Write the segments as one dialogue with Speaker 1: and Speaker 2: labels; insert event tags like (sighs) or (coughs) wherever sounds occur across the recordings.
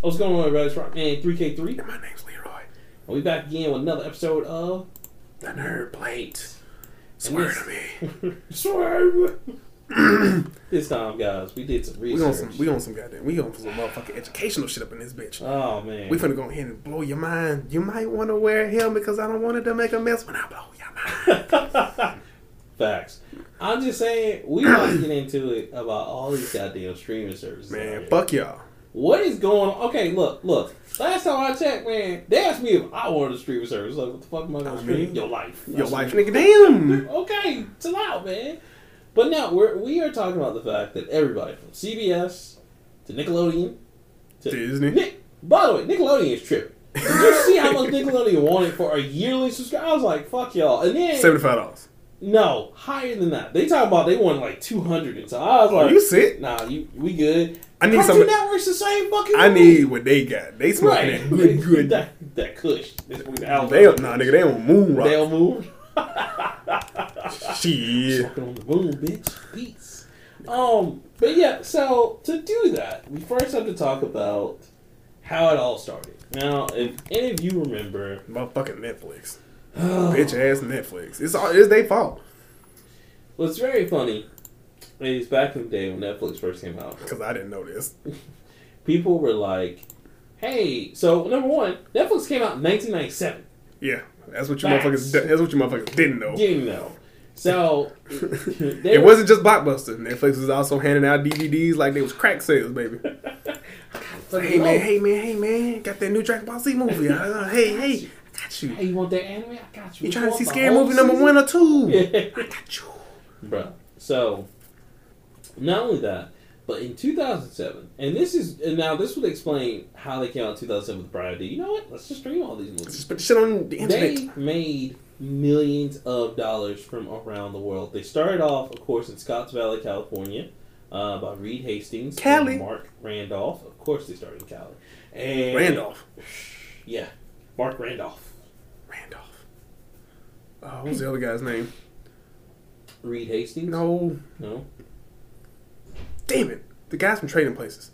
Speaker 1: Oh, What's going on, everybody? It's Rockman 3K3.
Speaker 2: My name's Leroy.
Speaker 1: And we back again with another episode of
Speaker 2: The nerd plate. Swear to me.
Speaker 1: Swerve. (clears throat) this time, guys, we did some
Speaker 2: (laughs) We on
Speaker 1: research.
Speaker 2: some. We on some goddamn. We on some motherfucking educational shit up in this bitch.
Speaker 1: oh man,
Speaker 2: We finna go ahead and blow your mind. You might want to wear a helmet because I don't want it to make a mess when I blow your mind.
Speaker 1: facts. I'm just saying
Speaker 2: (clears throat)
Speaker 1: we want to get into it about all these goddamn streaming services. out
Speaker 2: Man,
Speaker 1: here.
Speaker 2: fuck y'all.
Speaker 1: What is going on? Okay, look, look. Last time I checked, man, they asked me if I wanted a streaming service. Like, what the fuck am I gonna
Speaker 2: I
Speaker 1: stream?
Speaker 2: mean,
Speaker 1: Your life.
Speaker 2: Your
Speaker 1: That's
Speaker 2: wife, nigga. Damn.
Speaker 1: okay, chill out, man. But now we're we are talking about the fact that everybody from CBS to Nickelodeon to
Speaker 2: Disney.
Speaker 1: Nick. By the way, Nickelodeon is tripping. Did you see how much Nickelodeon wanted for a yearly subscription? I was like, fuck y'all. And then
Speaker 2: Seventy-five dollars.
Speaker 1: no, higher than that. They talk about they wanted like two hundred, and so I was
Speaker 2: Are
Speaker 1: like,
Speaker 2: you sick?
Speaker 1: nah, you we good.
Speaker 2: I need
Speaker 1: Cartoon
Speaker 2: some.
Speaker 1: Network's the same fucking.
Speaker 2: I
Speaker 1: way.
Speaker 2: need what they got. They smoking (laughs)
Speaker 1: right
Speaker 2: that good,
Speaker 1: (laughs)
Speaker 2: good.
Speaker 1: that that Kush. This week,
Speaker 2: They don't- nah, nigga. They on moon rock.
Speaker 1: They'll move. (laughs)
Speaker 2: Shit.
Speaker 1: Fucking on the moon, bitch. Peace. Um, but yeah, so to do that, we first have to talk about how it all started. Now, if any of you remember,
Speaker 2: Motherfucking Netflix. (sighs) Bitch ass Netflix. It's all. It's their fault.
Speaker 1: (gasps) what's very funny is back in the day when Netflix first came out,
Speaker 2: Cause I didn't know this.
Speaker 1: people were like, "Hey, so number one, Netflix came out in 1997."
Speaker 2: Yeah, that's what you
Speaker 1: Facts.
Speaker 2: motherfuckers. That's what you motherfuckers didn't know.
Speaker 1: Didn't know.
Speaker 2: (laughs)
Speaker 1: So they
Speaker 2: It
Speaker 1: were- (laughs)
Speaker 2: wasn't just Blockbuster. Netflix was also handing out DVDs like they was crack sales, baby.
Speaker 1: fucking
Speaker 2: hey man,
Speaker 1: low.
Speaker 2: hey man, hey man, got that new Dragon Ball Z movie. Uh, hey, hey, I got you.
Speaker 1: Hey, you want that anime? I got you.
Speaker 2: You trying to
Speaker 1: want
Speaker 2: see
Speaker 1: the
Speaker 2: scary
Speaker 1: whole
Speaker 2: movie number
Speaker 1: season?
Speaker 2: one or two?
Speaker 1: (laughs) Yeah.
Speaker 2: I got you.
Speaker 1: Bruh. So, not only that, but in 2007, and this is, and now this would explain how they came out in 2007 with Brian D. You know what? Let's just stream all these movies.
Speaker 2: Just put the shit on the internet.
Speaker 1: They made millions of dollars from around the world. They started off, of course, in Scotts Valley, California, uh, by Reed Hastings
Speaker 2: Cali.
Speaker 1: and Mark Randolph. Of course, they started in Cali. And
Speaker 2: Randolph.
Speaker 1: Yeah, Mark Randolph.
Speaker 2: Randolph. Oh, what was the other guy's name?
Speaker 1: Reed Hastings?
Speaker 2: No,
Speaker 1: No. (laughs)
Speaker 2: damn it. The guy's from Trading Places.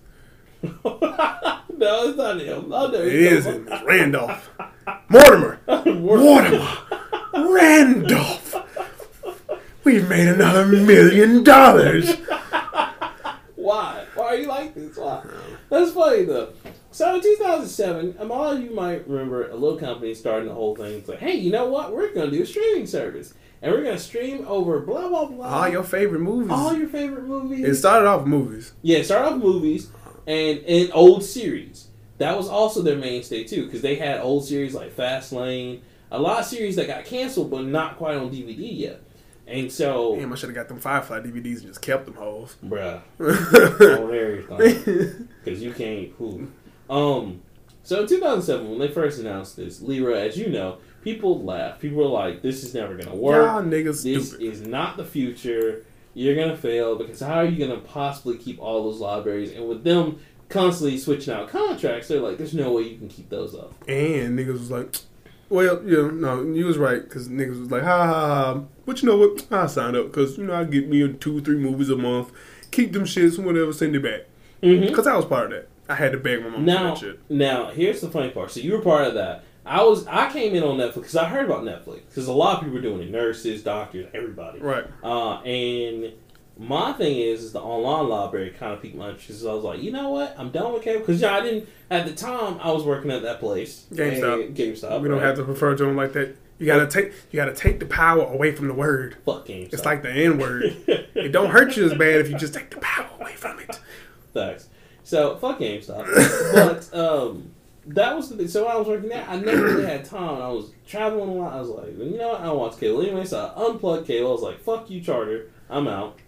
Speaker 1: no, it's not him. I know
Speaker 2: It
Speaker 1: it's
Speaker 2: isn't. It's Randolph. Mortimer.
Speaker 1: (laughs)
Speaker 2: Mortimer. Randolph. We've made another million dollars.
Speaker 1: Why? Why are you like this? Why? That's funny though. So in 2007, um, all of you might remember a little company starting the whole thing. It's like, hey, you know what? We're going to do a streaming service, and we're going to stream over blah blah blah.
Speaker 2: All your favorite movies.
Speaker 1: all your favorite movies.
Speaker 2: It started off movies.
Speaker 1: yeah, start off movies and and old series. That was also their mainstay too, because they had old series like Fast Lane, a lot of series that got canceled, but not quite on DVD yet. And so,
Speaker 2: Damn, I should have got them Firefly DVDs and just kept them hoes. (laughs)
Speaker 1: bruh,
Speaker 2: That's
Speaker 1: on everything. because you can't. Who? Um. So in 2007, when they first announced this, Leroy, as you know, people laughed. People were like, "This is never gonna
Speaker 2: Y'all
Speaker 1: work.
Speaker 2: niggas
Speaker 1: This
Speaker 2: stupid.
Speaker 1: is not the future. You're gonna fail because how are you gonna possibly keep all those libraries? And with them constantly switching out contracts, they're like, "There's no way you can keep those up."
Speaker 2: And niggas was like, well, yeah, no, you was right, because niggas was like, ha ha ha. But you know what? I signed up, because, you know, I get me two, three movies a month. Keep them shits, whatever, send it back.
Speaker 1: Mm-hmm.
Speaker 2: Because I was part of that. I had to beg my mom
Speaker 1: Now,
Speaker 2: for that shit.
Speaker 1: now here's the funny part. So you were part of that. I was. I came in on Netflix because I heard about Netflix because a lot of people were doing it. Nurses, doctors, everybody.
Speaker 2: Right.
Speaker 1: Uh, and my thing is, is the online library kind of piqued my interest. 'cause I was like, you know what? I'm done with cable because yeah, I didn't at the time. I was working at that place,
Speaker 2: GameStop.
Speaker 1: And GameStop.
Speaker 2: we don't
Speaker 1: right?
Speaker 2: have to refer to them like that. You gotta take you gotta take the power away from the word.
Speaker 1: fuck GameStop. (laughs)
Speaker 2: It's like the N word. it don't hurt you as bad if you just take the power away from it.
Speaker 1: Thanks. So fuck GameStop.
Speaker 2: (laughs)
Speaker 1: but um, that was the thing. So when I was working there, I never really had time. I was traveling a lot. I was like, well, you know, what? I don't watch cable anyway. So I unplugged cable. I was like, fuck you, Charter. I'm out.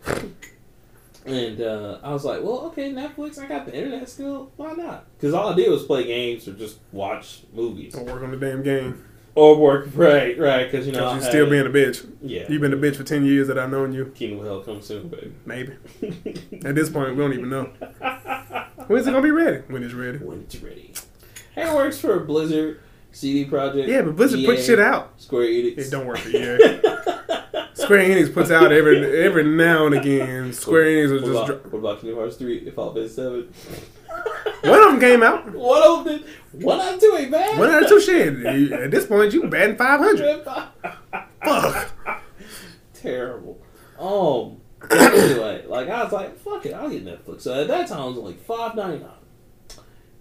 Speaker 1: And uh, I was like, well, okay, Netflix. I got the internet still. Why not? Because all I did was play games or just watch movies
Speaker 2: Don't work on the damn game.
Speaker 1: or work. (laughs) Right, right. Because you know,
Speaker 2: Cause
Speaker 1: I
Speaker 2: you
Speaker 1: had-
Speaker 2: still being a bitch.
Speaker 1: yeah.
Speaker 2: You've been a bitch for ten years that I've known you.
Speaker 1: Kingdom Hell come soon,
Speaker 2: Maybe.
Speaker 1: baby.
Speaker 2: At this point, we don't
Speaker 1: (laughs)
Speaker 2: even know. When's it gonna be ready? When it's ready.
Speaker 1: when it's ready. Hey, it works for Blizzard, CD Project.
Speaker 2: Yeah, but Blizzard
Speaker 1: EA,
Speaker 2: puts shit out.
Speaker 1: E Square Enix. (laughs)
Speaker 2: It don't work for you. Square Enix puts out every every now and again. Square Enix
Speaker 1: What
Speaker 2: will just
Speaker 1: about,
Speaker 2: drop.
Speaker 1: what about Kingdom Hearts 3 if I'll bet 7?
Speaker 2: One of them came out.
Speaker 1: (laughs) One of them, one out of two ain't bad.
Speaker 2: One out of two shit. You- At this point, you
Speaker 1: (laughs)
Speaker 2: batting 500. Fuck.
Speaker 1: Terrible. Um. (coughs) but anyway, like I was like, fuck it, I'll get Netflix. So at that time, it was only five ninety nine.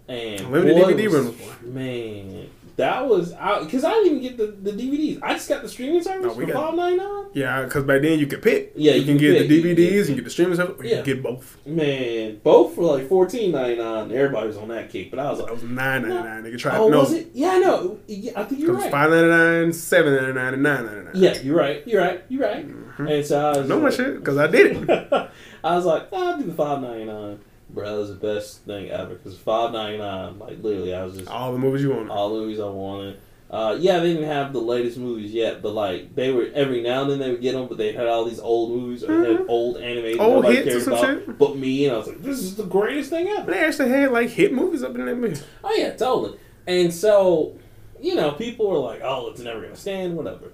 Speaker 1: And
Speaker 2: Limited
Speaker 1: boy,
Speaker 2: DVD
Speaker 1: it was-
Speaker 2: rental.
Speaker 1: Man, that was out because I didn't even get the, the DVDs. I just got the streaming service
Speaker 2: No, we
Speaker 1: for
Speaker 2: got-
Speaker 1: five ninety nine.
Speaker 2: Yeah, because back then you could pick.
Speaker 1: Yeah,
Speaker 2: you,
Speaker 1: you
Speaker 2: can
Speaker 1: could pick.
Speaker 2: get the DVDs and get the streaming stuff, or you
Speaker 1: Yeah.
Speaker 2: can get both.
Speaker 1: Man, both for like fourteen ninety nine. Everybody was on that kick, but I was
Speaker 2: That
Speaker 1: like,
Speaker 2: was nine ninety nine. Nigga tried
Speaker 1: oh,
Speaker 2: no.
Speaker 1: was it? Yeah, no, yeah, I think
Speaker 2: It
Speaker 1: you're
Speaker 2: was
Speaker 1: right.
Speaker 2: five ninety nine, seven ninety nine, and nine ninety nine.
Speaker 1: Yeah, you're right. You're right. You're right. And so I was
Speaker 2: Mm-hmm. know my
Speaker 1: like-
Speaker 2: shit because I did it.
Speaker 1: (laughs) I was like, I'll do the five ninety nine. Bro, that was the best thing ever because five ninety nine. Like literally, I was just
Speaker 2: All the movies you wanted.
Speaker 1: all the movies I wanted. Uh, yeah, they didn't have the latest movies yet, but like they were every now and then they would get them, but they had all these old movies or they had old animated
Speaker 2: Mm-hmm. Old
Speaker 1: nobody
Speaker 2: hits or
Speaker 1: cared
Speaker 2: some
Speaker 1: about,
Speaker 2: shit.
Speaker 1: but me, and I was like, this is the greatest thing ever.
Speaker 2: They actually had like hit movies up in that movie.
Speaker 1: Oh yeah, totally. And so, you know, people were like, oh, it's never gonna stand, whatever.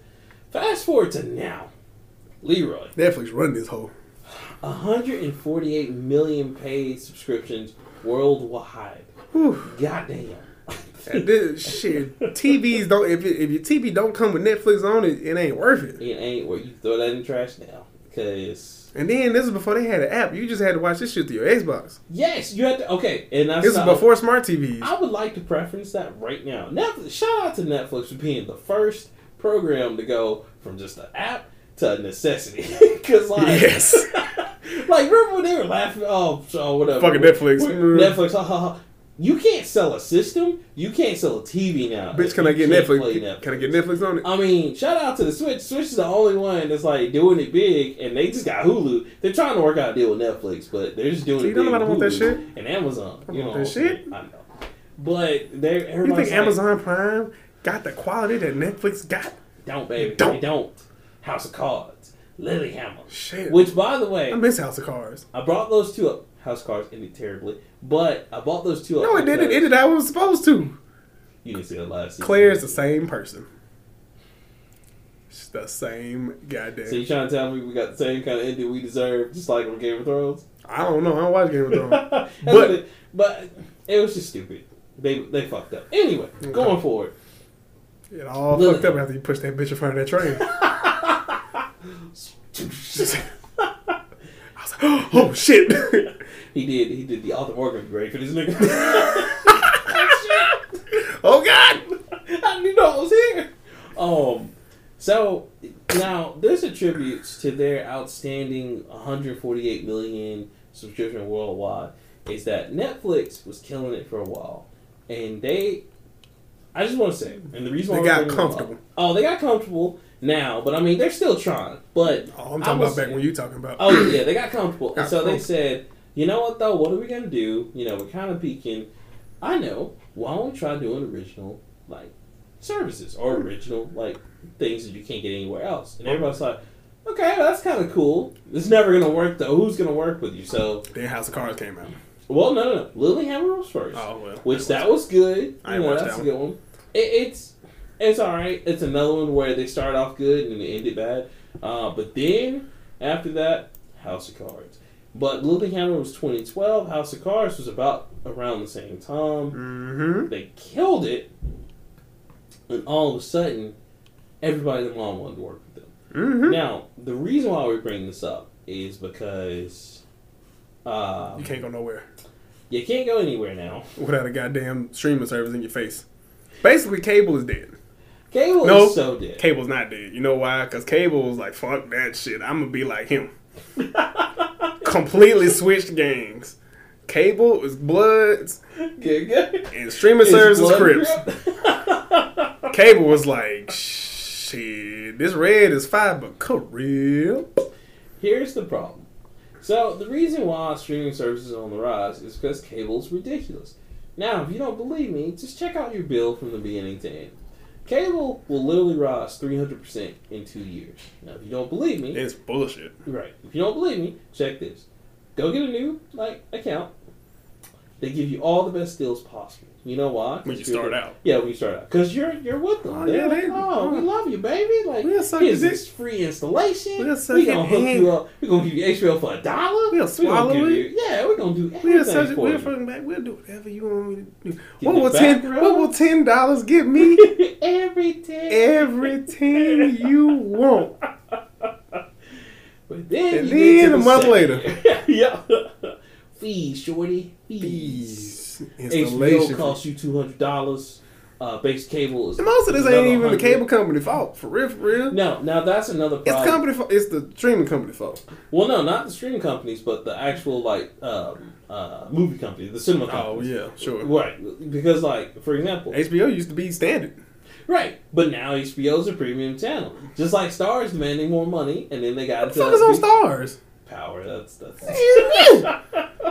Speaker 1: Fast forward to now, Leroy.
Speaker 2: Netflix run this whole.
Speaker 1: 148 million paid subscriptions worldwide.
Speaker 2: Whew.
Speaker 1: Goddamn.
Speaker 2: And this shit, TVs don't. If, it, if your TV don't come with Netflix on it, it ain't worth
Speaker 1: (laughs)
Speaker 2: it.
Speaker 1: it ain't where you throw that in the trash now. Because,
Speaker 2: And then this is before they had an app. You just had to watch this shit through your Xbox.
Speaker 1: yes, you had to. Okay, and that's
Speaker 2: This is
Speaker 1: not-
Speaker 2: before smart TVs.
Speaker 1: I would like to preference that right now. Netflix, shout out to Netflix for being the first program to go from just an app to a necessity. (laughs) Because, like,
Speaker 2: Yes.
Speaker 1: (laughs) like, remember when they were laughing? Oh, so whatever.
Speaker 2: Fucking Netflix. Mm-hmm.
Speaker 1: We- Netflix, ha ha ha. You can't sell a system. You can't sell a TV now.
Speaker 2: Bitch,
Speaker 1: if
Speaker 2: can
Speaker 1: you
Speaker 2: I get
Speaker 1: can't
Speaker 2: Netflix?
Speaker 1: play
Speaker 2: Can I get Netflix on it?
Speaker 1: I mean, shout out to the Switch. Switch is the only one that's like doing it big, and they just got Hulu. They're trying to work out a deal with Netflix, but they're just doing
Speaker 2: See,
Speaker 1: it.
Speaker 2: don't
Speaker 1: big
Speaker 2: nobody
Speaker 1: with
Speaker 2: want that
Speaker 1: Hulu
Speaker 2: shit.
Speaker 1: And Amazon,
Speaker 2: Don't
Speaker 1: you know
Speaker 2: want that shit.
Speaker 1: I know, but they
Speaker 2: You
Speaker 1: everybody's
Speaker 2: think
Speaker 1: like,
Speaker 2: Amazon Prime got the quality that Netflix got?
Speaker 1: Don't baby,
Speaker 2: Don't.
Speaker 1: they don't. House of Cards, Lilyhammer.
Speaker 2: Shit.
Speaker 1: Which, by the way,
Speaker 2: I miss House of Cards.
Speaker 1: I brought those two up. House of Cards ended terribly, but I bought those two up.
Speaker 2: No, it didn't. It
Speaker 1: because-
Speaker 2: did. I was supposed to.
Speaker 1: You didn't see the last season.
Speaker 2: Claire is the same person. She's the same goddamn.
Speaker 1: So you trying to tell me we got the same kind of ending we deserve, just like on Game of Thrones?
Speaker 2: I don't know. I don't watch Game of Thrones.
Speaker 1: (laughs) but
Speaker 2: But-
Speaker 1: it, but it was just stupid. They they fucked up. Anyway, going forward, (laughs)
Speaker 2: It all
Speaker 1: Lily.
Speaker 2: fucked up after you pushed that bitch in front of that train. I was like, (gasps) oh shit. (laughs)
Speaker 1: he did he did the Arthur Morgan grade for this nigga. Oh, shit.
Speaker 2: oh god.
Speaker 1: (laughs) I didn't know I was here. Um, so now there's attributes to their outstanding 148 million subscription worldwide is that Netflix was killing it for a while, and they, I just want to say, and the reason why
Speaker 2: They got
Speaker 1: I'm bringing them up-
Speaker 2: comfortable.
Speaker 1: oh, they got comfortable now, but I mean they're still trying. But
Speaker 2: Oh, I'm
Speaker 1: I
Speaker 2: talking
Speaker 1: was-
Speaker 2: about back when you talking about.
Speaker 1: Oh yeah, yeah, they got comfortable.
Speaker 2: Got
Speaker 1: so they
Speaker 2: comfortable.
Speaker 1: said, you know what though? What are we gonna do? You know, we're kind of peaking. I know. Why don't we try doing original like services or original like things that you can't get anywhere else? And everybody's like, okay, well, that's kind of cool. It's never gonna work though. Who's gonna work with you? So,
Speaker 2: (clears throat) Then House of Cards came out.
Speaker 1: well, no, no, no. Lilyhammer was first,
Speaker 2: Oh well.
Speaker 1: which that was good.
Speaker 2: I
Speaker 1: You know,
Speaker 2: didn't watch
Speaker 1: that's
Speaker 2: that
Speaker 1: a good one. It, it's it's all right. It's another one where they start off good and they ended bad. Uh, but then after that, House of Cards. But Lilyhammer was 2012. House of Cards was about around the same time.
Speaker 2: Mm-hmm.
Speaker 1: They killed it, and all of a sudden, everybody in the mom wanted to work with them.
Speaker 2: Mm-hmm.
Speaker 1: Now, the reason why we bring this up is because uh,
Speaker 2: You can't go nowhere
Speaker 1: you can't go anywhere now.
Speaker 2: without a goddamn streaming service in your face. Basically, cable is dead.
Speaker 1: Cable
Speaker 2: Nope.
Speaker 1: is so dead.
Speaker 2: Cable's not dead. You know why? Because cable was like, fuck that shit. I'm gonna be like him.
Speaker 1: (laughs)
Speaker 2: Completely switched gangs. Cable is Bloods
Speaker 1: Good, good.
Speaker 2: and streaming services
Speaker 1: Blood
Speaker 2: Crips.
Speaker 1: Crip.
Speaker 2: Cable was like, shit, this red is fine, but Korea.
Speaker 1: (laughs) Here's the problem. So the reason why streaming services are on the rise is because cable's ridiculous. Now, if you don't believe me, just check out your bill from the beginning to end. Cable will literally rise 300% in two years. Now, if you don't believe me,
Speaker 2: It's bullshit.
Speaker 1: Right. If you don't believe me, check this. Go get a new like account. They give you all the best deals possible. You know why? 'Cause
Speaker 2: when you
Speaker 1: you're-
Speaker 2: start out.
Speaker 1: Yeah, when you start out, because you're you're with them.
Speaker 2: Oh,
Speaker 1: They're
Speaker 2: yeah,
Speaker 1: like,
Speaker 2: they-
Speaker 1: oh, we
Speaker 2: oh.
Speaker 1: love you, baby. Like
Speaker 2: We'll suck
Speaker 1: here's
Speaker 2: your
Speaker 1: this free installation.
Speaker 2: We'll suck
Speaker 1: We gonna
Speaker 2: your
Speaker 1: hook
Speaker 2: dick.
Speaker 1: you up. We gonna give you HBO for a dollar.
Speaker 2: We'll swallow
Speaker 1: give
Speaker 2: it.
Speaker 1: You, yeah, we are gonna do
Speaker 2: We'll,
Speaker 1: everything
Speaker 2: such,
Speaker 1: for
Speaker 2: we'll,
Speaker 1: you. (laughs)
Speaker 2: fucking back, we'll do whatever you want me to do.
Speaker 1: Get
Speaker 2: What
Speaker 1: the
Speaker 2: will,
Speaker 1: back
Speaker 2: ten,
Speaker 1: row.
Speaker 2: what will $10
Speaker 1: (laughs)
Speaker 2: get me?
Speaker 1: everything.
Speaker 2: Eh. Everything you want.
Speaker 1: But then,
Speaker 2: And
Speaker 1: you get to
Speaker 2: then a month
Speaker 1: second-
Speaker 2: later.
Speaker 1: (laughs) yeah. Fees, shorty. Fees.
Speaker 2: These
Speaker 1: HBO
Speaker 2: installation.
Speaker 1: costs you two hundred dollars. Uh, base cable is
Speaker 2: And most of this ain't
Speaker 1: another
Speaker 2: even the
Speaker 1: $100.
Speaker 2: cable company fault. For real, for real.
Speaker 1: No, uh, now that's another
Speaker 2: It's
Speaker 1: problem.
Speaker 2: company. Fault. It's the streaming company fault.
Speaker 1: Well, no, not the streaming companies, but the actual like um, uh, movie companies, the cinema companies.
Speaker 2: Oh, yeah, sure.
Speaker 1: Right, because like for example,
Speaker 2: HBO used to be standard.
Speaker 1: right, but now HBO's a premium channel, just like Starz demanding more money, and then they got
Speaker 2: The fuck is on Stars?
Speaker 1: power. That's that's. (laughs)
Speaker 2: Excuse me.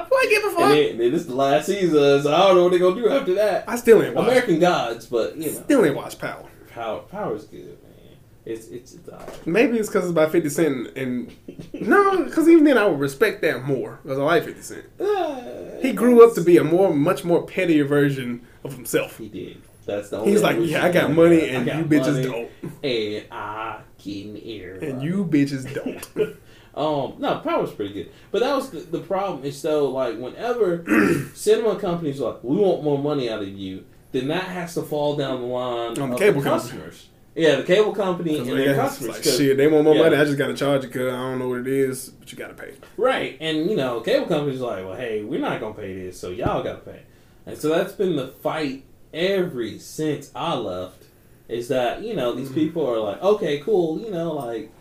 Speaker 2: Why give a
Speaker 1: and
Speaker 2: fuck?
Speaker 1: then, then this is the last season, so I don't know what they're gonna do after that.
Speaker 2: I still ain't watch.
Speaker 1: American Gods, but you know,
Speaker 2: Still ain't watch Power.
Speaker 1: power power's good, man. It's it's it's all right.
Speaker 2: Maybe it's because it's by Fifty Cent, and
Speaker 1: (laughs)
Speaker 2: no, because even then I would respect that more because I like Fifty Cent.
Speaker 1: Uh,
Speaker 2: He grew up to be a more, much more pettier version of himself.
Speaker 1: He did. That's the only.
Speaker 2: He's like,
Speaker 1: evolution
Speaker 2: yeah, I got
Speaker 1: he
Speaker 2: money,
Speaker 1: had. I
Speaker 2: and
Speaker 1: got
Speaker 2: you bitches
Speaker 1: money,
Speaker 2: don't,
Speaker 1: and I can hear.
Speaker 2: and you bitches
Speaker 1: (laughs)
Speaker 2: don't.
Speaker 1: Um, no, Power was pretty good, but that was the, the problem. Is though, like whenever (clears throat) cinema companies are like, we want more money out of you, then that has to fall down the line
Speaker 2: On the
Speaker 1: of
Speaker 2: cable
Speaker 1: the
Speaker 2: company.
Speaker 1: customers. Yeah, the cable company and their
Speaker 2: It's
Speaker 1: customers.
Speaker 2: like
Speaker 1: 'cause-
Speaker 2: shit, they want more
Speaker 1: yeah.
Speaker 2: money. I just gotta charge you because I don't know what it is, but you gotta pay. (laughs)
Speaker 1: Right, and you know, cable companies are like, well, hey, we're not gonna pay this, so y'all gotta pay. And so that's been the fight every since I left. Is that you know these
Speaker 2: Mhm.
Speaker 1: people are like, okay, cool, you know, like,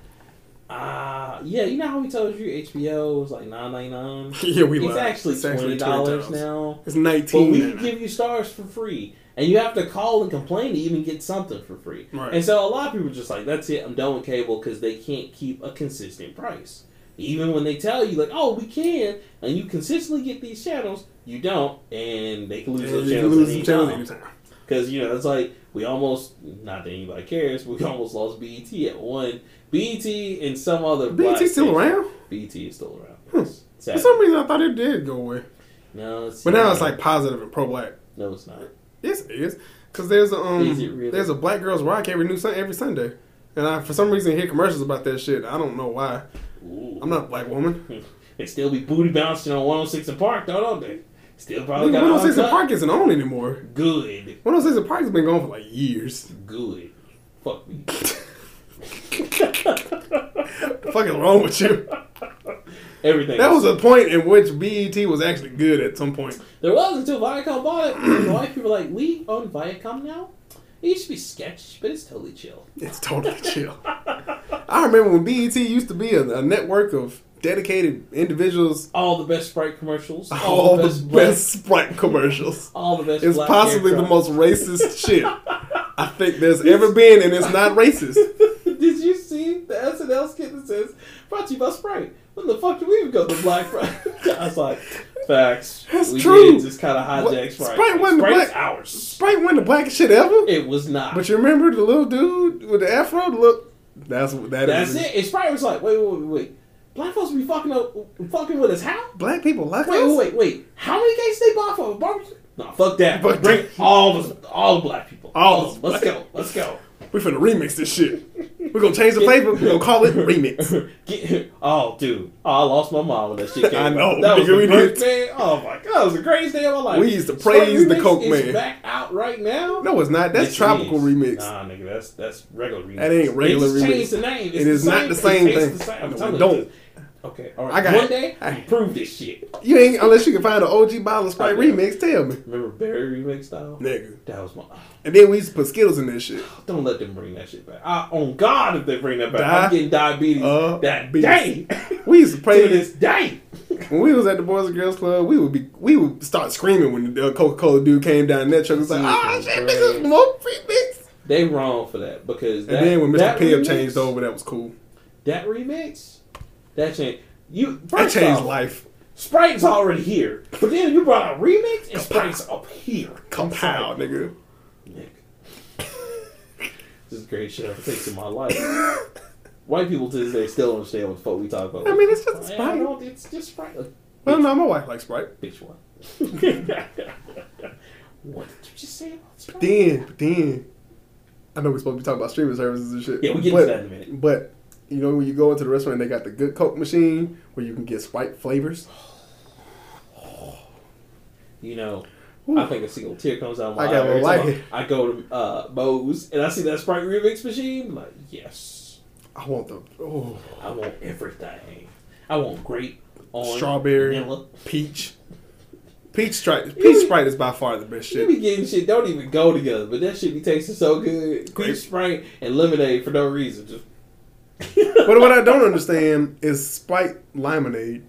Speaker 1: ah, yeah, you know how we told you HBO was like nine ninety nine.
Speaker 2: yeah, we
Speaker 1: It's
Speaker 2: lied.
Speaker 1: actually twenty dollars now,
Speaker 2: It's
Speaker 1: but
Speaker 2: nineteen.
Speaker 1: we
Speaker 2: now.
Speaker 1: can give you stars for free, and you have to call and complain to even get something for free.
Speaker 2: Right.
Speaker 1: And so a lot of people are just like, "That's it, I'm done with cable" because they can't keep a consistent price. Even when they tell you, like, "Oh, we can," and you consistently get these channels, you don't, and they can lose
Speaker 2: You
Speaker 1: those
Speaker 2: can
Speaker 1: channels.
Speaker 2: lose some channels
Speaker 1: anytime.
Speaker 2: anytime.
Speaker 1: Because you know, it's like we almost not that anybody cares. (laughs) We almost lost BET at one. BET and some other. black
Speaker 2: BT E still
Speaker 1: station.
Speaker 2: around?
Speaker 1: BET is still around.
Speaker 2: Hmm.
Speaker 1: Yes.
Speaker 2: For
Speaker 1: Sadly.
Speaker 2: some reason, I thought it did go away.
Speaker 1: No, it's
Speaker 2: But now it's like positive and pro black.
Speaker 1: no, it's not.
Speaker 2: Yes, it is. Cause there's a um,
Speaker 1: Is it really?
Speaker 2: there's a Black Girls Rock every new sun- every Sunday, and I for some reason hear commercials about that shit. I don't know why.
Speaker 1: Ooh.
Speaker 2: I'm not a black woman.
Speaker 1: They still be booty bouncing on 106 and Park, though, don't they? Still probably
Speaker 2: One
Speaker 1: got
Speaker 2: hundred six and
Speaker 1: uncut.
Speaker 2: Park isn't on anymore.
Speaker 1: Good,
Speaker 2: One hundred six and Park's been gone for like years.
Speaker 1: good. Fuck me.
Speaker 2: The fuck is wrong with you?
Speaker 1: (laughs) Everything.
Speaker 2: That was a point in which BET was actually good at some point.
Speaker 1: there was until Viacom bought it. and the white people were like, we own Viacom now. It used to be sketch, but it's totally chill.
Speaker 2: It's totally (laughs) chill. I remember when BET used to be a, a network of dedicated individuals.
Speaker 1: All the best Sprite commercials.
Speaker 2: All, the best,
Speaker 1: black-
Speaker 2: Sprite commercials.
Speaker 1: all the best.
Speaker 2: It's
Speaker 1: black
Speaker 2: possibly the
Speaker 1: hair
Speaker 2: most racist shit I think there's ever been, and it's not racist.
Speaker 1: products. (laughs) Did you see the SNL skit that says "Brought to you by Sprite"? When the fuck did we even go to Black Friday? (laughs) I was like, facts.
Speaker 2: That's
Speaker 1: we
Speaker 2: true.
Speaker 1: Did just kind of hijack
Speaker 2: What-
Speaker 1: Sprite.
Speaker 2: Sprite wasn't
Speaker 1: Sprite's
Speaker 2: black-
Speaker 1: ours.
Speaker 2: Sprite wasn't the blackest shit ever.
Speaker 1: It was not.
Speaker 2: But you remember the little dude with the afro? Look, that's what that
Speaker 1: That's
Speaker 2: is.
Speaker 1: it. And Sprite was like, wait, wait, wait, wait. Black folks be fucking up, fucking with us. How?
Speaker 2: Black people like
Speaker 1: Wait,
Speaker 2: us.
Speaker 1: wait, wait, wait. How many gays they bought for a barbecue? Nah, fuck that.
Speaker 2: Fuck
Speaker 1: Bring
Speaker 2: that.
Speaker 1: all the all the black people.
Speaker 2: All
Speaker 1: of
Speaker 2: the
Speaker 1: them. Let's
Speaker 2: black-
Speaker 1: go. Let's go.
Speaker 2: We finna remix this shit. We're
Speaker 1: (laughs)
Speaker 2: gonna change (laughs) the flavor. We're gonna call it remix.
Speaker 1: Get, oh, dude. Oh, I lost my mom when that shit came
Speaker 2: (laughs) I know,
Speaker 1: out. That was
Speaker 2: nigga,
Speaker 1: the
Speaker 2: we
Speaker 1: great
Speaker 2: did.
Speaker 1: day. Oh, my God. It was the greatest day of my life.
Speaker 2: We used to
Speaker 1: Sprite
Speaker 2: praise the
Speaker 1: Remix
Speaker 2: Coke
Speaker 1: is
Speaker 2: Man.
Speaker 1: back out right now?
Speaker 2: No, it's not. That's
Speaker 1: Yes, it
Speaker 2: tropical
Speaker 1: is.
Speaker 2: remix.
Speaker 1: Nah, nigga, that's that's regular remix.
Speaker 2: That ain't regular
Speaker 1: They just
Speaker 2: remix.
Speaker 1: changed the name. It's
Speaker 2: It is not the same
Speaker 1: It tastes
Speaker 2: thing.
Speaker 1: the same. I'm
Speaker 2: No,
Speaker 1: telling
Speaker 2: it
Speaker 1: you,
Speaker 2: don't.
Speaker 1: it's- Okay, all right.
Speaker 2: I got-
Speaker 1: One day,
Speaker 2: I-
Speaker 1: prove this shit.
Speaker 2: You ain't unless you can find an OG bottle of Sprite remix. Tell me,
Speaker 1: Remember Barry remix style?
Speaker 2: nigga.
Speaker 1: That was my. (sighs)
Speaker 2: And then we used to put Skittles in that shit.
Speaker 1: Don't let them bring that shit back. I, on God, if they bring that back, I'm
Speaker 2: Di-
Speaker 1: getting diabetes
Speaker 2: uh,
Speaker 1: that
Speaker 2: beats.
Speaker 1: day. (laughs)
Speaker 2: We used to
Speaker 1: to
Speaker 2: play this
Speaker 1: this day.
Speaker 2: when we was at the Boys and Girls Club. We would be we would start screaming when the Coca Cola dude came down that truck. It's like, oh shit, this is more remix.
Speaker 1: They wrong for that because
Speaker 2: And
Speaker 1: that,
Speaker 2: then when Mr.
Speaker 1: that
Speaker 2: Pibb
Speaker 1: remix-
Speaker 2: changed over, that was cool.
Speaker 1: that remix, that changed. You
Speaker 2: That
Speaker 1: first
Speaker 2: changed
Speaker 1: off,
Speaker 2: life.
Speaker 1: Sprite's already here, but then you brought a remix and Sprite's up here.
Speaker 2: Compound, nigga.
Speaker 1: Nick. this is great shit I've taken in my life. White people to this day still don't understand what the fuck we talk about.
Speaker 2: I mean, it's just
Speaker 1: I
Speaker 2: Sprite.
Speaker 1: don't, it's just Sprite.
Speaker 2: Well, no, my wife likes Sprite.
Speaker 1: Bitch, what? (laughs) what did you just say about Sprite?
Speaker 2: Then, but then, I know we're supposed to be talking about streaming services and shit.
Speaker 1: Yeah, we'll get
Speaker 2: but,
Speaker 1: into that in a minute.
Speaker 2: But you know, when you go into the restaurant, they got the good Coke machine where you can get Sprite flavors.
Speaker 1: You know,
Speaker 2: Ooh.
Speaker 1: I think a single tear comes out of my
Speaker 2: I
Speaker 1: eye
Speaker 2: got
Speaker 1: every
Speaker 2: one
Speaker 1: time
Speaker 2: like it.
Speaker 1: I go to uh, Moe's and I see that Sprite remix machine. I'm like, yes,
Speaker 2: I want the oh
Speaker 1: I want everything. I want grape, orange,
Speaker 2: Strawberry.
Speaker 1: vanilla.
Speaker 2: peach, peach Sprite. Peach
Speaker 1: You-
Speaker 2: Sprite is by far the best
Speaker 1: You
Speaker 2: shit.
Speaker 1: be getting shit don't even go together, but that shit be tasting so good.
Speaker 2: Grape.
Speaker 1: Grape Sprite and lemonade for no reason. Just
Speaker 2: But (laughs) what I don't understand is Sprite lemonade.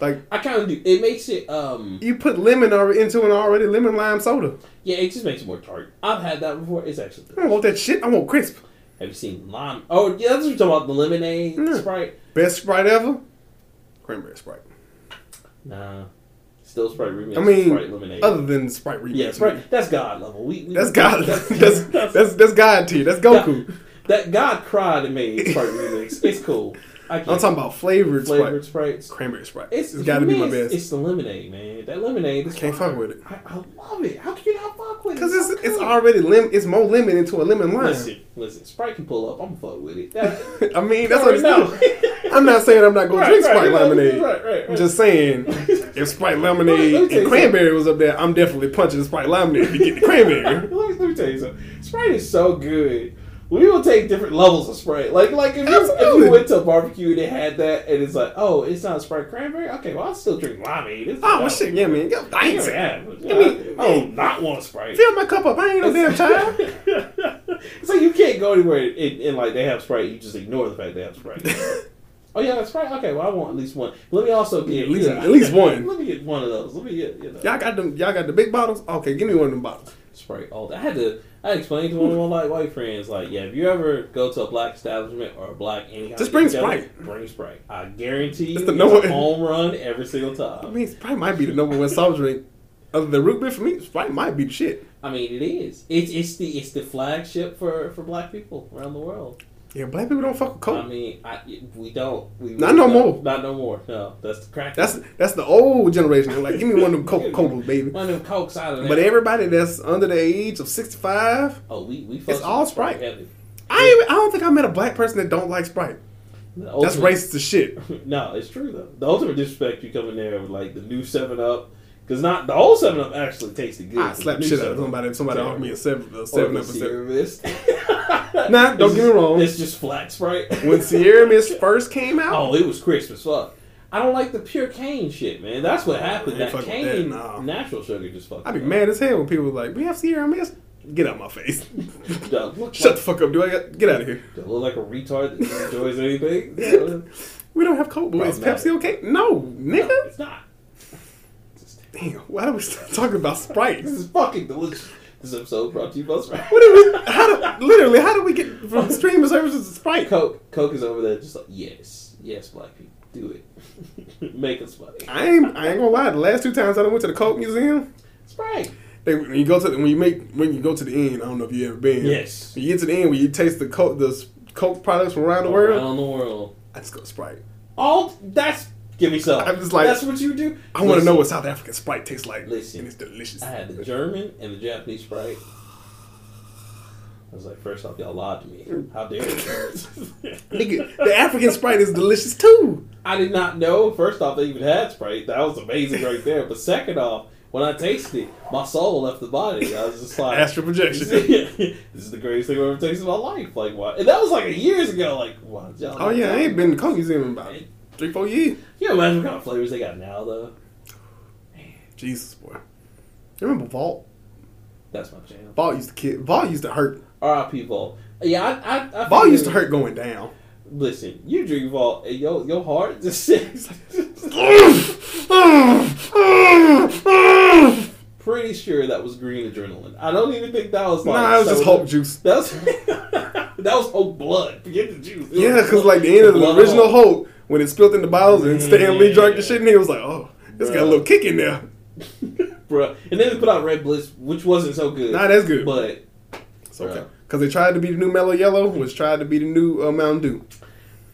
Speaker 2: Like
Speaker 1: I kind of do. It makes it um
Speaker 2: you put lemon al- into an already lemon lime soda.
Speaker 1: yeah, it just makes it more tart. I've had that before. It's actually good.
Speaker 2: I don't want that shit. I want crisp.
Speaker 1: Have you seen lime? Oh yeah, that's what you're talking about. The lemonade
Speaker 2: Yeah.
Speaker 1: Sprite.
Speaker 2: Best Sprite ever. Cranberry Sprite.
Speaker 1: Nah, still Sprite remix.
Speaker 2: I mean,
Speaker 1: Sprite lemonade.
Speaker 2: Other than Sprite remix.
Speaker 1: yeah, Sprite. That's God level. We, we
Speaker 2: That's
Speaker 1: (laughs)
Speaker 2: God. (laughs) That's that's that's God tier. That's Goku.
Speaker 1: that God cried and made Sprite remix. It's cool. I can't.
Speaker 2: I'm talking about flavored,
Speaker 1: flavored
Speaker 2: Sprite.
Speaker 1: sprites.
Speaker 2: Cranberry Sprite.
Speaker 1: It's,
Speaker 2: it's got to be my
Speaker 1: it's,
Speaker 2: best.
Speaker 1: It's the lemonade, man. That lemonade. Is
Speaker 2: Can't
Speaker 1: fire.
Speaker 2: fuck with it.
Speaker 1: I, I love it. How can you not fuck with it?
Speaker 2: Cause it's
Speaker 1: so
Speaker 2: it's
Speaker 1: good.
Speaker 2: already lemon. It's more lemon into a lemon lime.
Speaker 1: Listen, listen. Sprite can pull up. I'm fuck with it. That,
Speaker 2: I mean, (laughs) that's what it's
Speaker 1: No.
Speaker 2: (laughs)
Speaker 1: (laughs)
Speaker 2: I'm not saying I'm not going
Speaker 1: Right,
Speaker 2: to drink
Speaker 1: right,
Speaker 2: Sprite
Speaker 1: right,
Speaker 2: lemonade.
Speaker 1: right, right,
Speaker 2: I'm
Speaker 1: right.
Speaker 2: just saying, if Sprite
Speaker 1: Let
Speaker 2: lemonade
Speaker 1: me tell
Speaker 2: and
Speaker 1: you
Speaker 2: cranberry was up there, I'm definitely punching Sprite lemonade to get the
Speaker 1: let,
Speaker 2: cranberry.
Speaker 1: me, (laughs) let me tell you something. Sprite is so good. We will take different levels of Sprite. Like, like if you, if
Speaker 2: Absolutely.
Speaker 1: you went to a barbecue and they had that, and it's like, oh, it's not Sprite cranberry. Okay, well, I'll still drink limeade. It's
Speaker 2: Oh well,
Speaker 1: not-
Speaker 2: shit, yeah, man. Yo, I ain't saying.
Speaker 1: Yeah,
Speaker 2: I mean-
Speaker 1: I do not want Sprite.
Speaker 2: Fill my cup up. I ain't (laughs) no damn child.
Speaker 1: (laughs) it's like you can't go anywhere and, and like they have Sprite. You just ignore the fact they have
Speaker 2: (laughs)
Speaker 1: Sprite. oh yeah, that's Sprite. Okay, well I want at least one. Let me also get
Speaker 2: At least-
Speaker 1: you know,
Speaker 2: at least one.
Speaker 1: Let me get one of those. Let me get you know
Speaker 2: Y'all got them. Y'all got the big bottles. Okay, give me one of them bottles.
Speaker 1: Sprite. All that. I had to. I explained to one of my like white friends like, yeah, if you ever go to a black establishment or a black any kind
Speaker 2: Just
Speaker 1: of
Speaker 2: bring
Speaker 1: retail,
Speaker 2: Sprite.
Speaker 1: Bring Sprite. I guarantee you,
Speaker 2: It's
Speaker 1: it's,
Speaker 2: the number-
Speaker 1: a home run every single time.
Speaker 2: I mean, Sprite might be the number one soft drink. Other than root beer for me, Sprite might be the shit.
Speaker 1: I mean, it is. It's it's the it's the flagship for for black people around the world.
Speaker 2: Yeah, black people don't fuck with Coke.
Speaker 1: I mean, I we don't. We
Speaker 2: Not no
Speaker 1: don't.
Speaker 2: more.
Speaker 1: Not no more. No, that's the crack.
Speaker 2: that's that's the old generation. They're like, give me one of them Coca Colas,
Speaker 1: (laughs)
Speaker 2: baby.
Speaker 1: one of them cokes out of there.
Speaker 2: But everybody that's under the age of sixty five,
Speaker 1: oh, we we.
Speaker 2: It's all Sprite.
Speaker 1: Heavy.
Speaker 2: I ain't, I don't think I met a black person that don't like Sprite. That's racist as shit.
Speaker 1: racist. (laughs) No, it's true though. The ultimate disrespect you come in there with like the new Seven Up, because not the old Seven Up actually tasted good.
Speaker 2: I slapped
Speaker 1: The new
Speaker 2: shit out
Speaker 1: 7
Speaker 2: of
Speaker 1: Up.
Speaker 2: somebody if somebody offered me a seven a seven
Speaker 1: Or
Speaker 2: up
Speaker 1: the
Speaker 2: a seven.
Speaker 1: Sierra Mist.
Speaker 2: (laughs)
Speaker 1: (laughs)
Speaker 2: Nah, don't
Speaker 1: It's
Speaker 2: get me wrong.
Speaker 1: Just, it's just flat Sprite. (laughs)
Speaker 2: When Sierra Mist first came out,
Speaker 1: Oh, it was crisp as fuck. I don't like the pure cane shit, man. That's what happened.
Speaker 2: ain't
Speaker 1: That
Speaker 2: fucking
Speaker 1: cane,
Speaker 2: with that, nah.
Speaker 1: natural sugar just fucked.
Speaker 2: I'd be
Speaker 1: up.
Speaker 2: mad as hell when people was like, "We have Sierra Mist." Get out of my face.
Speaker 1: (laughs) Duh, look
Speaker 2: Shut
Speaker 1: like,
Speaker 2: the fuck up, dude. I got, get out of here.
Speaker 1: duh, look like a retard that enjoys
Speaker 2: (laughs)
Speaker 1: anything. No,
Speaker 2: We don't have Coke, but is Pepsi
Speaker 1: Problematic.
Speaker 2: okay? No, nigga.
Speaker 1: it's not. It's just-
Speaker 2: Damn, why do we start talking about Sprite?
Speaker 1: This is fucking delicious. This episode brought to you by Sprite.
Speaker 2: What
Speaker 1: (laughs)
Speaker 2: did we? How do, literally? How do we get from streaming services to Sprite?
Speaker 1: Coke, Coke is over there, just like yes, yes, black people, do it, (laughs) make us money.
Speaker 2: I ain't. I ain't gonna lie. The last two times I done went to the Coke Museum,
Speaker 1: Sprite.
Speaker 2: they when you go to the, when you make when you go to the end. I don't know if you ever been.
Speaker 1: Yes.
Speaker 2: When you get to the end, when you taste the Coke, the s- Coke products from around the world,
Speaker 1: Around the world.
Speaker 2: I just go Sprite.
Speaker 1: All that's give me some.
Speaker 2: I'm just like-
Speaker 1: that's what you do.
Speaker 2: I want to
Speaker 1: Listen.
Speaker 2: know what South African Sprite tastes like,
Speaker 1: Listen.
Speaker 2: and it's delicious.
Speaker 1: I had the German and the Japanese Sprite. I was like, first off, y'all lied to me. How dare you?
Speaker 2: Nigga, the African Sprite is delicious too.
Speaker 1: I did not know, first off, they even had Sprite. That was amazing right there. But second off, when I tasted it, my soul left the body. I was just like,
Speaker 2: Astral
Speaker 1: (laughs)
Speaker 2: projection.
Speaker 1: this is (laughs) the greatest thing I've ever tasted in my life. Like, why? And that was like years ago. Like, why did y'all
Speaker 2: Oh yeah, I ain't been to the Coke Museum in about
Speaker 1: Can
Speaker 2: three, four years.
Speaker 1: you imagine what kind of flavors they got now, though?
Speaker 2: Jesus boy, you remember Vault?
Speaker 1: That's my jam.
Speaker 2: Vault used to kid. Vault used to hurt.
Speaker 1: R.I.P. Vol. Yeah, I. I, I
Speaker 2: Ball
Speaker 1: figured-
Speaker 2: used to hurt going down.
Speaker 1: (laughs) Listen, you drink Vault and your your heart (laughs)
Speaker 2: (laughs)
Speaker 1: just says
Speaker 2: nah,
Speaker 1: pretty sure that was green adrenaline. I don't even think that was like
Speaker 2: it was just
Speaker 1: soda.
Speaker 2: Hulk juice.
Speaker 1: That was (laughs) that was Hulk blood. Forget the juice. It
Speaker 2: Yeah,
Speaker 1: was
Speaker 2: because
Speaker 1: Hulk-
Speaker 2: like the end of the
Speaker 1: blood
Speaker 2: original Hulk, when it spilled in the bottles and Stan Lee drank the shit, and he was like, "Oh, it's got
Speaker 1: Mm.
Speaker 2: a
Speaker 1: Bruh.
Speaker 2: little kick in there."
Speaker 1: (laughs) Bruh. And then they put out Red Bliss, which wasn't so good.
Speaker 2: Nah, that's good.
Speaker 1: but
Speaker 2: It's okay. Because they tried to be the new Mellow Yellow, which tried to be the new uh, Mountain Dew.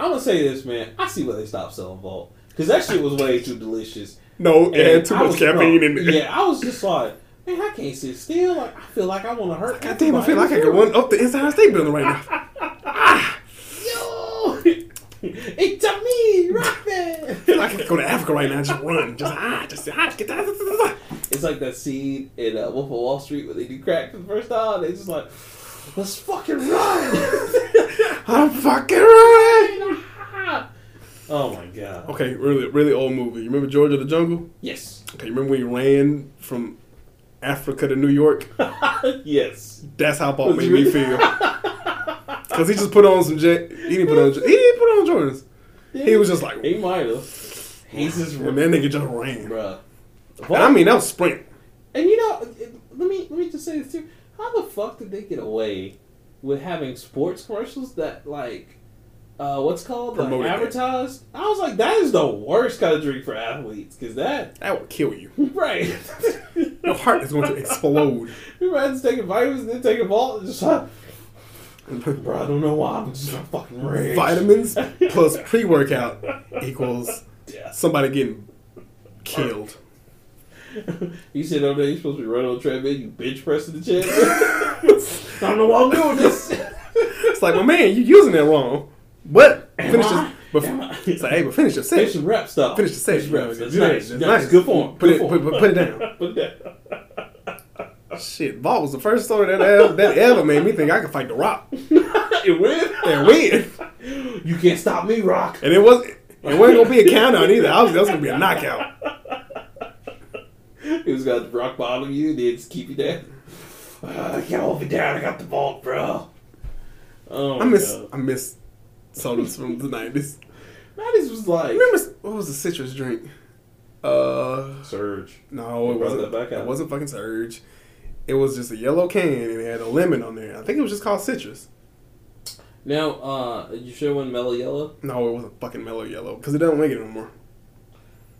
Speaker 1: I'm gonna say this, man. I see why they stopped selling Vault. because that shit was way too
Speaker 2: (laughs)
Speaker 1: delicious.
Speaker 2: No, it had
Speaker 1: And
Speaker 2: too
Speaker 1: I
Speaker 2: much
Speaker 1: was
Speaker 2: caffeine in
Speaker 1: drunk.
Speaker 2: it.
Speaker 1: Yeah, I was just like, man, I can't sit still. Like, I feel like I want to hurt.
Speaker 2: God damn, I feel like I
Speaker 1: everybody. (laughs)
Speaker 2: could run up the Inside State Building right now.
Speaker 1: Yo, it's a me,
Speaker 2: I feel like (laughs) I
Speaker 1: Rockman.
Speaker 2: could go to Africa right now and just run. Just ah, just ah, get that.
Speaker 1: it's like that scene in uh, Wolf of Wall Street where they do crack for the first time. They just like, let's fucking run.
Speaker 2: (laughs)
Speaker 1: (laughs)
Speaker 2: I'm fucking running.
Speaker 1: oh my god.
Speaker 2: Okay, really, really old movie. You remember Georgia the Jungle?
Speaker 1: Yes. (laughs)
Speaker 2: Okay, you remember when he ran from Africa to New York?
Speaker 1: yes.
Speaker 2: That's how Paul
Speaker 1: Was
Speaker 2: made
Speaker 1: he
Speaker 2: me
Speaker 1: really?
Speaker 2: feel. Cause he just put on some jet. He didn't put on. He didn't put on Jordans. He was just like,
Speaker 1: He might have. He's just
Speaker 2: and that nigga just ran.
Speaker 1: bruh.
Speaker 2: And I mean, that was sprint.
Speaker 1: And you know, it- let me let me just say this too. How the fuck did they get away with having sports commercials that like uh, what's called like
Speaker 2: Promoted that.
Speaker 1: advertised? I was like, that is the worst kind of drink for athletes because that
Speaker 2: That will kill you.
Speaker 1: right.
Speaker 2: (laughs) Your heart is going
Speaker 1: (laughs)
Speaker 2: to explode.
Speaker 1: Everybody's taking vitamins, then taking vault, and just like, bro, I don't know why I'm just fucking rich.
Speaker 2: Vitamins plus pre workout equals
Speaker 1: Yeah.
Speaker 2: somebody getting killed.
Speaker 1: (laughs) you sit over there, you're supposed to be running on the treadmill, you bench pressing the chest. I don't know why I'm doing this.
Speaker 2: It's like, my man, you using that wrong. But finish
Speaker 1: I?
Speaker 2: your, but,
Speaker 1: Am I?
Speaker 2: it's like, hey, but finish
Speaker 1: (laughs)
Speaker 2: your
Speaker 1: Finish
Speaker 2: session.
Speaker 1: the rep stuff.
Speaker 2: Finish the session.
Speaker 1: Finish
Speaker 2: That's
Speaker 1: reps. That's nice.
Speaker 2: nice.
Speaker 1: That's nice. Good form.
Speaker 2: Put
Speaker 1: Good
Speaker 2: it,
Speaker 1: form.
Speaker 2: put, put, put it down.
Speaker 1: (laughs) Put that.
Speaker 2: Shit, Vault was the first story that ever, that ever made me think I could fight The Rock
Speaker 1: it went.
Speaker 2: and win.
Speaker 1: (laughs) You can't stop me, Rock.
Speaker 2: And it was it wasn't gonna be a count out either. I was that was gonna be a knockout.
Speaker 1: (laughs) It was got the rock bottom you, then just keep you there. Uh, I can't hold me down. I got the vault, bro. Oh,
Speaker 2: I miss
Speaker 1: God.
Speaker 2: I miss sodas from the nineties.
Speaker 1: Mattis was like
Speaker 2: Remember what was the citrus drink? Uh
Speaker 1: Surge.
Speaker 2: no, it
Speaker 1: They brought
Speaker 2: wasn't.
Speaker 1: that back out.
Speaker 2: It wasn't fucking Surge. It was just a yellow can and it had a lemon on there. I think it was just called citrus.
Speaker 1: Now, uh, you sure when Mellow Yellow?
Speaker 2: No, it wasn't fucking mellow yellow because it don't make it anymore.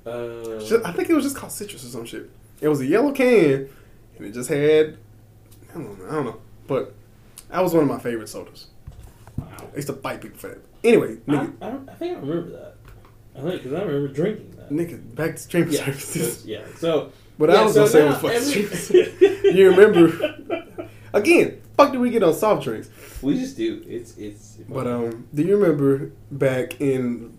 Speaker 1: Uh,
Speaker 2: Ju- I think it was just called citrus or some shit. It was a yellow can and it just had I don't know, I don't know, but that was one of my favorite sodas.
Speaker 1: wow.
Speaker 2: I used to fight people for that. Anyway,
Speaker 1: I,
Speaker 2: nigga,
Speaker 1: I, don't- I think I remember that. I think because I remember drinking that.
Speaker 2: Nigga, back to streaming
Speaker 1: Yeah,
Speaker 2: services.
Speaker 1: yeah. So,
Speaker 2: But
Speaker 1: yeah,
Speaker 2: I was
Speaker 1: so
Speaker 2: gonna say it was
Speaker 1: now
Speaker 2: fucking
Speaker 1: every- (laughs)
Speaker 2: streaming services. (laughs) You remember? Again, fuck do we get on soft drinks?
Speaker 1: We just do. It's it's.
Speaker 2: But um, do you remember back in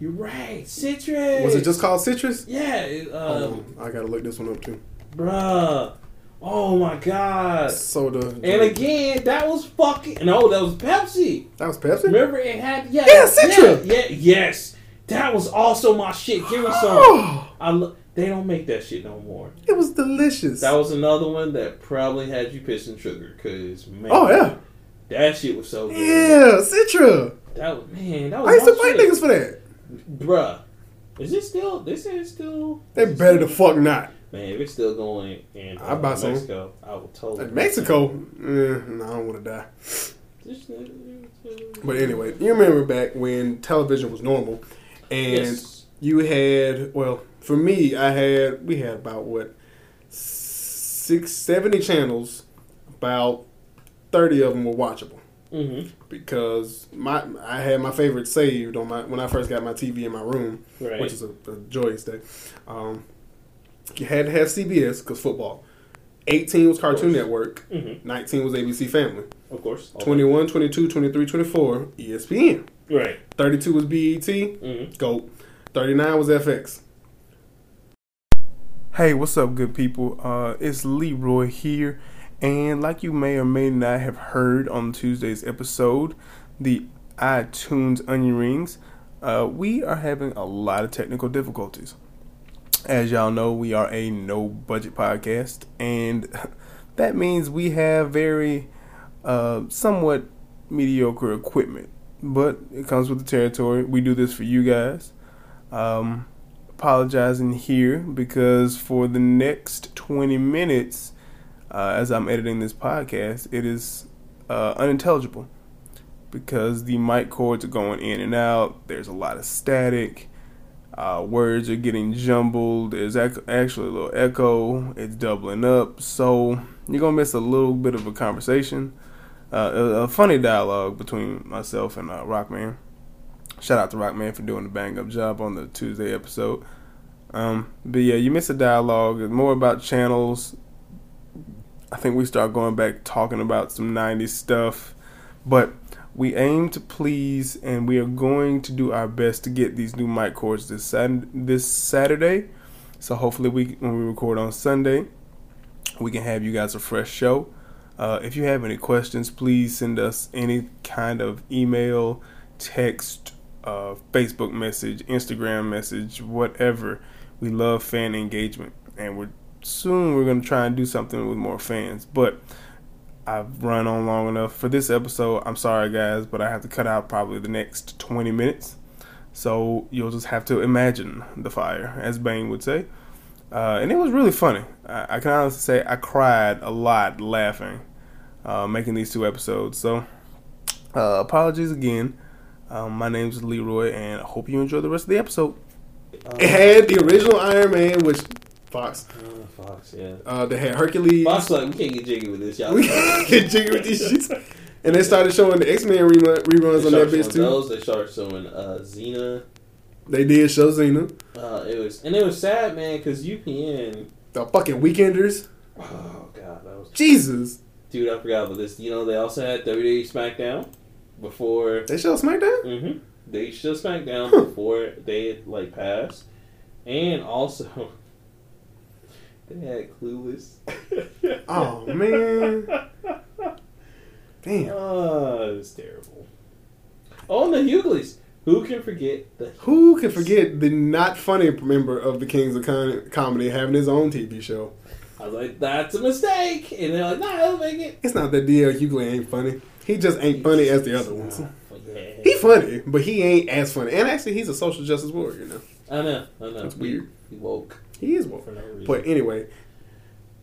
Speaker 1: you're right. Citrus.
Speaker 2: was it just called citrus?
Speaker 1: Yeah. It,
Speaker 2: Oh,
Speaker 1: um,
Speaker 2: I gotta look this one up too.
Speaker 1: bruh. Oh my god.
Speaker 2: Soda.
Speaker 1: And
Speaker 2: drink.
Speaker 1: again, that was fucking. No, that was Pepsi.
Speaker 2: that was Pepsi.
Speaker 1: Remember, it had yeah.
Speaker 2: Yeah, Citra.
Speaker 1: Yeah, yeah, yes. That was also my shit. Give me some.
Speaker 2: Oh,
Speaker 1: I lo- they don't make that shit no more.
Speaker 2: it was delicious.
Speaker 1: That was another one that probably had you pissing sugar, cause man,
Speaker 2: oh yeah,
Speaker 1: that shit was so good.
Speaker 2: yeah, Citra.
Speaker 1: That was man. That was
Speaker 2: I used to
Speaker 1: my
Speaker 2: fight
Speaker 1: shit.
Speaker 2: niggas for that.
Speaker 1: Bruh, is it still? This is still.
Speaker 2: They better the fuck not.
Speaker 1: Man, if it's still going in
Speaker 2: I'd
Speaker 1: uh,
Speaker 2: buy some.
Speaker 1: Mexico, I will totally.
Speaker 2: Like Mexico, eh, no, I don't want to die.
Speaker 1: This-
Speaker 2: But anyway, you remember back when television was normal, and
Speaker 1: Yes.
Speaker 2: you had well for me i had we had about what six 70 channels about 30 of them were watchable
Speaker 1: Mhm.
Speaker 2: because my i had my favorite saved on my when i first got my tv in my room
Speaker 1: Right.
Speaker 2: which is a, a joyous day um, you had to have cbs because football 18 was
Speaker 1: course.
Speaker 2: cartoon network
Speaker 1: Mhm.
Speaker 2: 19 was abc family
Speaker 1: Of course. All
Speaker 2: 21 22 23 24 espn
Speaker 1: that. Right.
Speaker 2: 32 was E bet
Speaker 1: Mhm.
Speaker 2: Go. 39 was FX. Hey, what's up, good people? Uh, it's Leroy here. And like you may or may not have heard on Tuesday's episode, the iTunes Onion Rings, uh, we are having a lot of technical difficulties. As y'all know, we are a no budget podcast, and (laughs) that means we have very uh, somewhat mediocre equipment, but it comes with the territory. We do this for you guys. Um, apologizing here because for the next 20 minutes, uh, as I'm editing this podcast, it is uh, unintelligible because the mic cords are going in and out, there's a lot of static. Uh, words are getting jumbled. There's ac- actually a little echo. It's doubling up. So you're going to miss a little bit of a conversation, uh, a, a funny dialogue between myself and uh, Rockman.
Speaker 3: Shout out to Rockman for doing the bang up job on the Tuesday episode. Um, but yeah, you missed a dialogue. It's more about channels. I think we start going back talking about some 90s stuff. But we aim to please, and we are going to do our best to get these new mic cords this Sat- this Saturday. So hopefully, we when we record on Sunday, we can have you guys a fresh show. Uh, if you have any questions, please send us any kind of email, text, uh, Facebook message, Instagram message, whatever. We love fan engagement, and we're soon we're gonna try and do something with more fans. But I've run on long enough for this episode. I'm sorry, guys, but I have to cut out probably the next 20 minutes. So you'll just have to imagine the fire, as Bane would say. Uh, and it was really funny. I, I can honestly say I cried a lot laughing uh, making these two episodes. So uh, apologies again. Um, my name's Leroy, and I hope you enjoy the rest of the episode.
Speaker 1: Um,
Speaker 2: It had the original Iron Man, which Fox,
Speaker 1: uh, Fox, yeah.
Speaker 2: uh, they had Hercules.
Speaker 1: Fox, like, we can't get jiggy with this, y'all.
Speaker 2: we get jiggy with these
Speaker 1: (laughs)
Speaker 2: shits. And they started showing the X Men rerun,
Speaker 1: They
Speaker 2: reruns on that
Speaker 1: started
Speaker 2: bitch
Speaker 1: showing
Speaker 2: too.
Speaker 1: those. They started showing uh, Xena.
Speaker 2: They did show Xena.
Speaker 1: Uh, it was and it was sad, man, because UPN.
Speaker 2: The fucking Weekenders.
Speaker 1: Oh god, that was
Speaker 2: Jesus.
Speaker 1: dude. I forgot about this. You know, they also had WWE SmackDown before.
Speaker 2: They showed SmackDown?
Speaker 1: hmm They showed SmackDown (laughs)
Speaker 2: Huh.
Speaker 1: before they had like passed, and also (laughs) they had Clueless.
Speaker 2: Oh, man. Damn.
Speaker 1: (laughs) Oh, it was terrible. Oh, and the Hughleys. Who can forget the?
Speaker 2: Who could forget the not funny member of the Kings of Con- Comedy having his own TV show?
Speaker 1: I was like, that's a mistake, and they're like, nah, he'll make it.
Speaker 2: It's not that D.L. Hughley ain't funny. He just ain't funny as the other ones.
Speaker 1: Yeah.
Speaker 2: (laughs) He funny, but he ain't as funny. And actually, he's a social justice warrior now.
Speaker 1: I know, I know.
Speaker 2: That's weird.
Speaker 1: He woke
Speaker 2: He is woke.
Speaker 1: for no reason.
Speaker 2: But anyway,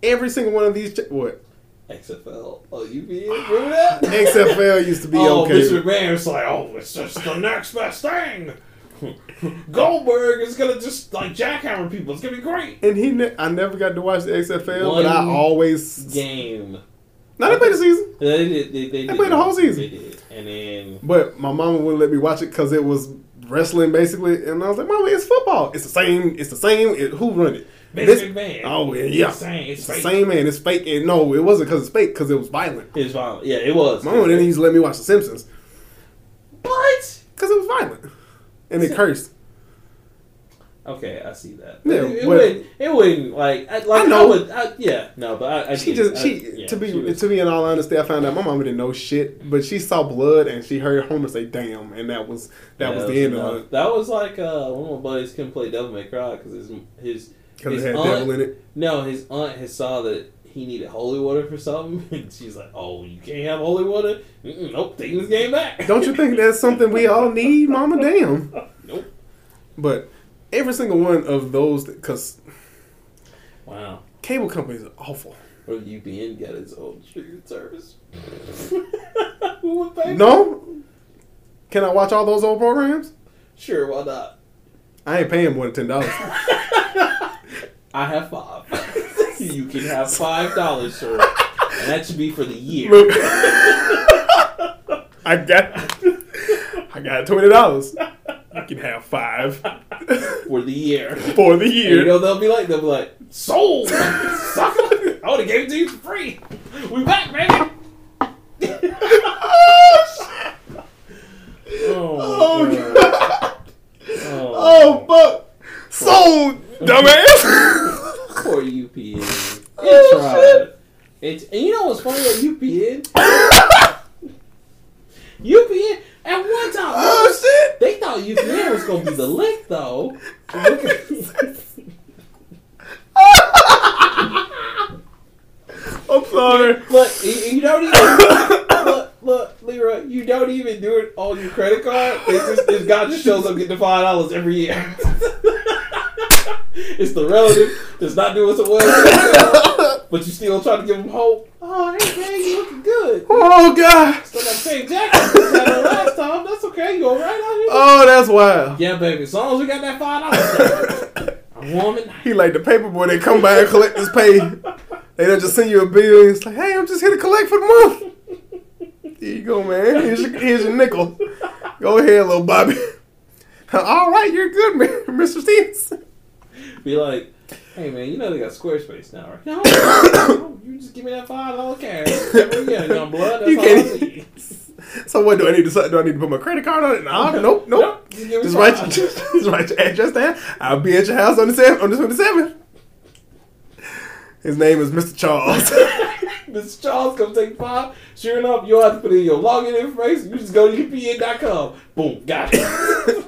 Speaker 2: every single one of these, ch- what
Speaker 1: XFL. Oh, you be remember that?
Speaker 2: XFL used to be
Speaker 1: (laughs) oh,
Speaker 2: okay.
Speaker 1: Mr. McMahon's like, oh, it's just the next best thing. Goldberg is gonna just like jackhammer people. It's gonna be great.
Speaker 2: And he, ne- I never got to watch the XFL, but I
Speaker 1: One
Speaker 2: always
Speaker 1: Game.
Speaker 2: not they played the season,
Speaker 1: They did. They, they,
Speaker 2: They
Speaker 1: did
Speaker 2: played the whole season.
Speaker 1: They did. And then
Speaker 2: but my mama wouldn't let me watch it because it was wrestling basically, and I was like, "Mama, it's football. It's the same. It's the same. It, who run it?
Speaker 1: Mr.
Speaker 2: This-
Speaker 1: McMahon.
Speaker 2: oh yeah, yeah.
Speaker 1: It's the same. It's
Speaker 2: It's the
Speaker 1: fake.
Speaker 2: same man. It's fake. And no, it wasn't because it's fake because it was violent.
Speaker 1: It's violent. Yeah, it was.
Speaker 2: My mama didn't used to let me watch The Simpsons
Speaker 1: What?
Speaker 2: because it was violent,
Speaker 1: (laughs)
Speaker 2: and they cursed.
Speaker 1: Okay, I see that.
Speaker 2: Yeah,
Speaker 1: it, it
Speaker 2: but-
Speaker 1: wouldn't. It wouldn't like. I, like I
Speaker 2: know.
Speaker 1: would. I, yeah. No, but I. I
Speaker 2: She
Speaker 1: get it.
Speaker 2: just
Speaker 1: I-
Speaker 2: she
Speaker 1: uh, yeah,
Speaker 2: to be
Speaker 1: she was-
Speaker 2: to be in all honesty, I found out my mama didn't know shit, but she saw blood and she heard Homer say "damn," and that was that
Speaker 1: yeah,
Speaker 2: was the end
Speaker 1: enough.
Speaker 2: of it
Speaker 1: That was like uh, one of my buddies couldn't play Devil May Cry because his his
Speaker 2: because
Speaker 1: His
Speaker 2: it had
Speaker 1: aunt-
Speaker 2: devil in it.
Speaker 1: no his aunt had saw that he needed holy water for something (laughs) and she's like, oh, you can't have holy water. Mm-mm, nope, taking this game back.
Speaker 2: (laughs) Don't you think that's something we all need, mama? Damn.
Speaker 1: (laughs) Nope.
Speaker 2: But every single one of those, because
Speaker 1: Wow.
Speaker 2: cable companies are awful.
Speaker 1: What if UPN got its own streaming service? (laughs) Who would pay?
Speaker 2: No, can I watch all those old programs?
Speaker 1: Sure, why not?
Speaker 2: I ain't paying more than
Speaker 1: (laughs)
Speaker 2: ten dollars.
Speaker 1: I have five. (laughs) you can have five dollars, sir. And that should be for the year.
Speaker 2: Look, (laughs) I got, I got twenty dollars. You can have five (laughs)
Speaker 1: For the year.
Speaker 2: for the
Speaker 1: And you
Speaker 2: year.
Speaker 1: know they'll be like they'll be like,
Speaker 2: (laughs)
Speaker 1: sold
Speaker 2: Oh,
Speaker 1: sucker. I would have gave it to you for free. We back, baby. oh, my
Speaker 2: Oh,
Speaker 1: God.
Speaker 2: God.
Speaker 1: oh,
Speaker 2: oh fuck! Sold, dumbass.
Speaker 1: poor
Speaker 2: (laughs)
Speaker 1: UPN. It
Speaker 2: Oh,
Speaker 1: tried. It's and you know what's funny about UPN? UPN at one time
Speaker 2: oh shit!
Speaker 1: they thought UPN was gonna be the lick though. Look at-
Speaker 2: (laughs) I'm sorry.
Speaker 1: Look, you, you don't even look, look, Leroy. You don't even do it on your credit card. It just, it's God just shows up getting five dollars every year. (laughs) it's the relative that's not doing so well, but you still trying to give them hope. Oh, hey man, you looking good.
Speaker 2: Oh god.
Speaker 1: Still got the same jacket you had on last time. That's okay. You all right out here?
Speaker 2: Oh, that's wild.
Speaker 1: Yeah, baby. As long as we got that five dollars, I'm warm at night.
Speaker 2: (laughs) He like the paper boy. They come by and collect this pay. They don't just send you a bill. It's like, hey, I'm just here to collect for the month. Here you go, man. Here's your, here's your nickel. Go ahead, little Bobby. (laughs) All right, you're good, (laughs) Mr. Stevenson.
Speaker 1: Be like, hey man, you know they got Squarespace now, right? No, no, you just give me that five dollar cash. Yeah, young blood. That's
Speaker 2: You
Speaker 1: all
Speaker 2: can't-
Speaker 1: I need.
Speaker 2: So what do I need to do? I need to put my credit card on it? Nah, nope, nope.
Speaker 1: Just give me
Speaker 2: Just
Speaker 1: five. (laughs)
Speaker 2: write, (laughs) just, write your address down. I'll be at your house on the seventh, on the twenty seventh. His name is Mr. Charles. (laughs)
Speaker 1: This Charles come take five. Sure enough, you have to put in your login information. You just go to upn.com. Boom, got it.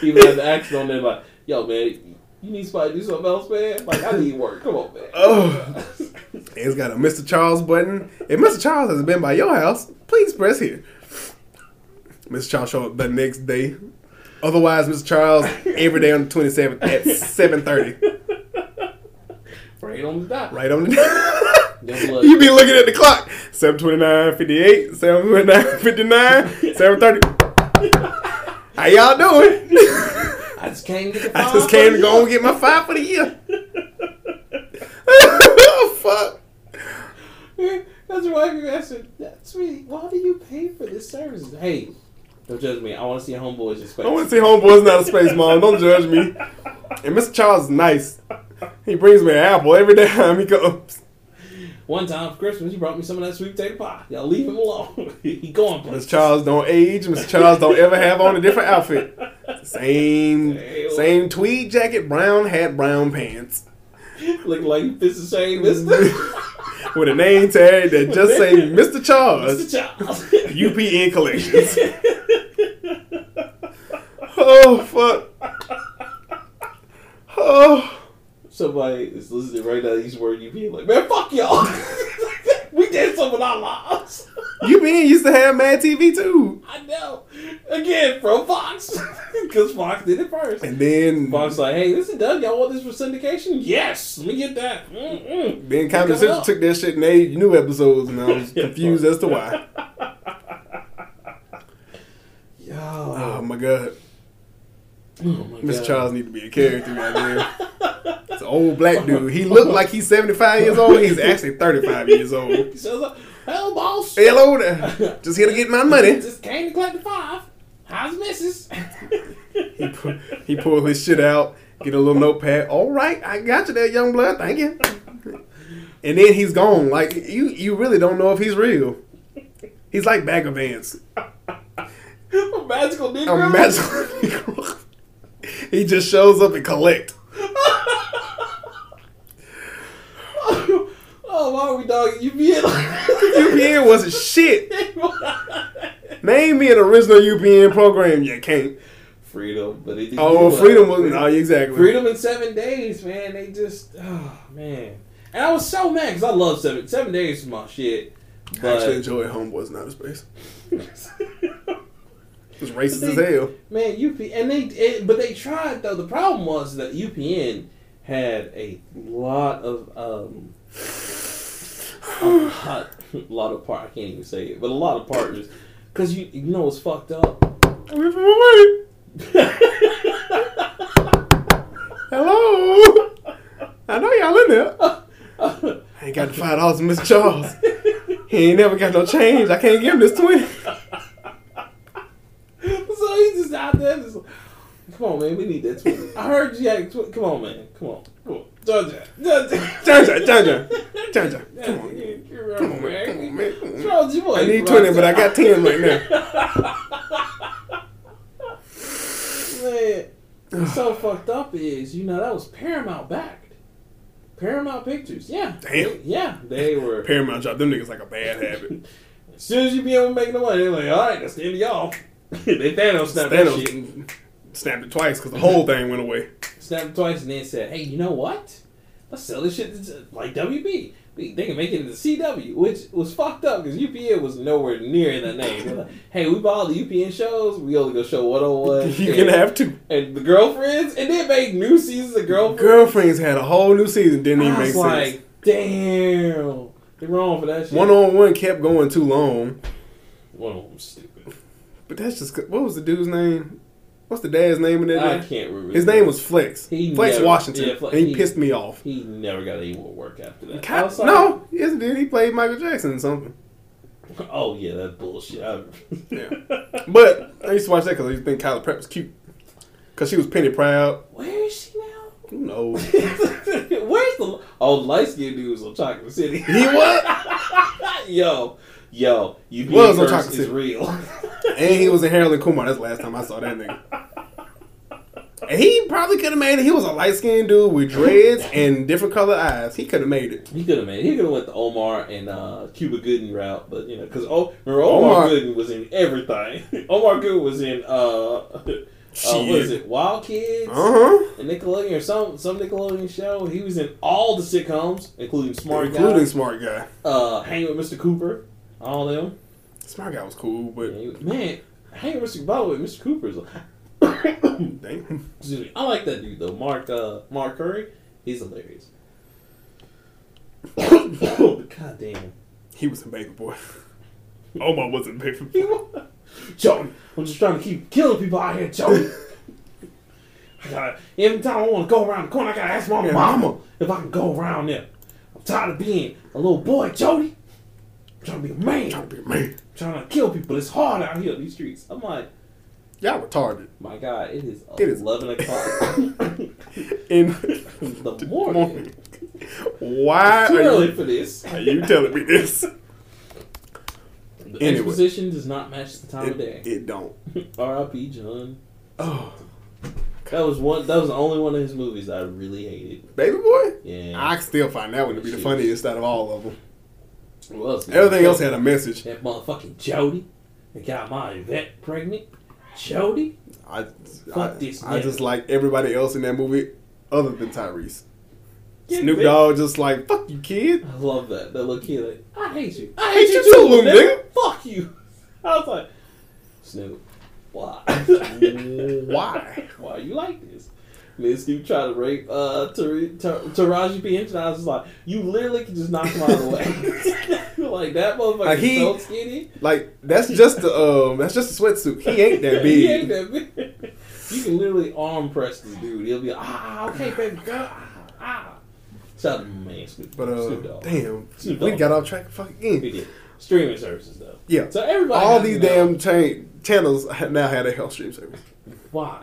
Speaker 1: Even have the action on there like, yo man, you need somebody to do something else, man. Like I need work. Come on, man.
Speaker 2: Oh. It's got a Mr. Charles button. If Mr. Charles has been by your house, please press here. Mr. Charles show up the next day. Otherwise, Mr. Charles every day on the twenty seventh at seven thirty.
Speaker 1: right on the dot.
Speaker 2: Right on the. (laughs)
Speaker 1: Young blood.
Speaker 2: you be looking at the clock. 729.58, 729.59, 730. How y'all doing? (laughs)
Speaker 1: I just came to get the
Speaker 2: I
Speaker 1: five
Speaker 2: just came
Speaker 1: for
Speaker 2: to
Speaker 1: you.
Speaker 2: go and get my five for the year. (laughs) oh, fuck.
Speaker 1: That's why you asking. That's me. Why do you pay for this service? Hey, don't judge me. I want to see homeboys respect.
Speaker 2: I want to see Homeboy's not a space mom. Don't judge me. And Mr. Charles is nice. He brings me an apple every time he comes.
Speaker 1: One time for Christmas, he brought me some of that sweet potato pie. Y'all leave him alone. (laughs) he going
Speaker 2: Mr.
Speaker 1: places.
Speaker 2: Charles don't age. Mr. Charles don't ever have on a different outfit. Same, same tweed jacket, brown hat, brown pants,
Speaker 1: (laughs) Look like this is saying this.
Speaker 2: (laughs)
Speaker 1: With
Speaker 2: with a name tag that just say Mr.
Speaker 1: (laughs) Mr.
Speaker 2: Charles,
Speaker 1: Charles.
Speaker 2: UPN Collections. (laughs)
Speaker 1: (laughs)
Speaker 2: Oh fuck. Oh.
Speaker 1: Somebody is listening right now. He's word you being like, man, fuck y'all. (laughs) we did some of our lives. (laughs)
Speaker 2: UPN used to have Mad TV too.
Speaker 1: I know. Again, from Fox, (laughs) because Fox did it first.
Speaker 2: And then
Speaker 1: Fox like, hey, this is done. Y'all want this for syndication? Yes, let me get that. Mm-mm.
Speaker 2: Then Comedy
Speaker 1: Coming
Speaker 2: Central
Speaker 1: up.
Speaker 2: took that shit and they new episodes, and I was confused as to why.
Speaker 1: Yo,
Speaker 2: Oh my god,
Speaker 1: Oh
Speaker 2: Mr.
Speaker 1: (laughs)
Speaker 2: Mm. Charles need to be a character right there. It's an old black dude. He looked like he's seventy five years old. He's actually thirty five years old.
Speaker 1: He says, "Hell, boss.
Speaker 2: Hello there. Just here to get my money.
Speaker 1: Just came to collect the five. How's (laughs) Mrs.
Speaker 2: He pu- he pulled his shit out, get a little notepad. All right, I got you there, young blood. Thank you. And then he's gone. Like you, you really don't know if he's real. He's like Bag of Vance.
Speaker 1: a (laughs) magical Negro.
Speaker 2: a magical (laughs) he just shows up and collect.
Speaker 1: oh, why are we dogging you being
Speaker 2: UPN was a shit.
Speaker 1: like
Speaker 2: Name me an original UPN program. You can't.
Speaker 1: (laughs) Freedom, but it didn't
Speaker 2: Oh,
Speaker 1: do
Speaker 2: Freedom
Speaker 1: well.
Speaker 2: was no, exactly.
Speaker 1: Freedom in seven days, man. They just, oh man. And I was so mad because I love seven. Seven days is my shit.
Speaker 2: I actually
Speaker 1: But
Speaker 2: enjoy Homeboys Not a Space. It was racist as
Speaker 1: (sighs)
Speaker 2: hell.
Speaker 1: (laughs) man, UP and they, it, but they tried though. The problem was that UPN had a lot of um, a lot, (laughs) a lot of part. I can't even say it, but a lot of partners. Cause you, you know what's fucked up. (laughs)
Speaker 2: I'm here for my money. Hello. I know y'all in there. I ain't got the five dollars, from Mr. Charles. He ain't never got no change. I can't give him this twenty.
Speaker 1: So he's just out there. Just like, come on, man. We need that tweet. I heard you had a tweet. Come on, man. Come on. Come on. Georgia. Georgia.
Speaker 2: Georgia, Georgia,
Speaker 1: (laughs)
Speaker 2: Georgia. Come on,
Speaker 1: Come
Speaker 2: come on, man. Come on, man. Come on.
Speaker 1: Charles, you boy.
Speaker 2: I need 20, but I got 10 right now.
Speaker 1: Man, what's so fucked up is, you know, that was Paramount backed. Paramount Pictures. Yeah.
Speaker 2: Damn.
Speaker 1: Yeah. They were.
Speaker 2: Paramount dropped them niggas like a bad habit.
Speaker 1: (laughs) As soon as you be able to make the money, they're like, all right, that's the end of y'all. (laughs) they Thanos snapped that shit.
Speaker 2: Thanos snapped it twice because the whole thing went away.
Speaker 1: snapped it twice and then said, "Hey, you know what? Let's sell this shit to, like WB. We- They can make it into CW, which was fucked up because UPN was nowhere near that name. They're like, hey, we bought all the UPN shows. We only go show 101.
Speaker 2: (laughs) You
Speaker 1: and,
Speaker 2: can have two.
Speaker 1: and the girlfriends, and then made new seasons of girlfriends.
Speaker 2: Girlfriends had a whole new season. Didn't even
Speaker 1: I
Speaker 2: make
Speaker 1: was
Speaker 2: sense.
Speaker 1: like, damn, they're wrong for that shit.
Speaker 2: One on one kept going too long.
Speaker 1: one of them stupid.
Speaker 2: But that's just. What was the dude's name? What's the dad's name in
Speaker 1: I
Speaker 2: that? dude?
Speaker 1: can't remember
Speaker 2: His name was Flex.
Speaker 1: He
Speaker 2: Flex
Speaker 1: never-
Speaker 2: Washington.
Speaker 1: yeah, Flex-
Speaker 2: and he,
Speaker 1: he-
Speaker 2: pissed me off.
Speaker 1: He never got any more work after that. I
Speaker 2: Ca-
Speaker 1: was like,
Speaker 2: no, yes, dude. He played Michael Jackson or something.
Speaker 1: Oh yeah, that's bullshit. I,
Speaker 3: Yeah.
Speaker 2: But I used to watch that because I used to think Kyla Pratt was cute. Because she was penny proud.
Speaker 1: (laughs) where is she now? (laughs)
Speaker 2: Who knows?
Speaker 1: Where's the oh light skinned dudes on Chocolate City?
Speaker 2: He what?
Speaker 1: (laughs) yo, yo, you being
Speaker 2: Was on
Speaker 1: cursed
Speaker 2: Chocolate
Speaker 1: is
Speaker 2: City.
Speaker 1: real.
Speaker 2: And he was in Harold and Kumar. That's the last time I saw that nigga. And he probably could have made it. He was a light skinned dude with dreads and different color eyes. He could have made it.
Speaker 1: he could have made. He could have went the Omar and uh, Cuba Gooden route, but you know, because oh, remember Omar,
Speaker 2: Omar-
Speaker 1: Gooden was in everything. (laughs) Omar Gooden was
Speaker 2: (laughs)
Speaker 1: in uh, uh what is it? Wild Kids.
Speaker 2: Uh huh.
Speaker 1: a Nickelodeon or some some Nickelodeon show. He was in all the sitcoms, including Smart
Speaker 2: Including
Speaker 1: Guy,
Speaker 2: Smart Guy.
Speaker 1: uh, Hang with Mr. Cooper, all them.
Speaker 2: Smart Guy was cool, but
Speaker 1: Man, Hang with Mr. By the way, Mr. Cooper's. (coughs) Excuse
Speaker 2: (clears throat) dang.
Speaker 1: me. I like that dude though. Mark uh, Mark Curry, he's hilarious. (coughs) God damn.
Speaker 2: He was in Baker Boy. (laughs) Omar wasn't Baker
Speaker 1: He
Speaker 2: Boy.
Speaker 1: wa- Jody, I'm just trying to keep killing people out here, Jody. I gotta, every time I want to go around the corner, I gotta ask my
Speaker 2: Yeah.
Speaker 1: mama if I can go around there. I'm tired of being a little boy, Jody. I'm trying to be a man.
Speaker 2: Trying to be a man.
Speaker 1: trying to kill people. It's hard out here in these streets. I'm like,
Speaker 2: Y'all (laughs) retarded.
Speaker 1: my God, it is
Speaker 2: It is-
Speaker 1: 11
Speaker 2: (laughs)
Speaker 1: o'clock
Speaker 2: In
Speaker 1: in the morning.
Speaker 2: Why
Speaker 1: Too
Speaker 2: are
Speaker 1: early
Speaker 2: you,
Speaker 1: for this.
Speaker 2: are (laughs) you telling me this?
Speaker 1: The
Speaker 2: Anyway.
Speaker 1: exposition does not match the time of
Speaker 2: It,
Speaker 1: day.
Speaker 2: it don't.
Speaker 1: R.I.P. John.
Speaker 2: Oh,
Speaker 1: That was one. That was the only one of his movies that I really hated.
Speaker 2: baby boy.
Speaker 1: Yeah.
Speaker 2: I still find that one to be the funniest out of all of them.
Speaker 1: What else?
Speaker 2: Everything else had a message.
Speaker 1: That motherfucking Jody. That got my vet pregnant. Jody.
Speaker 2: I, I,
Speaker 1: Fuck this
Speaker 2: I
Speaker 1: nigga.
Speaker 2: just like everybody else in that movie other than Tyrese.
Speaker 1: Yeah,
Speaker 2: Snoop
Speaker 1: bitch.
Speaker 2: Dogg just like, fuck you,
Speaker 1: (laughs)
Speaker 2: kid.
Speaker 1: I love that. That little kid. Like, I hate you. I
Speaker 2: hate you too, little
Speaker 1: Fuck you. (laughs) I was like, Snoop, why?
Speaker 2: Why?
Speaker 1: why (laughs) you like this? And then Snoop tried to rape uh, Tari- Tar- Taraji P. Henson. I was just like, you literally can just knock him out of the way. (laughs) like that motherfucker
Speaker 2: Like,
Speaker 1: is
Speaker 2: he-
Speaker 1: so skinny.
Speaker 2: Like that's just the um, that's just a sweatsuit. He ain't that
Speaker 1: (laughs)
Speaker 2: big.
Speaker 1: he ain't that big. You can literally arm press this dude. He'll be like, ah, okay, baby girl. Ah, ah. Shout out to my man, Snoop,
Speaker 2: But
Speaker 1: Snoop
Speaker 2: uh,
Speaker 1: Dogg.
Speaker 2: damn,
Speaker 1: Snoop
Speaker 2: we
Speaker 1: Dogg.
Speaker 2: got off track. Fuck again.
Speaker 1: We did. Streaming services, though.
Speaker 2: Yeah.
Speaker 1: So everybody.
Speaker 2: All
Speaker 1: has
Speaker 2: these
Speaker 1: to know
Speaker 2: damn cha- channels now had a health stream service.
Speaker 1: Why?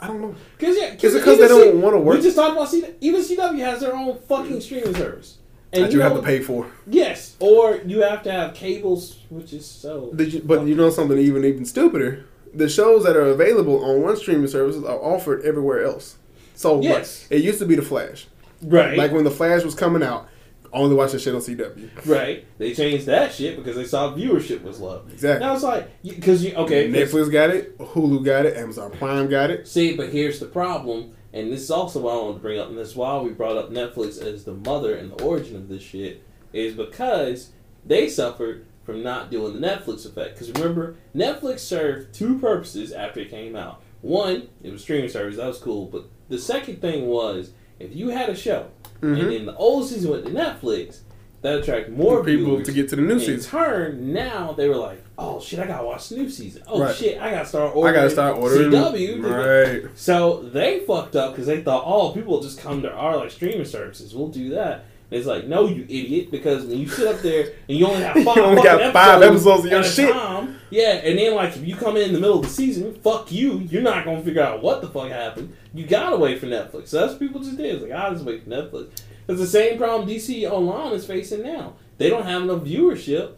Speaker 2: I don't know.
Speaker 1: Cause yeah,
Speaker 2: Is it 'cause they
Speaker 1: even
Speaker 2: don't
Speaker 1: C-
Speaker 2: wanna work?
Speaker 1: We just talked about CW. Even CW has their own fucking streaming service. And
Speaker 2: that you have
Speaker 1: know-
Speaker 2: to pay for.
Speaker 1: Yes, or you have to have cables, which is so.
Speaker 2: Did you, but you know something even even stupider? The shows that are available on one streaming services are offered everywhere else. So like,
Speaker 1: Yes.
Speaker 2: it used to be the Flash.
Speaker 1: right,
Speaker 2: Like when the Flash was coming out, I only watch the shit on CW.
Speaker 1: right. They changed that shit because they saw viewership was low.
Speaker 2: Exactly.
Speaker 1: Now it's like because you okay. 'cause-
Speaker 2: Netflix got it, Hulu got it, Amazon Prime got it.
Speaker 1: See, but here's the problem, and this is also what I want to bring up, and this is why we brought up Netflix as the mother and the origin of this shit, is because they suffered from not doing the Netflix effect. Because remember, Netflix served two purposes after it came out. One, it was streaming service, that was cool, but the second thing was if you had a show, and
Speaker 2: Mhm.
Speaker 1: then the old season went to Netflix, that attracted more
Speaker 2: people
Speaker 1: viewers.
Speaker 2: to get to the new
Speaker 1: in
Speaker 2: season.
Speaker 1: turn, now they were like, "Oh shit, I gotta watch the new season. Oh
Speaker 2: Right.
Speaker 1: shit, I gotta start
Speaker 2: I
Speaker 1: ordering.
Speaker 2: gotta start ordering.
Speaker 1: CW.
Speaker 2: Right.
Speaker 1: So they fucked up because they thought, oh, people will just come to our like streaming services. We'll do that. And it's like, no, you idiot, because when you sit up there and you only have
Speaker 2: (laughs) You
Speaker 1: five,
Speaker 2: only
Speaker 1: fucking
Speaker 2: got five episodes of your
Speaker 1: at a
Speaker 2: shit.
Speaker 1: time, yeah, and then like if you come in the middle of the season, fuck you, you're not gonna figure out what the fuck happened. You gotta wait for Netflix. So that's what people just did. It's like I just wait for Netflix. It's the same problem DC Online is facing now. They don't have enough viewership,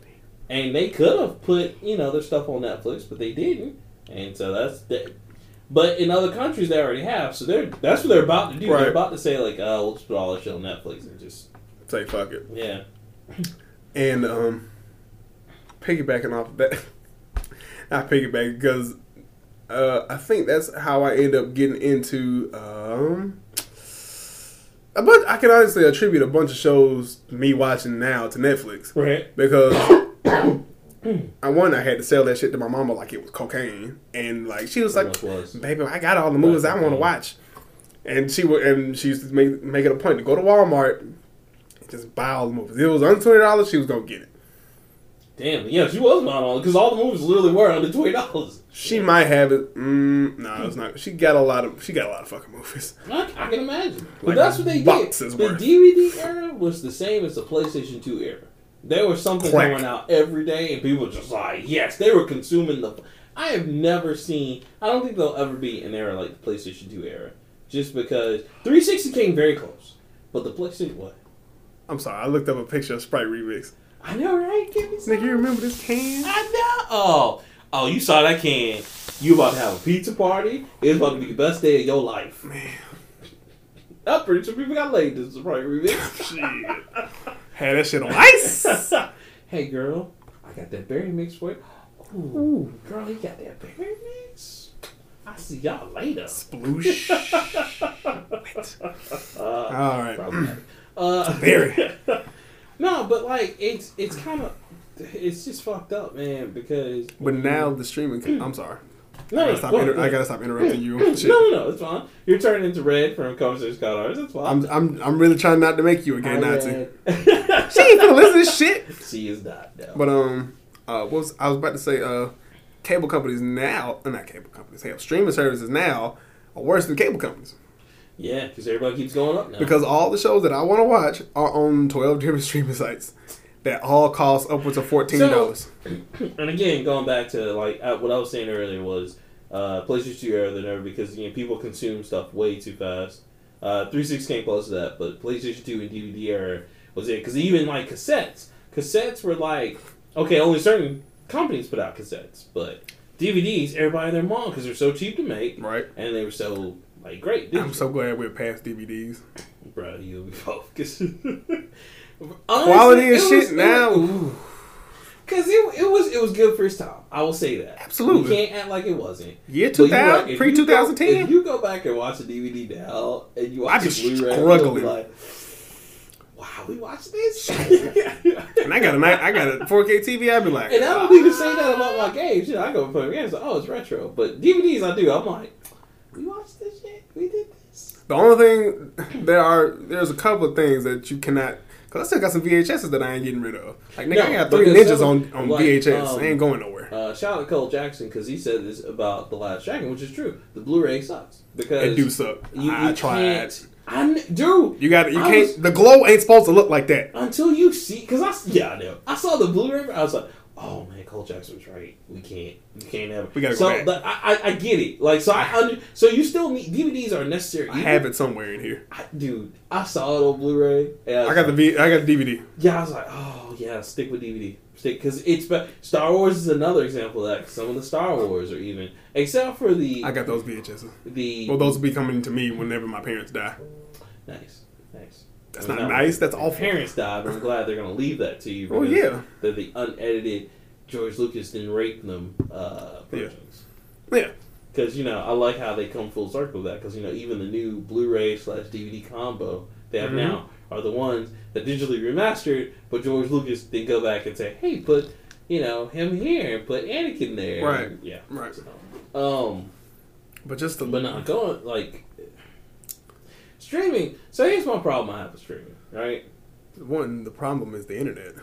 Speaker 1: and they could have put you know their stuff on Netflix, but they didn't, and so that's that. But in other countries, they already have, so they're that's what they're about to do.
Speaker 2: Right.
Speaker 1: They're about to say like, "Oh, we'll just put all our shit on Netflix and just
Speaker 2: Say fuck it.
Speaker 1: yeah."
Speaker 2: And um, piggybacking off of that, (laughs) not piggyback because uh, I think that's how I end up getting into um, a bunch. I can honestly attribute a bunch of shows me watching now to Netflix
Speaker 1: Right.
Speaker 2: because. (coughs) I one I had to sell that shit to my mama like it was cocaine, and like she was like,
Speaker 1: Pretty much was.
Speaker 2: "Baby, I got all the movies I want to watch," and she would and she used to make make it a point to go to Walmart, and just buy all the movies. If it was under twenty dollars, she was gonna get it.
Speaker 1: Damn. Yeah, she was not on because all the movies literally were under twenty dollars.
Speaker 2: She might have it. Mm, no, it's not. She got a lot of. She got a lot of fucking movies.
Speaker 1: I, I can imagine. But
Speaker 2: Like
Speaker 1: that's what they did.
Speaker 2: boxes
Speaker 1: The
Speaker 2: worth.
Speaker 1: DVD era was the same as the PlayStation Two era. There was something
Speaker 2: Crack.
Speaker 1: going out every day, and people were just like, yes, they were consuming the. I have never seen. I don't think there'll ever be an era like the PlayStation Two era, just because 360 came very close, but the PlayStation what?
Speaker 2: I'm sorry, I looked up a picture of Sprite Remix.
Speaker 1: I know, right? Give me some.
Speaker 2: Nigga, you remember this can?
Speaker 1: I know. Oh, oh, you saw that can. You about to have a pizza party. It's about to be the best day of your life. Man. I'm pretty sure people got laid. This is probably remix.
Speaker 2: Had that shit on ice.
Speaker 1: (laughs) hey, girl, I got that berry mix for you. Ooh, girl, you got that berry mix? I see y'all later.
Speaker 2: Sploosh.
Speaker 1: Uh,
Speaker 2: All right.
Speaker 1: problematic. Uh,
Speaker 2: (laughs) Berry.
Speaker 1: no, but like it's it's kind of it's just fucked up, man. Because
Speaker 2: But now the streaming. I'm sorry. I
Speaker 1: no,
Speaker 2: gotta stop,
Speaker 1: go-
Speaker 2: inter- I gotta stop interrupting you. Shit.
Speaker 1: (laughs) No, no, no, it's fine. You're turning into red from Conversation Scott Ours. That's fine.
Speaker 2: I'm, I'm, I'm really trying not to make you a
Speaker 1: Oh,
Speaker 2: gay Nazi.
Speaker 1: Red.
Speaker 2: She ain't gonna listen to this shit.
Speaker 1: (laughs) she is not. No.
Speaker 2: But um, uh, what was I was about to say? Uh, cable companies now, uh, not cable companies, hell, streaming services now are worse than cable companies
Speaker 1: Oh. yeah, because everybody keeps going up now.
Speaker 2: because all the shows that I want to watch are on twelve different (laughs) streaming sites that all cost upwards of fourteen dollars.
Speaker 1: and again, going back to like uh, what I was saying earlier was uh, PlayStation Two era than ever because you know people consume stuff way too fast. Uh, 360 came close to that, but PlayStation Two and DVD era was it because even like cassettes, cassettes were like okay, only certain companies put out cassettes, but DVDs, everybody and their mom because they're so cheap to make
Speaker 2: right.
Speaker 1: and they were so like great.
Speaker 2: I'm
Speaker 1: digital.
Speaker 2: so glad we're past DVDs.
Speaker 1: Bro, you'll be (laughs) focused. Honestly,
Speaker 2: Quality
Speaker 1: it
Speaker 2: of shit
Speaker 1: was-
Speaker 2: now. ooh,
Speaker 1: Because it, it was it was good for its time. I will say that.
Speaker 2: Absolutely.
Speaker 1: You can't act like it wasn't.
Speaker 2: year
Speaker 1: But you're
Speaker 2: 2000,
Speaker 1: right, if
Speaker 2: pre
Speaker 1: you go- If
Speaker 2: 2010.
Speaker 1: you go back and watch a DVD now and you
Speaker 2: I
Speaker 1: watch
Speaker 2: just
Speaker 1: a Blu-ray,
Speaker 2: struggle
Speaker 1: you'll be
Speaker 2: it.
Speaker 1: like, wow, we watched this? (laughs)
Speaker 2: And I got a ni- I got a 4K TV. I'd be like,
Speaker 1: And I don't even say that about my games. You know, I go play my games, like, oh, it's retro. But DVDs, I do. I'm like, we watched this shit? We did this?
Speaker 2: The only thing there are there's a couple of things that you cannot because I still got some VHSs that I ain't getting rid of. Like nigga,
Speaker 1: No,
Speaker 2: I got three
Speaker 1: because
Speaker 2: ninjas
Speaker 1: some-
Speaker 2: on on
Speaker 1: like,
Speaker 2: VHS.
Speaker 1: um,
Speaker 2: they ain't going nowhere.
Speaker 1: Uh, shout out to Cole Jackson because he said this about The Last Dragon, which is true. The Blu-ray sucks. Because
Speaker 2: It do suck.
Speaker 1: You,
Speaker 2: I
Speaker 1: you
Speaker 2: tried.
Speaker 1: Can't, I'm, dude,
Speaker 2: You got you
Speaker 1: I
Speaker 2: can't.
Speaker 1: was-
Speaker 2: the glow ain't supposed to look like that.
Speaker 1: until you see, because I s- yeah I know I saw the Blu-ray, I was like, oh man, Cole Jackson was right. We can't, we can't have. it."
Speaker 2: We gotta go
Speaker 1: so
Speaker 2: back.
Speaker 1: but I, I I get it. Like so I under so you still need DVDs are necessary.
Speaker 2: I have it somewhere in here.
Speaker 1: I, dude, I saw it on Blu-ray. and
Speaker 2: I got the V. I got the DVD.
Speaker 1: yeah. I was like, oh yeah, stick with DVD. Stick because it's be- Star Wars is another example of that 'cause some of the Star Wars are even except for the
Speaker 2: I got those VHSs.
Speaker 1: the
Speaker 2: Well, those will be coming to me whenever my parents die.
Speaker 1: nice nice.
Speaker 2: That's
Speaker 1: I mean,
Speaker 2: not
Speaker 1: that
Speaker 2: nice. That's
Speaker 1: Your
Speaker 2: awful.
Speaker 1: parents died, but I'm glad they're going to leave that to you.
Speaker 2: Oh
Speaker 1: because
Speaker 2: yeah,
Speaker 1: They're the unedited George Lucas didn't rape them uh,
Speaker 2: Yeah.
Speaker 1: versions.
Speaker 2: yeah.
Speaker 1: Because, you know, I like how they come full circle with that. Because, you know, even the new Blu ray slash DVD combo they have
Speaker 2: Mhm.
Speaker 1: now are the ones that digitally remastered, but George Lucas didn't go back and say, hey, put, you know, him here and put Anakin there.
Speaker 2: Right.
Speaker 1: Yeah.
Speaker 2: Right.
Speaker 1: Um,
Speaker 2: But just the
Speaker 1: but not going, like, streaming. So here's my problem I have with streaming, right?
Speaker 2: one. The problem is the internet.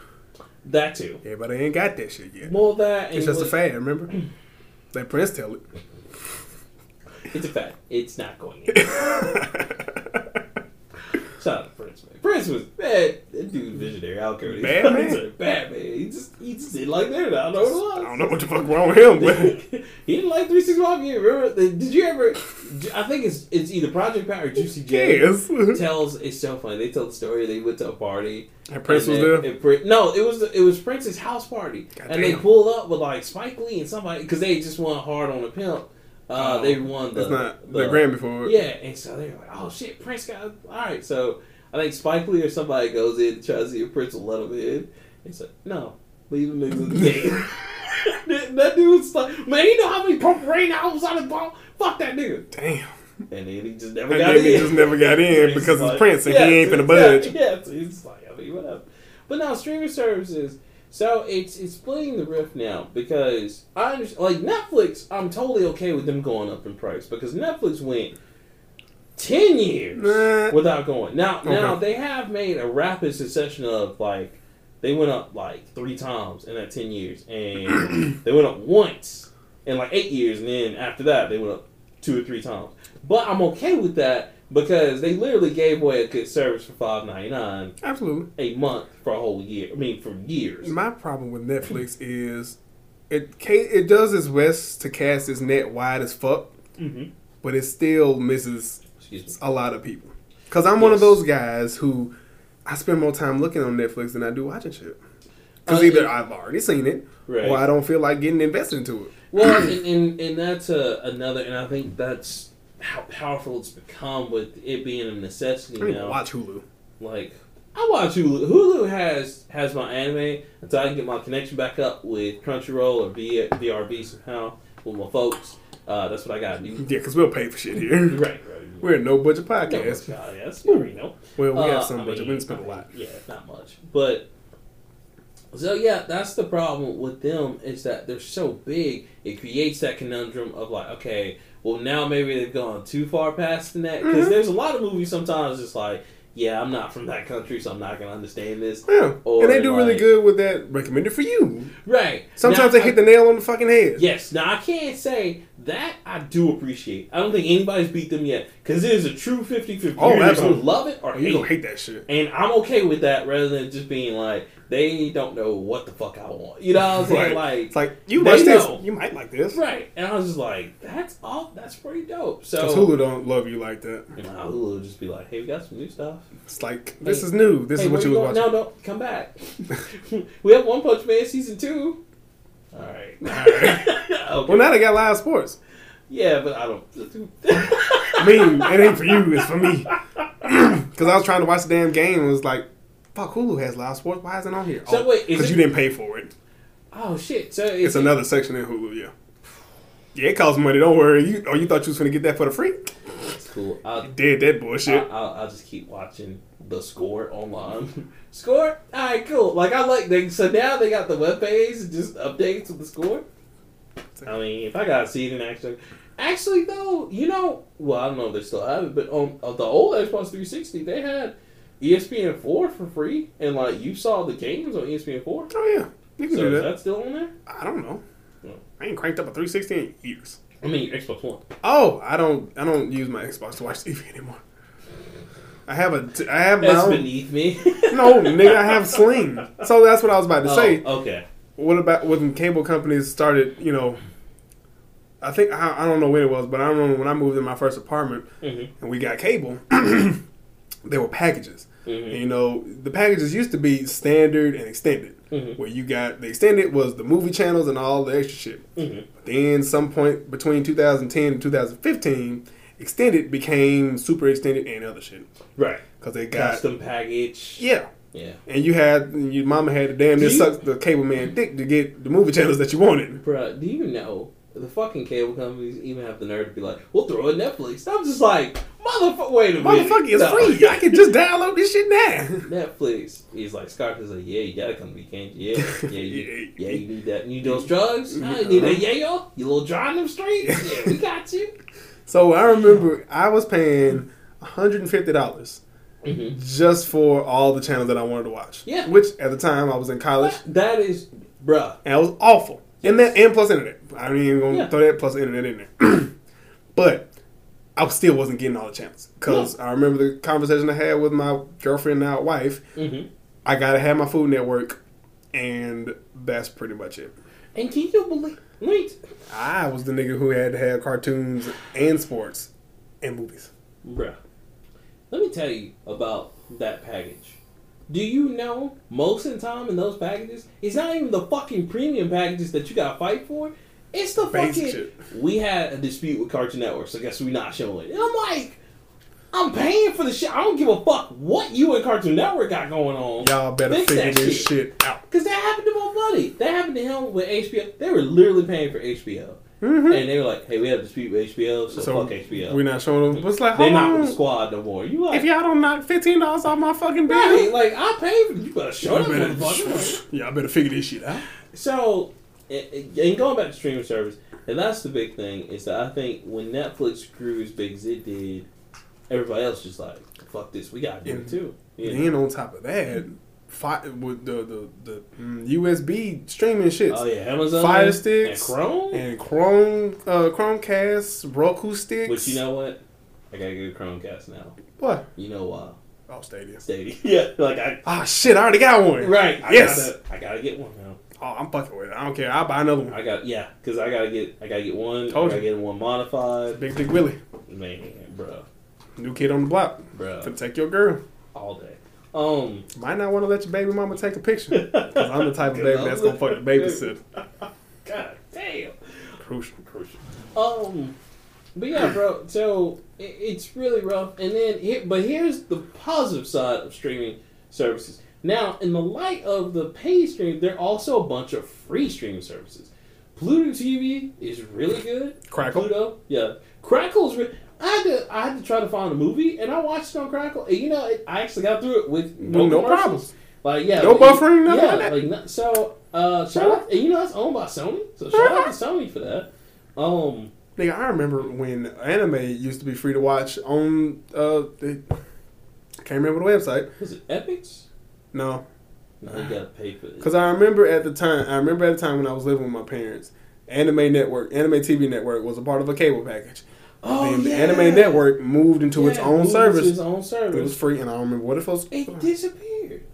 Speaker 1: That too.
Speaker 2: Everybody ain't got that shit yet.
Speaker 1: More that and
Speaker 2: It's just a
Speaker 1: what-
Speaker 2: fad. Remember,
Speaker 1: (clears throat)
Speaker 2: let Prince tell it.
Speaker 1: It's a fact. It's not going
Speaker 2: (laughs)
Speaker 1: in. Shout out to Prince, man. Prince was bad. That dude visionary. I don't care what he
Speaker 2: Bad
Speaker 1: said.
Speaker 2: man.
Speaker 1: He's a (laughs) bad man. He just he just didn't like that. I don't know what
Speaker 2: I
Speaker 1: it was. (laughs)
Speaker 2: don't know what the fuck wrong with him, but
Speaker 1: he didn't like 365 you Remember? the- Did you ever? Ju- I think it's it's either Project Pat or Juicy J.
Speaker 2: (laughs) yes. And
Speaker 1: Tells it's so funny. They tell the story. They went to a party.
Speaker 2: Prince was
Speaker 1: and
Speaker 2: there.
Speaker 1: then it Prin- no, it was it was Prince's house party, and they
Speaker 2: Goddamn.
Speaker 1: pulled up with like Spike Lee and somebody because they just won hard on the pimp. Uh,
Speaker 2: Oh,
Speaker 1: they won the
Speaker 2: That's not the,
Speaker 1: the-
Speaker 2: Grammy for it.
Speaker 1: Yeah, and so they're like, "Oh shit, Prince got all right." So I think Spike Lee or somebody goes in and tries to see if Prince will let him in. It's like, "No, leave him in the game."
Speaker 2: (laughs)
Speaker 1: that, (laughs) that dude was like, "Man, you know how many purple rain albums I done bought? Fuck that nigga!"
Speaker 2: Damn.
Speaker 1: And then he just never
Speaker 2: And
Speaker 1: got
Speaker 2: then
Speaker 1: in.
Speaker 2: he just never got in
Speaker 1: Prince
Speaker 2: because
Speaker 1: is
Speaker 2: it's
Speaker 1: like-
Speaker 2: Prince and
Speaker 1: Yeah,
Speaker 2: he ain't
Speaker 1: so
Speaker 2: finna
Speaker 1: it's-
Speaker 2: budge.
Speaker 1: Yeah, yeah, so it's like, I mean, whatever. But now streaming services. So it's it's splitting the rift now because I understand, like Netflix. I'm totally okay with them going up in price because Netflix went ten years
Speaker 2: Nah.
Speaker 1: without going. Now now
Speaker 2: Okay.
Speaker 1: they have made a rapid succession of like they went up like three times in that ten years, (clears throat) and they went up once in like eight years, and then after that they went up two or three times. But I'm okay with that because they literally gave away a good service for five ninety nine
Speaker 3: Absolutely.
Speaker 1: a month for a whole year. I mean, for years.
Speaker 3: My problem with
Speaker 2: (laughs)
Speaker 3: Netflix is
Speaker 2: It ca- it does its best to cast its net wide as fuck,
Speaker 1: Mm-hmm.
Speaker 2: but it still misses
Speaker 1: Excuse me.
Speaker 2: a lot of people. Cause I'm one
Speaker 1: Yes.
Speaker 2: of those guys who I spend more time looking on Netflix than I do watching shit. Cause
Speaker 1: Uh,
Speaker 2: either
Speaker 1: it-
Speaker 2: I've already seen it,
Speaker 1: Right.
Speaker 2: or I don't feel like getting invested into it.
Speaker 1: Well, (clears throat) and, and, and that's uh, another, and I think that's how powerful it's become with it being a necessity
Speaker 2: I mean,
Speaker 1: now.
Speaker 2: watch Hulu.
Speaker 1: Like, I watch Hulu. Hulu has has my anime until I can get my connection back up with Crunchyroll or v- VRB somehow with my folks. Uh, that's what I gotta do.
Speaker 2: Yeah, cause we'll pay for shit here.
Speaker 1: (laughs) Right, right.
Speaker 2: We're a no budget
Speaker 1: No,
Speaker 2: podcast.
Speaker 1: God, yes, you already know.
Speaker 2: Well, we
Speaker 1: Uh,
Speaker 2: have some
Speaker 1: I
Speaker 2: budget.
Speaker 1: mean,
Speaker 2: we didn't spend a lot.
Speaker 1: Yeah, not much. But so yeah, that's the problem with them is that they're so big. It creates that conundrum of like, okay, well now maybe they've gone too far past the net because
Speaker 2: Mhm.
Speaker 1: there's a lot of movies sometimes it's like, yeah, I'm not from that country, so I'm not gonna understand this.
Speaker 2: Yeah,
Speaker 1: Or
Speaker 2: and they do really
Speaker 1: like-
Speaker 2: good with that. Recommended for you.
Speaker 1: Right.
Speaker 2: Sometimes
Speaker 1: Now,
Speaker 2: they hit the nail on the fucking head.
Speaker 1: Yes. Now I can't say that I do appreciate. I don't think anybody's beat them yet because it is a true 50-50.
Speaker 2: Oh,
Speaker 1: You're either gonna
Speaker 2: absolutely.
Speaker 1: love it or
Speaker 2: Oh, You
Speaker 1: hate it.
Speaker 2: gonna hate that shit.
Speaker 1: And I'm okay with that rather than just being like, they don't know what the fuck I want. You know what I'm saying?
Speaker 2: It's
Speaker 1: Like,
Speaker 2: like you
Speaker 1: they
Speaker 2: watch this,
Speaker 1: know.
Speaker 2: you might like this.
Speaker 1: right. And I was just like, that's all, that's pretty dope.
Speaker 2: Cause
Speaker 1: So,
Speaker 2: Hulu don't love you like that.
Speaker 1: and now Hulu will just be like, hey, we got some new stuff.
Speaker 2: It's like this
Speaker 1: Hey,
Speaker 2: is new. This
Speaker 1: Hey,
Speaker 2: is what
Speaker 1: where
Speaker 2: you was
Speaker 1: going?
Speaker 2: watching.
Speaker 1: No, no, come
Speaker 2: (laughs)
Speaker 1: back. (laughs) we have One Punch Man season two. All right. (laughs) Okay.
Speaker 2: Well, now they got live sports.
Speaker 1: yeah, but I don't.
Speaker 2: (laughs)
Speaker 1: (laughs)
Speaker 2: I mean, it ain't for you. It's for me. (clears throat) Cause I was trying to watch the damn game. and was like, fuck, Hulu has live sports. Why isn't it on here?
Speaker 1: So wait, is
Speaker 2: because
Speaker 1: it-
Speaker 2: you didn't pay for it.
Speaker 1: oh, shit. So
Speaker 2: It's another section in Hulu. Yeah. Yeah, it costs money. Don't worry. You oh, you thought you was gonna get that for the free?
Speaker 1: It's cool. I'll,
Speaker 2: Did that
Speaker 1: I-
Speaker 2: bullshit.
Speaker 1: I'll, I'll just keep watching the score online. (laughs) score? Alright, cool. Like, I like they So now they got the webpage, it just updates with the score. I mean, if I gotta see it in action. Actually, though, you know, well, I don't know if they still have it, but on of the old Xbox 360, they had E ESPN4 for free, and, like, you saw the games on E ESPN4.
Speaker 2: oh yeah, you can
Speaker 1: So
Speaker 2: do
Speaker 1: is
Speaker 2: that.
Speaker 1: that still on there?
Speaker 2: I don't know.
Speaker 1: No.
Speaker 2: I ain't cranked up a 360 in years.
Speaker 1: I mean, Xbox One.
Speaker 2: Oh, I don't. I don't use my Xbox to watch (laughs) TV anymore. I have a. t- I have my
Speaker 1: That's
Speaker 2: own.
Speaker 1: beneath me.
Speaker 2: No, nigga,
Speaker 1: (laughs)
Speaker 2: I have Sling. So that's what I was about to
Speaker 1: Oh,
Speaker 2: say.
Speaker 1: okay.
Speaker 2: What about when cable companies started? You know, I think I, I don't know when it was, but I remember when I moved in my first apartment
Speaker 1: Mm-hmm.
Speaker 2: and we got cable. (clears throat) there were packages. And,
Speaker 1: Mm-hmm.
Speaker 2: you know, the packages used to be standard and extended.
Speaker 1: Mhm.
Speaker 2: Where you got the extended was the movie channels and all the extra shit.
Speaker 1: Mm-hmm.
Speaker 2: Then, some point between 2010 and 2015, extended became super extended and other shit
Speaker 1: Right.
Speaker 2: because they got
Speaker 1: Custom package.
Speaker 2: yeah.
Speaker 1: Yeah.
Speaker 2: And you had and your mama had to damn
Speaker 1: Do
Speaker 2: this
Speaker 1: you-
Speaker 2: sucks the cable man dick to get the movie channels that you wanted.
Speaker 1: Bruh, do you know the fucking cable companies even have the nerve to be like, we'll throw in Netflix? I'm just like, motherfucker, (laughs) wait a minute.
Speaker 2: Motherfucker, it's
Speaker 1: No.
Speaker 2: free. I can just download this shit
Speaker 1: (laughs)
Speaker 2: now.
Speaker 1: Netflix. He's like, Scarface is like, yeah, you gotta come to me, can't you? Yeah, yeah, you,
Speaker 2: Yeah.
Speaker 1: yeah, you need that. You need those drugs? Huh? You need that, yeah, yo? You little dry in them streets? Yeah, we got you.
Speaker 2: So I remember I was paying $150 Mm-hmm.
Speaker 1: Mhm.
Speaker 2: just for all the channels that I wanted to watch.
Speaker 1: Yeah.
Speaker 2: Which at the time I was in college
Speaker 1: That is, bruh.
Speaker 2: and it was awful. And that and plus internet. I ain't even gonna
Speaker 1: Yeah.
Speaker 2: throw that plus internet in there. (clears throat) but I still wasn't getting all the channels because I remember the conversation I had with my girlfriend now wife.
Speaker 1: hmm
Speaker 2: I gotta have my Food Network, and that's pretty much it.
Speaker 1: And can you believe, wait,
Speaker 2: I was the nigga who had to have cartoons and sports and movies.
Speaker 1: Bruh, let me tell you about that package. Do you know most of the time in those packages, it's not even the fucking premium packages that you gotta fight for. It's the
Speaker 2: Basic
Speaker 1: fucking.
Speaker 2: shit.
Speaker 1: We had a dispute with Cartoon Network, so guess we not showing it. And I'm like, I'm paying for the shit. I don't give a fuck what you and Cartoon Network got going on.
Speaker 2: Y'all better
Speaker 1: Fix
Speaker 2: figure
Speaker 1: that
Speaker 2: this
Speaker 1: shit.
Speaker 2: shit, out.
Speaker 1: Cause that happened to my buddy. That happened to him with HBO. They were literally paying for HBO, and they were like, "Hey, we have a dispute with HBO, so,
Speaker 2: Mm-hmm. So
Speaker 1: fuck HBO."
Speaker 2: we're not showing them. But it's like,
Speaker 1: They're
Speaker 2: hold
Speaker 1: not with the
Speaker 2: on.
Speaker 1: squad no more. You like,
Speaker 2: If y'all don't knock fifteen dollars off my fucking bill,
Speaker 1: Right, like I paid for you better show
Speaker 2: y'all,
Speaker 1: that
Speaker 2: (laughs) better,
Speaker 1: motherfucker.
Speaker 2: y'all better figure this shit out.
Speaker 1: So, and and going back to streaming service, and that's the big thing is that I think when Netflix grew as big as it did, everybody else just like fuck this, we gotta do it too. You know?
Speaker 2: Then on top of that, fi- with the the, the mm, USB streaming shits.
Speaker 1: Oh yeah, Amazon,
Speaker 2: Fire sticks
Speaker 1: and Chrome.
Speaker 2: And Chrome, uh, Chromecast, Roku sticks.
Speaker 1: But you know what? I gotta get a Chromecast now.
Speaker 2: What?
Speaker 1: You know why?
Speaker 2: Oh, Stadia.
Speaker 1: Stadia. (laughs) Yeah, like I.
Speaker 2: Ah, shit, I already got one.
Speaker 1: Right. I
Speaker 2: Yes.
Speaker 1: Gotta, I gotta get one now.
Speaker 2: Oh, I'm fucking with it. I don't care. I'll buy another one.
Speaker 1: I got yeah, cause I gotta get I gotta get one.
Speaker 2: Told
Speaker 1: I gotta
Speaker 2: you.
Speaker 1: get one modified.
Speaker 2: Big Dick Willie.
Speaker 1: Man, bro,
Speaker 2: New kid on the block. To
Speaker 1: bro,
Speaker 2: take your girl.
Speaker 1: all day.
Speaker 2: (laughs)
Speaker 1: Um,
Speaker 2: Might not want to let your baby mama take
Speaker 1: (laughs)
Speaker 2: a picture. Because
Speaker 1: god
Speaker 2: I'm the type of baby that's going to fuck
Speaker 1: (laughs)
Speaker 2: the babysitter.
Speaker 1: damn.
Speaker 2: Crucial.
Speaker 1: Crucial. Um, but yeah, bro. So it, it's really rough. And then, here, but here's the positive side of streaming services. Now, in the light of the pay stream, there are also a bunch of free streaming services. Pluto TV is really good.
Speaker 2: Crackle.
Speaker 1: Pluto, yeah. Crackle's. Re- I had to. I had to try to find a movie, and I watched it on Crackle. And you know, it, I actually got through it with no,
Speaker 2: No, no
Speaker 1: commercials.
Speaker 2: problems.
Speaker 1: Like yeah,
Speaker 2: No
Speaker 1: like,
Speaker 2: buffering, nothing
Speaker 1: Yeah,
Speaker 2: like that.
Speaker 1: like no- so. Uh, shout out, and you know that's owned by Sony, so shout out to Sony for that. Um,
Speaker 2: Nigga, I remember when anime used to be free to watch on, uh, the, can't remember the website.
Speaker 1: was it Epics?
Speaker 2: No.
Speaker 1: No, you gotta pay for it.
Speaker 2: Because I remember at the time, I remember at the time when I was living with my parents, Anime Network, Anime TV Network was a part of a cable package.
Speaker 1: Oh,
Speaker 2: then
Speaker 1: yeah.
Speaker 2: the Anime Network moved into
Speaker 1: Yeah,
Speaker 2: its
Speaker 1: moved
Speaker 2: own
Speaker 1: into
Speaker 2: service.
Speaker 1: its own service.
Speaker 2: It was free, and I don't remember what it was.
Speaker 1: It disappeared.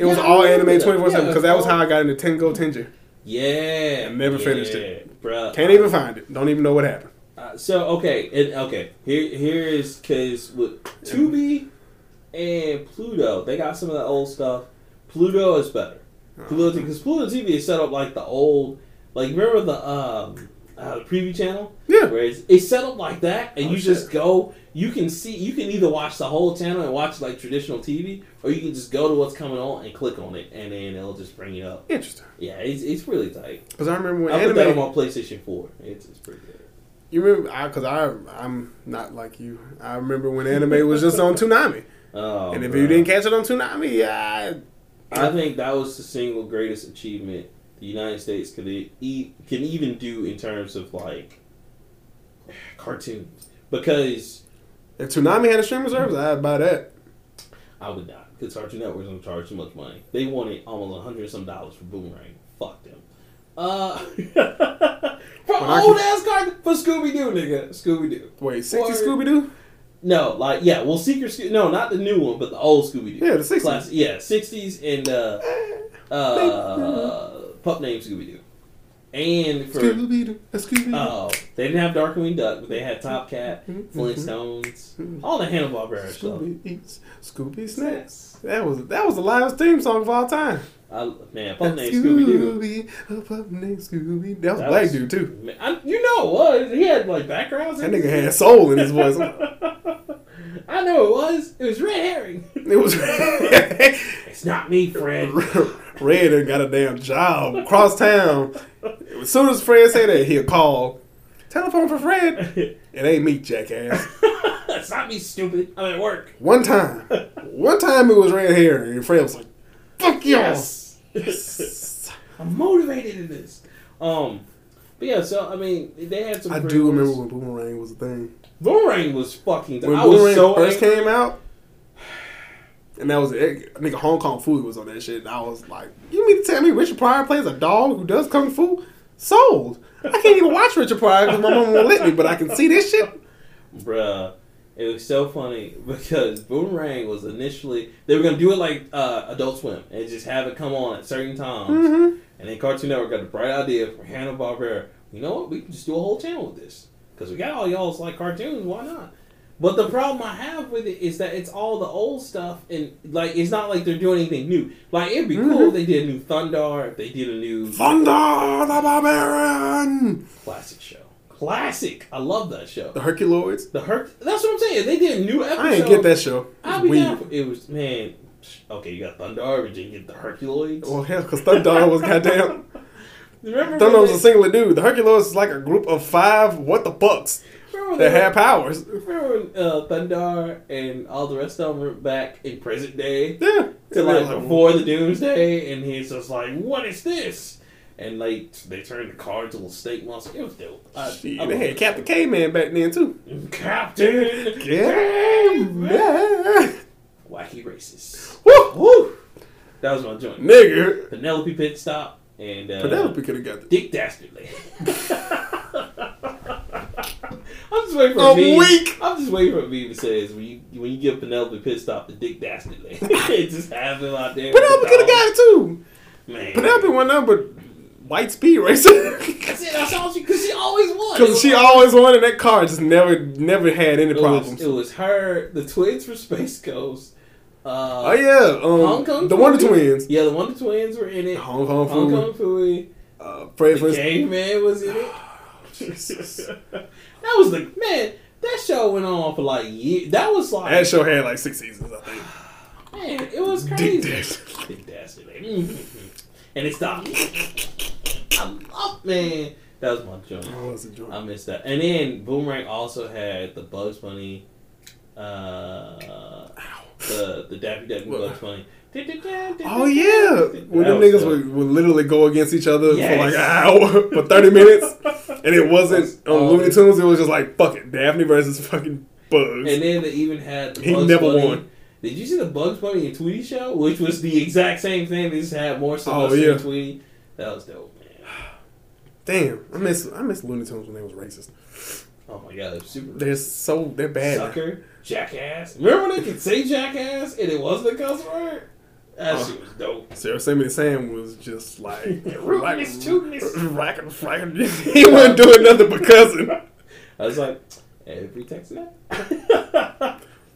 Speaker 2: It was
Speaker 1: Yeah, I
Speaker 2: all
Speaker 1: remember
Speaker 2: anime
Speaker 1: that.
Speaker 2: twenty four seven
Speaker 1: Yeah, oh.
Speaker 2: because that was
Speaker 1: all-
Speaker 2: how I got into Tengo Tenji.
Speaker 1: Yeah,
Speaker 2: I never
Speaker 1: yeah,
Speaker 2: finished it.
Speaker 1: bro.
Speaker 2: Can't even find it. Don't even know what happened.
Speaker 1: Uh, so okay, and okay. Here, here is because with Tubi and Pluto, they got some of the old stuff. Pluto is better. Pluto because Pluto TV is set up like the old, like remember the um uh, the preview channel.
Speaker 2: Yeah.
Speaker 1: Where it's, it's set up like that, and
Speaker 2: Oh,
Speaker 1: you
Speaker 2: shit.
Speaker 1: just go. You can see. You can either watch the whole channel and watch like traditional TV, or you can just go to what's coming on and click on it, and then it'll just bring it up.
Speaker 2: Interesting.
Speaker 1: Yeah, it's, it's really tight.
Speaker 2: Because I remember when
Speaker 1: I put that on
Speaker 2: anime.
Speaker 1: my PlayStation Four. It's, it's pretty good.
Speaker 2: You remember? Because I, I'm not like you. I remember when anime was just on (laughs) Toonami,
Speaker 1: Oh,
Speaker 2: and if
Speaker 1: bro.
Speaker 2: you didn't catch it on Toonami, yeah,
Speaker 1: I think that was the single greatest achievement the United States could e- e- can even do in terms of like (sighs) cartoons because
Speaker 2: if Toonami had a streaming service, I'd buy that.
Speaker 1: I would not because Cartoon Network's gonna charge too much money. They wanted almost a hundred and some dollars for Boomerang. Fuck them. Uh, (laughs) for
Speaker 2: I
Speaker 1: old ass cartoon for Scooby Doo, nigga. Scooby Doo.
Speaker 2: Wait, sixty
Speaker 1: Or-
Speaker 2: Scooby Doo?
Speaker 1: No, like yeah, well, Secret Scoo- No, not the new one, but the old Scooby Doo.
Speaker 2: Yeah, the Eh. 60s.
Speaker 1: Yeah, sixties and uh, uh, pup named Scooby Doo. And for
Speaker 2: Scooby Doo, Scooby Doo,
Speaker 1: oh, they didn't have Darkwing Duck, but they had Top Cat,
Speaker 2: Mm-hmm.
Speaker 1: Flintstones, all the Hanna Barbera stuff.
Speaker 2: Scooby eats Scooby snacks. That was that was the loudest theme song of all time.
Speaker 1: I, man, pup named Scooby Doo.
Speaker 2: Scooby, a pup named Scooby. That was
Speaker 1: That
Speaker 2: a black
Speaker 1: was-
Speaker 2: dude too.
Speaker 1: You know it was. He had like backgrounds.
Speaker 2: That
Speaker 1: in
Speaker 2: nigga
Speaker 1: it.
Speaker 2: had soul in his
Speaker 1: (laughs)
Speaker 2: voice. It
Speaker 1: I know it was. It was red herring. (laughs)
Speaker 2: was (laughs)
Speaker 1: it's not me, Fred.
Speaker 2: Red and got a damn job across town. As soon as Fred say that, he'll call. Telephone for Fred. It ain't me, jackass.
Speaker 1: (laughs) it's not me, stupid. I'm at work.
Speaker 2: One time, one time it was red hair, and Fred was like, "Fuck y'all." Yes.
Speaker 1: (laughs) I'm motivated in this. Um, but yeah, so I mean, they had some.
Speaker 2: (laughs) I
Speaker 1: great
Speaker 2: do remember
Speaker 1: ones.
Speaker 2: when Boomerang was a thing.
Speaker 1: Boomerang was fucking.
Speaker 2: When
Speaker 1: I was
Speaker 2: Boomerang
Speaker 1: so
Speaker 2: first
Speaker 1: angry.
Speaker 2: came out, and that was it. Nigga, Hong Kong Fooey was on that shit, and I was like, "You mean to tell me Richard Pryor plays a dog who does kung fu?" Sold. I can't even watch Richard Pryor because my mom won't let me, but I can see this shit.
Speaker 1: bruh. It was so funny (laughs) because Boomerang was initially they were gonna do it like uh, Adult Swim and just have it come on at certain times, and then Cartoon Network got the bright idea for Hanna Barbera. You know what? We can just do a whole channel with this because we got all y'all's like cartoons. Why not? But the problem I have with it is that it's all the old stuff, and like it's not like they're doing anything new. Like it'd be cool
Speaker 2: Mm-hmm.
Speaker 1: if they did a new Thunder, if they did a new
Speaker 2: Thunder the Barbarian,
Speaker 1: classic show. Classic, I love that show.
Speaker 2: the Herculoids.
Speaker 1: The Herc. That's what I'm saying. If They did a new episode.
Speaker 2: I didn't get that show.
Speaker 1: I'll
Speaker 2: It's
Speaker 1: be down
Speaker 2: weird.
Speaker 1: for- It was man. Okay, you got Thunder Army, you get the Herculoids.
Speaker 2: Well, hell, because Thunder was goddamn.
Speaker 1: (laughs) remember
Speaker 2: Thunder
Speaker 1: when
Speaker 2: was
Speaker 1: they-
Speaker 2: a singular dude. The Herculoids is like a group of five what the fucks
Speaker 1: remember when
Speaker 2: that
Speaker 1: they-
Speaker 2: had powers.
Speaker 1: Remember when uh, Thunder and all the rest of them were back in present day
Speaker 2: Yeah.
Speaker 1: to
Speaker 2: And I
Speaker 1: like
Speaker 2: was like,
Speaker 1: before the Doomsday, and he's just like, "What is this?" And like they turned the car into a snake monster. It was dope. I,
Speaker 2: Shit,
Speaker 1: I
Speaker 2: they had
Speaker 1: loved
Speaker 2: Captain Caveman back then too.
Speaker 1: it. Captain.
Speaker 2: Caveman.
Speaker 1: Wacky racist.
Speaker 2: Woo!
Speaker 1: Woo! That was my joint.
Speaker 2: Nigga.
Speaker 1: Penelope Pit Stop and uh,
Speaker 2: Penelope could have got the
Speaker 1: Dick Dastardly. (laughs) I'm just waiting for
Speaker 2: A
Speaker 1: me.
Speaker 2: week!
Speaker 1: I'm just waiting for me to say is when you when you give Penelope pissed off the dick dastardly. (laughs) it just have him out there. with
Speaker 2: Penelope
Speaker 1: the
Speaker 2: could have
Speaker 1: dog.
Speaker 2: got it too.
Speaker 1: Man.
Speaker 2: Penelope went up, but white speed racer. (laughs)
Speaker 1: That's it. That's all she. Because she always won. It
Speaker 2: Because
Speaker 1: was
Speaker 2: she
Speaker 1: all-
Speaker 2: always wanted that car, just never, never had any
Speaker 1: It was,
Speaker 2: problems.
Speaker 1: it was her. The twins from Space Ghost. Uh,
Speaker 2: oh yeah, um,
Speaker 1: Hong Kong.
Speaker 2: the Wonder
Speaker 1: Fooey.
Speaker 2: Twins,
Speaker 1: Yeah, the Wonder Twins were in it. Hong,
Speaker 2: Hong Kong food,
Speaker 1: Kong Fooey.
Speaker 2: uh, Fred
Speaker 1: The
Speaker 2: Flintstone.
Speaker 1: Caveman was in
Speaker 2: (sighs)
Speaker 1: it. (laughs) that was the man. That show went on for like years. That was like
Speaker 2: That show had like six seasons, I think.
Speaker 1: man, it was crazy.
Speaker 2: Dick Dastardly.
Speaker 1: Dick Dastard, like, and it stopped. I love man. That was my joke.
Speaker 2: I Oh, was enjoying.
Speaker 1: I missed that. And then Boomerang also had the Bugs Bunny, uh, the the Daffy Duck and
Speaker 2: What?
Speaker 1: Bugs Bunny.
Speaker 2: Oh yeah, when
Speaker 1: That
Speaker 2: them
Speaker 1: was
Speaker 2: niggas
Speaker 1: dope.
Speaker 2: would, would literally go against each other for like
Speaker 1: Yes.
Speaker 2: an hour (laughs) for
Speaker 1: (laughs)
Speaker 2: thirty minutes, and it wasn't on
Speaker 1: Oh,
Speaker 2: Looney
Speaker 1: it-
Speaker 2: Tunes. It was just like fuck it, Daphne versus fucking Bugs.
Speaker 1: And then they even had the
Speaker 2: He
Speaker 1: Bugs
Speaker 2: never
Speaker 1: Bunny.
Speaker 2: won.
Speaker 1: Did you see the Bugs Bunny and Tweety show, which was the exact same thing? They just had more Sylvester
Speaker 2: Oh, yeah.
Speaker 1: and Tweety. That was dope, man.
Speaker 2: Damn, I miss I miss Looney Tunes when they was racist.
Speaker 1: Oh my god, it was super
Speaker 2: They're so they're bad. now.
Speaker 1: sucker, jackass. Remember when they could say jackass and it wasn't a cuss word? That
Speaker 2: Oh.
Speaker 1: shit was dope.
Speaker 2: Sarah Simon Sam was just like
Speaker 1: Rudeness,
Speaker 2: (laughs)
Speaker 1: tudeness.
Speaker 2: rocking, rocking. (laughs) He wasn't doing nothing but cussing.
Speaker 1: I was like, every text (laughs) now.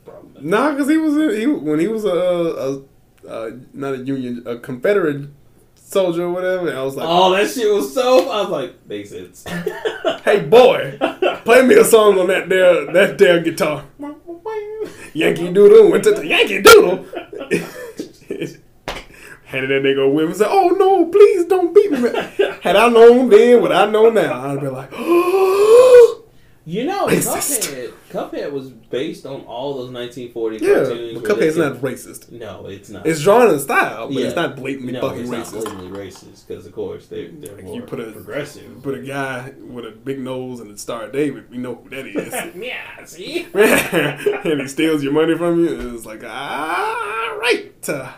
Speaker 1: Problem.
Speaker 2: Nah, cause he was in, he when he was a, a, a not a Union a Confederate soldier or whatever. And I was like,
Speaker 1: Oh, that shit was so. I was like, makes sense.
Speaker 2: hey boy,
Speaker 1: (laughs)
Speaker 2: (laughs) play me a song on that there that there guitar. Yankee Doodle went to the Yankee Doodle. (laughs) Handed that nigga a whip and said, "Oh no, please don't beat me." man." Had I known then what I know now, I'd be like, (gasps) oh,
Speaker 1: You
Speaker 2: (laughs)
Speaker 1: know,
Speaker 2: Racist.
Speaker 1: Cuphead, Cuphead was based on all those 1940
Speaker 2: "Yeah,
Speaker 1: cartoons.
Speaker 2: but
Speaker 1: where they
Speaker 2: Cuphead's
Speaker 1: could-
Speaker 2: not racist.
Speaker 1: No, it's not.
Speaker 2: It's drawn in style, but
Speaker 1: Yeah.
Speaker 2: it's not blatantly
Speaker 1: no,
Speaker 2: fucking
Speaker 1: it's
Speaker 2: racist."
Speaker 1: not blatantly racist because, of course, they, they're more
Speaker 2: you put a-
Speaker 1: progressive. (laughs)
Speaker 2: But a guy with a big nose and a star of David, we know who that is. (laughs)
Speaker 1: yeah, see?
Speaker 2: and he steals your money from you. It's like, all right, uh,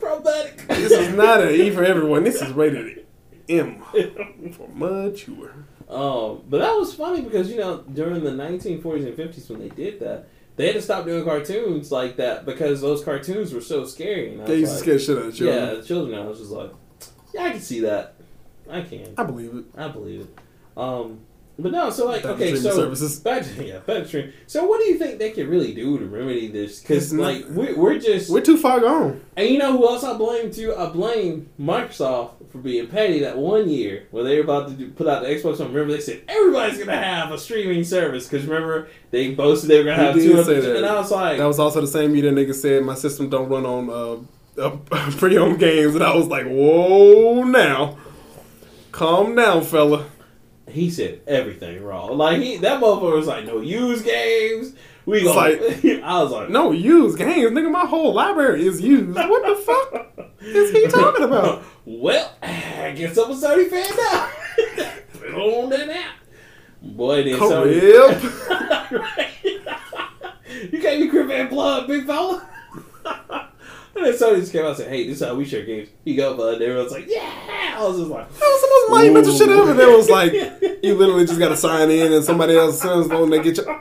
Speaker 1: Problematic.
Speaker 2: this is not an E for everyone. This is rated M for mature.
Speaker 1: (laughs) Um, but that was funny because you know during the 1940s and 50s when they did that, they had to stop doing cartoons like that because those cartoons were so scary. And I was
Speaker 2: They used to
Speaker 1: like,
Speaker 2: scare shit out of you.
Speaker 1: yeah, the children. I was just like, yeah, I can see that. I can.
Speaker 2: I believe it.
Speaker 1: I believe it. Um, but no, so like
Speaker 2: Back to
Speaker 1: okay,
Speaker 2: streaming
Speaker 1: so
Speaker 2: services.
Speaker 1: (laughs) back to yeah, back to stream. So what do you think they could really do to remedy this?
Speaker 2: It's
Speaker 1: Because
Speaker 2: not-
Speaker 1: like we're, we're just
Speaker 2: We're too far gone.
Speaker 1: and you know who else I blame too? I blame Microsoft for being petty that one year where they were about to do, put out the Xbox One. Remember they said everybody's gonna have a streaming service because remember they boasted they were gonna
Speaker 2: They
Speaker 1: have
Speaker 2: did
Speaker 1: two.
Speaker 2: say
Speaker 1: hundred-
Speaker 2: that.
Speaker 1: And I was like,
Speaker 2: That was also the same year that nigga said my system don't run on uh, (laughs) uh, pre-owned games, and I was like, whoa, now, calm down, fella.
Speaker 1: he said everything wrong. Like he that motherfucker was like, no use games. We gonna.
Speaker 2: It's
Speaker 1: (laughs) I was like,
Speaker 2: No, used games, nigga. My whole library is used. What the fuck is he talking about?
Speaker 1: (laughs) Well, I guess I'm a certified now. (laughs) Put on that app. Boy, then Sony-
Speaker 2: Correct.
Speaker 1: Right. (laughs) you can't be crip and blood, big fella. (laughs) and then Sony just came out and said, hey, this is how we share games. You go, bud. And everyone's like, yeah. I was just like,
Speaker 2: That was the most lame mental shit ever. That was like,
Speaker 1: Ooh.
Speaker 2: you literally just gotta sign in, and somebody else sends them. They get you.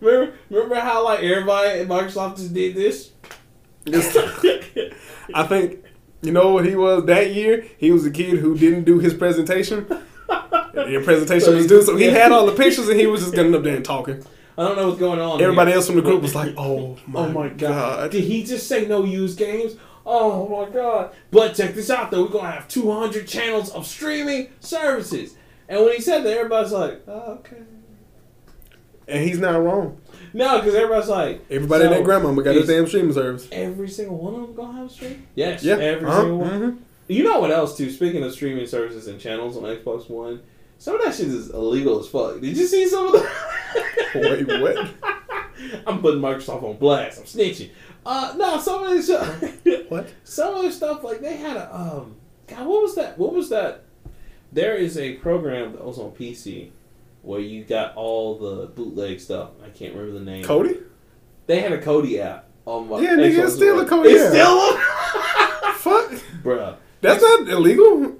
Speaker 1: remember, remember how like everybody at Microsoft just did this? (laughs)
Speaker 2: It's- I think you know what he was that year. He was a kid who didn't do his presentation. And Your presentation was due, so he had all the pictures, and he was just getting up there and talking.
Speaker 1: I don't know what's going on.
Speaker 2: Everybody
Speaker 1: here.
Speaker 2: else from the group was like, "Oh my,
Speaker 1: Oh my god.
Speaker 2: god.
Speaker 1: Did he just say no use games? Oh my god. But check this out though. We're gonna have 200 channels of streaming services. And when he said that, everybody's like, oh, okay.
Speaker 2: And he's not wrong.
Speaker 1: No, because everybody's like,
Speaker 2: Everybody
Speaker 1: so
Speaker 2: and their grandmama got a
Speaker 1: is
Speaker 2: damn streaming service.
Speaker 1: Every single one of them gonna have a stream? Yes,
Speaker 2: Yeah.
Speaker 1: every
Speaker 2: Uh-huh.
Speaker 1: single one.
Speaker 2: Mhm.
Speaker 1: You know what else too? Speaking of streaming services and channels on Xbox One, some of that shit is illegal as fuck. Did you see some of the?
Speaker 2: (laughs) Wait, what?
Speaker 1: (laughs) I'm putting Microsoft on blast. I'm snitching. Uh, no, some of (laughs) this,
Speaker 2: What?
Speaker 1: some of this stuff like they had a um, God, what was that? What was that? There is a program that was on PC where you got all the bootleg stuff. I can't remember the name.
Speaker 2: Cody?
Speaker 1: They had a Cody app on my.
Speaker 2: Yeah, nigga,
Speaker 1: Xbox
Speaker 2: it's still a
Speaker 1: One.
Speaker 2: Cody
Speaker 1: It's
Speaker 2: app.
Speaker 1: still a.
Speaker 2: Fuck.
Speaker 1: (laughs) Bruh.
Speaker 2: That's not illegal.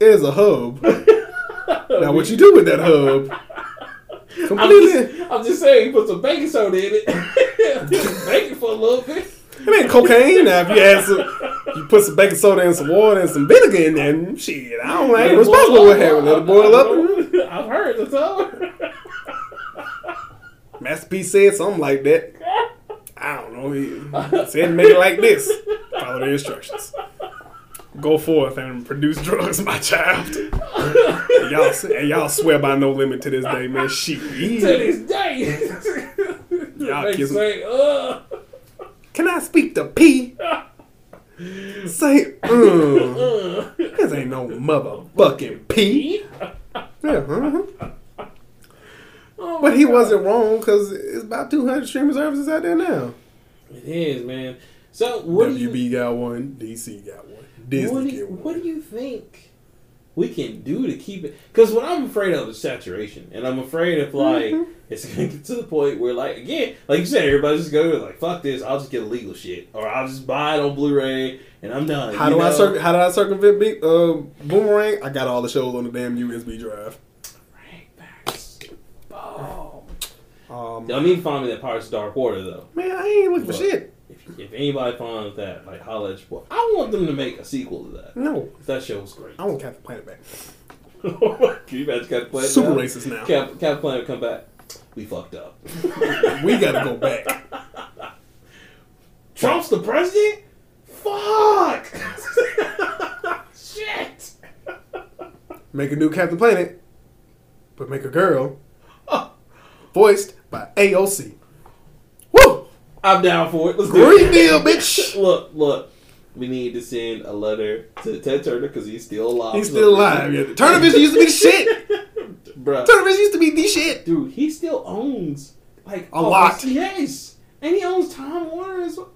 Speaker 2: It is a hub. Now, what you do with that hub
Speaker 1: (laughs) I'm
Speaker 2: Completely.
Speaker 1: just, I'm just saying, put some baking soda in it. (laughs) Just Bake it for a little bit.
Speaker 2: It ain't cocaine now. If you add some, you put some baking soda and some water and some vinegar in there. and Shit, I don't. I ain't responsible with having let it boil up.
Speaker 1: (laughs) I've heard the tell.
Speaker 2: Master P said something like that. I don't know. He said make it like this. Follow the instructions. Go forth and produce drugs, my child.
Speaker 1: (laughs)
Speaker 2: And y'all, and y'all swear by no limit to this day, man.
Speaker 1: (laughs) to
Speaker 2: Shit.
Speaker 1: this day.
Speaker 2: Y'all
Speaker 1: They
Speaker 2: kiss me.
Speaker 1: say, "Uh, "Ugh."
Speaker 2: Can I speak to P? Say, mm,
Speaker 1: Ugh.
Speaker 2: this ain't no motherfucking P. Yeah, mhm.
Speaker 1: Oh
Speaker 2: But
Speaker 1: my
Speaker 2: he
Speaker 1: God.
Speaker 2: wasn't wrong because it's about 200 streaming services out there now.
Speaker 1: It is, man. So what do you
Speaker 2: WB got one, DC got one,
Speaker 1: what
Speaker 2: Disney
Speaker 1: do, you,
Speaker 2: got one.
Speaker 1: what do you think we can do to keep it? Because what I'm afraid of is saturation, and I'm afraid if like
Speaker 2: Mm-hmm.
Speaker 1: it's going to get to the point where like again, like you said, everybody's just going to like fuck this. I'll just get illegal shit, or I'll just buy it on Blu-ray, and I'm done.
Speaker 2: How
Speaker 1: you
Speaker 2: do I
Speaker 1: know?
Speaker 2: circ- how did I circumvent Big uh, Boomerang? I got all the shows on the damn USB drive.
Speaker 1: Frank Barris. Oh.
Speaker 2: Um,
Speaker 1: Y'all need to find me that Pirates of the Dark Water though.
Speaker 2: man, I ain't looking for
Speaker 1: Look.
Speaker 2: shit.
Speaker 1: If, if anybody finds that, like holla at your boy. I want them to make a sequel to that.
Speaker 2: No,
Speaker 1: That show's great.
Speaker 2: I want Captain Planet back.
Speaker 1: (laughs) Can you imagine Captain Planet?
Speaker 2: Super
Speaker 1: now?
Speaker 2: racist now.
Speaker 1: uh, Cap, Cap Planet come back. We fucked up. (laughs)
Speaker 2: we gotta go back.
Speaker 1: Trump's the president? Fuck! (laughs) Shit! (laughs)
Speaker 2: Make a new Captain Planet, but make a girl, voiced by AOC. Woo!
Speaker 1: I'm down for it. Let's
Speaker 2: Green
Speaker 1: do it.
Speaker 2: deal, bitch.
Speaker 1: (laughs) Look, look. We need to send a letter to Ted Turner because he's still alive.
Speaker 2: He's still alive. Yeah, Turner Vision used to be the shit.
Speaker 1: (laughs) Bruh.
Speaker 2: Turner Vision used to be the shit.
Speaker 1: Dude, he still owns like
Speaker 2: A lot.
Speaker 1: Yes, and he owns Time Warner as well.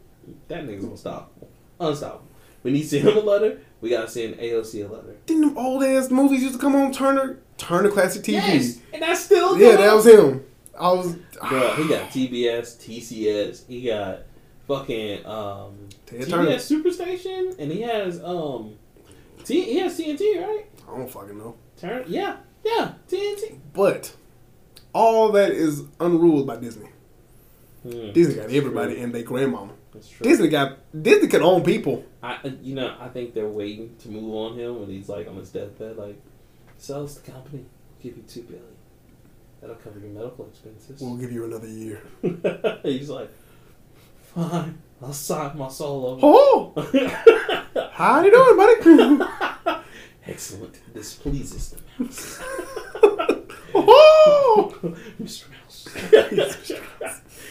Speaker 1: That nigga's unstoppable. Unstoppable. We need to send him a letter. We gotta send AOC a letter.
Speaker 2: Didn't them old ass movies used to come on Turner Turner Classic TV?
Speaker 1: Yes, and that's still going
Speaker 2: Yeah, that
Speaker 1: on.
Speaker 2: was him. I was
Speaker 1: Bro, he got TBS, TCS, he got fucking um
Speaker 2: Ted
Speaker 1: TBS
Speaker 2: Turner.
Speaker 1: Superstation, and he has um T he has TNT right?
Speaker 2: (sighs) I don't fucking know.
Speaker 1: Turn yeah yeah TNT.
Speaker 2: But all that is unruled by Disney.
Speaker 1: Hmm,
Speaker 2: Disney got everybody and their grandmama.
Speaker 1: that's true.
Speaker 2: Disney got Disney can own people.
Speaker 1: I uh, you know I think they're waiting to move on him when he's like on his deathbed like sell us the company we'll give you two billion that'll cover your medical expenses.
Speaker 2: We'll give you another year.
Speaker 1: (laughs)
Speaker 2: (laughs)
Speaker 1: he's like fine I'll sign my soul
Speaker 2: Oh,
Speaker 1: over.
Speaker 2: how you doing, buddy?
Speaker 1: (laughs)
Speaker 2: (laughs)
Speaker 1: Excellent. This pleases the mouse.
Speaker 2: Oh,
Speaker 1: (laughs) Mr. Mouse.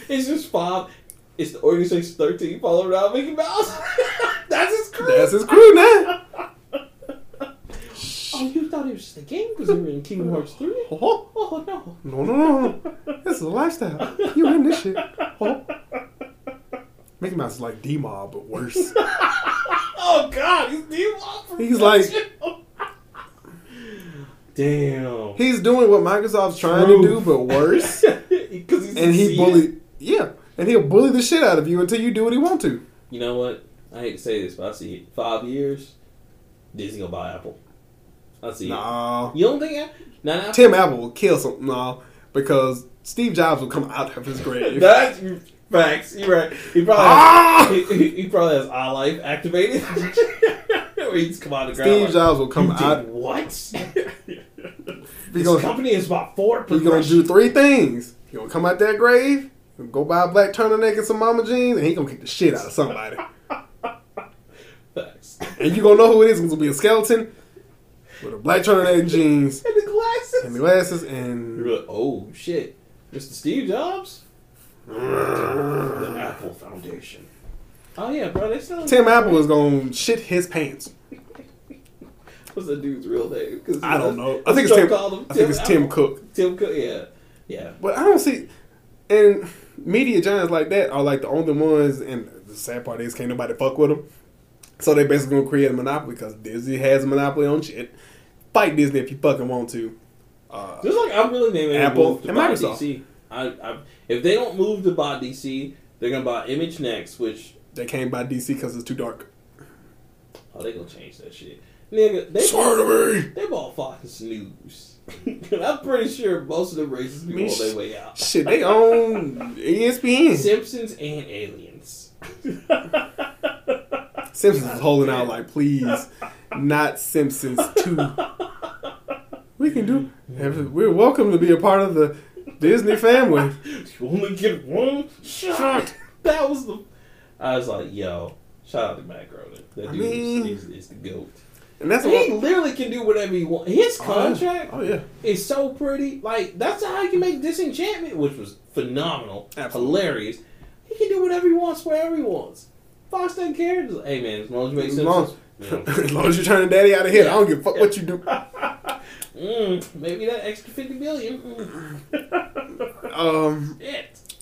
Speaker 1: it's just Bob. It's the organization 13 followed around Mickey Mouse. (laughs) That's his crew.
Speaker 2: that's his crew now.
Speaker 1: oh, you thought it was just a game because we were in Kingdom Hearts
Speaker 2: (laughs)
Speaker 1: 3?
Speaker 2: Oh,
Speaker 1: Oh, no.
Speaker 2: no, no, no, no. This is a lifestyle. You in this shit? Oh. Mickey Mouse is like D Mob, but worse.
Speaker 1: (laughs) Oh, God. He's D-Wop from
Speaker 2: He's like-
Speaker 1: Damn.
Speaker 2: He's doing what Microsoft's trying to
Speaker 1: True.
Speaker 2: do, but worse.
Speaker 1: Because (laughs) he's
Speaker 2: and he
Speaker 1: succeeded.
Speaker 2: bullied. Yeah, and he'll bully the shit out of you until you do what he want to.
Speaker 1: You know what? I hate to say this, but I see it. Five years, Disney gonna buy Apple. I see it.
Speaker 2: Nah,
Speaker 1: You don't think I? Not Apple.
Speaker 2: Tim Apple will kill something. Nah, because Steve Jobs will come out of his grave.
Speaker 1: That's facts. You're right. He probably
Speaker 2: (laughs) Ah!
Speaker 1: has, (laughs) he, he probably has iLife activated. (laughs) Where he just come out of the ground.
Speaker 2: Steve Jobs will come
Speaker 1: like, "You
Speaker 2: out.
Speaker 1: did
Speaker 2: (laughs)
Speaker 1: what?
Speaker 2: He's
Speaker 1: this
Speaker 2: gonna,
Speaker 1: company is about four.
Speaker 2: he gonna do three things. He gonna come out that grave. He'll go buy a black turtleneck and some mama jeans, and he gonna kick the shit out of somebody.
Speaker 1: facts. (laughs)
Speaker 2: and you gonna know who it is. It's gonna be a skeleton with a black turtleneck and jeans
Speaker 1: And the glasses.
Speaker 2: and glasses
Speaker 1: You're
Speaker 2: and
Speaker 1: like, oh shit, Mr. Steve Jobs, the Apple Foundation. Oh yeah, bro. They still
Speaker 2: Tim Apple is gonna shit his pants.
Speaker 1: What's that dude's real name? 'Cause (laughs)
Speaker 2: I don't know. I
Speaker 1: that's
Speaker 2: think it's
Speaker 1: what
Speaker 2: Tim.
Speaker 1: called him,
Speaker 2: I think it's Tim
Speaker 1: Apple.
Speaker 2: Cook.
Speaker 1: Tim Cook. Yeah, yeah.
Speaker 2: But I don't see, and media giants like that are like the only ones. And the sad part is, can't nobody fuck with them. So they basically gonna create a monopoly because Disney has a monopoly on shit. Fight Disney if you fucking want to. Uh,
Speaker 1: Just like I'm really naming
Speaker 2: Apple
Speaker 1: to
Speaker 2: and
Speaker 1: buy
Speaker 2: Microsoft.
Speaker 1: DC. I, I, if they don't move to buy DC, they're gonna buy Image next, which
Speaker 2: they can't buy DC because it's too dark.
Speaker 1: oh they gonna change that shit. Nigga, they
Speaker 2: Swear to me.
Speaker 1: they bought Fox News. (laughs) I'm pretty sure most of the racist people
Speaker 2: Man,
Speaker 1: on their
Speaker 2: sh-
Speaker 1: way out.
Speaker 2: Shit, they own E ESPN.
Speaker 1: Simpsons and aliens. (laughs)
Speaker 2: Simpsons is holding out like, please, not Simpsons two. We can do. We're welcome to be a part of the Disney family.
Speaker 1: you only get one shot. That was the. I was like, yo, shout out to Matt Groening. That
Speaker 2: I
Speaker 1: dude
Speaker 2: mean-
Speaker 1: is, is, is the goat.
Speaker 2: And that's
Speaker 1: He
Speaker 2: what.
Speaker 1: literally can do whatever he wants. His contract
Speaker 2: Oh yeah. (laughs)
Speaker 1: is so pretty. Like that's how you can make Disenchantment, which was phenomenal,
Speaker 2: Absolutely.
Speaker 1: hilarious. He can do whatever he wants, wherever he wants. Fox doesn't care. Just, hey man, as long as (laughs) you make
Speaker 2: As
Speaker 1: sense.
Speaker 2: long, as long as you're turning daddy out of here, I don't give a fuck what you do.
Speaker 1: Mm, maybe that extra fifty billion. Mm. (laughs)
Speaker 2: Um,
Speaker 1: Shit.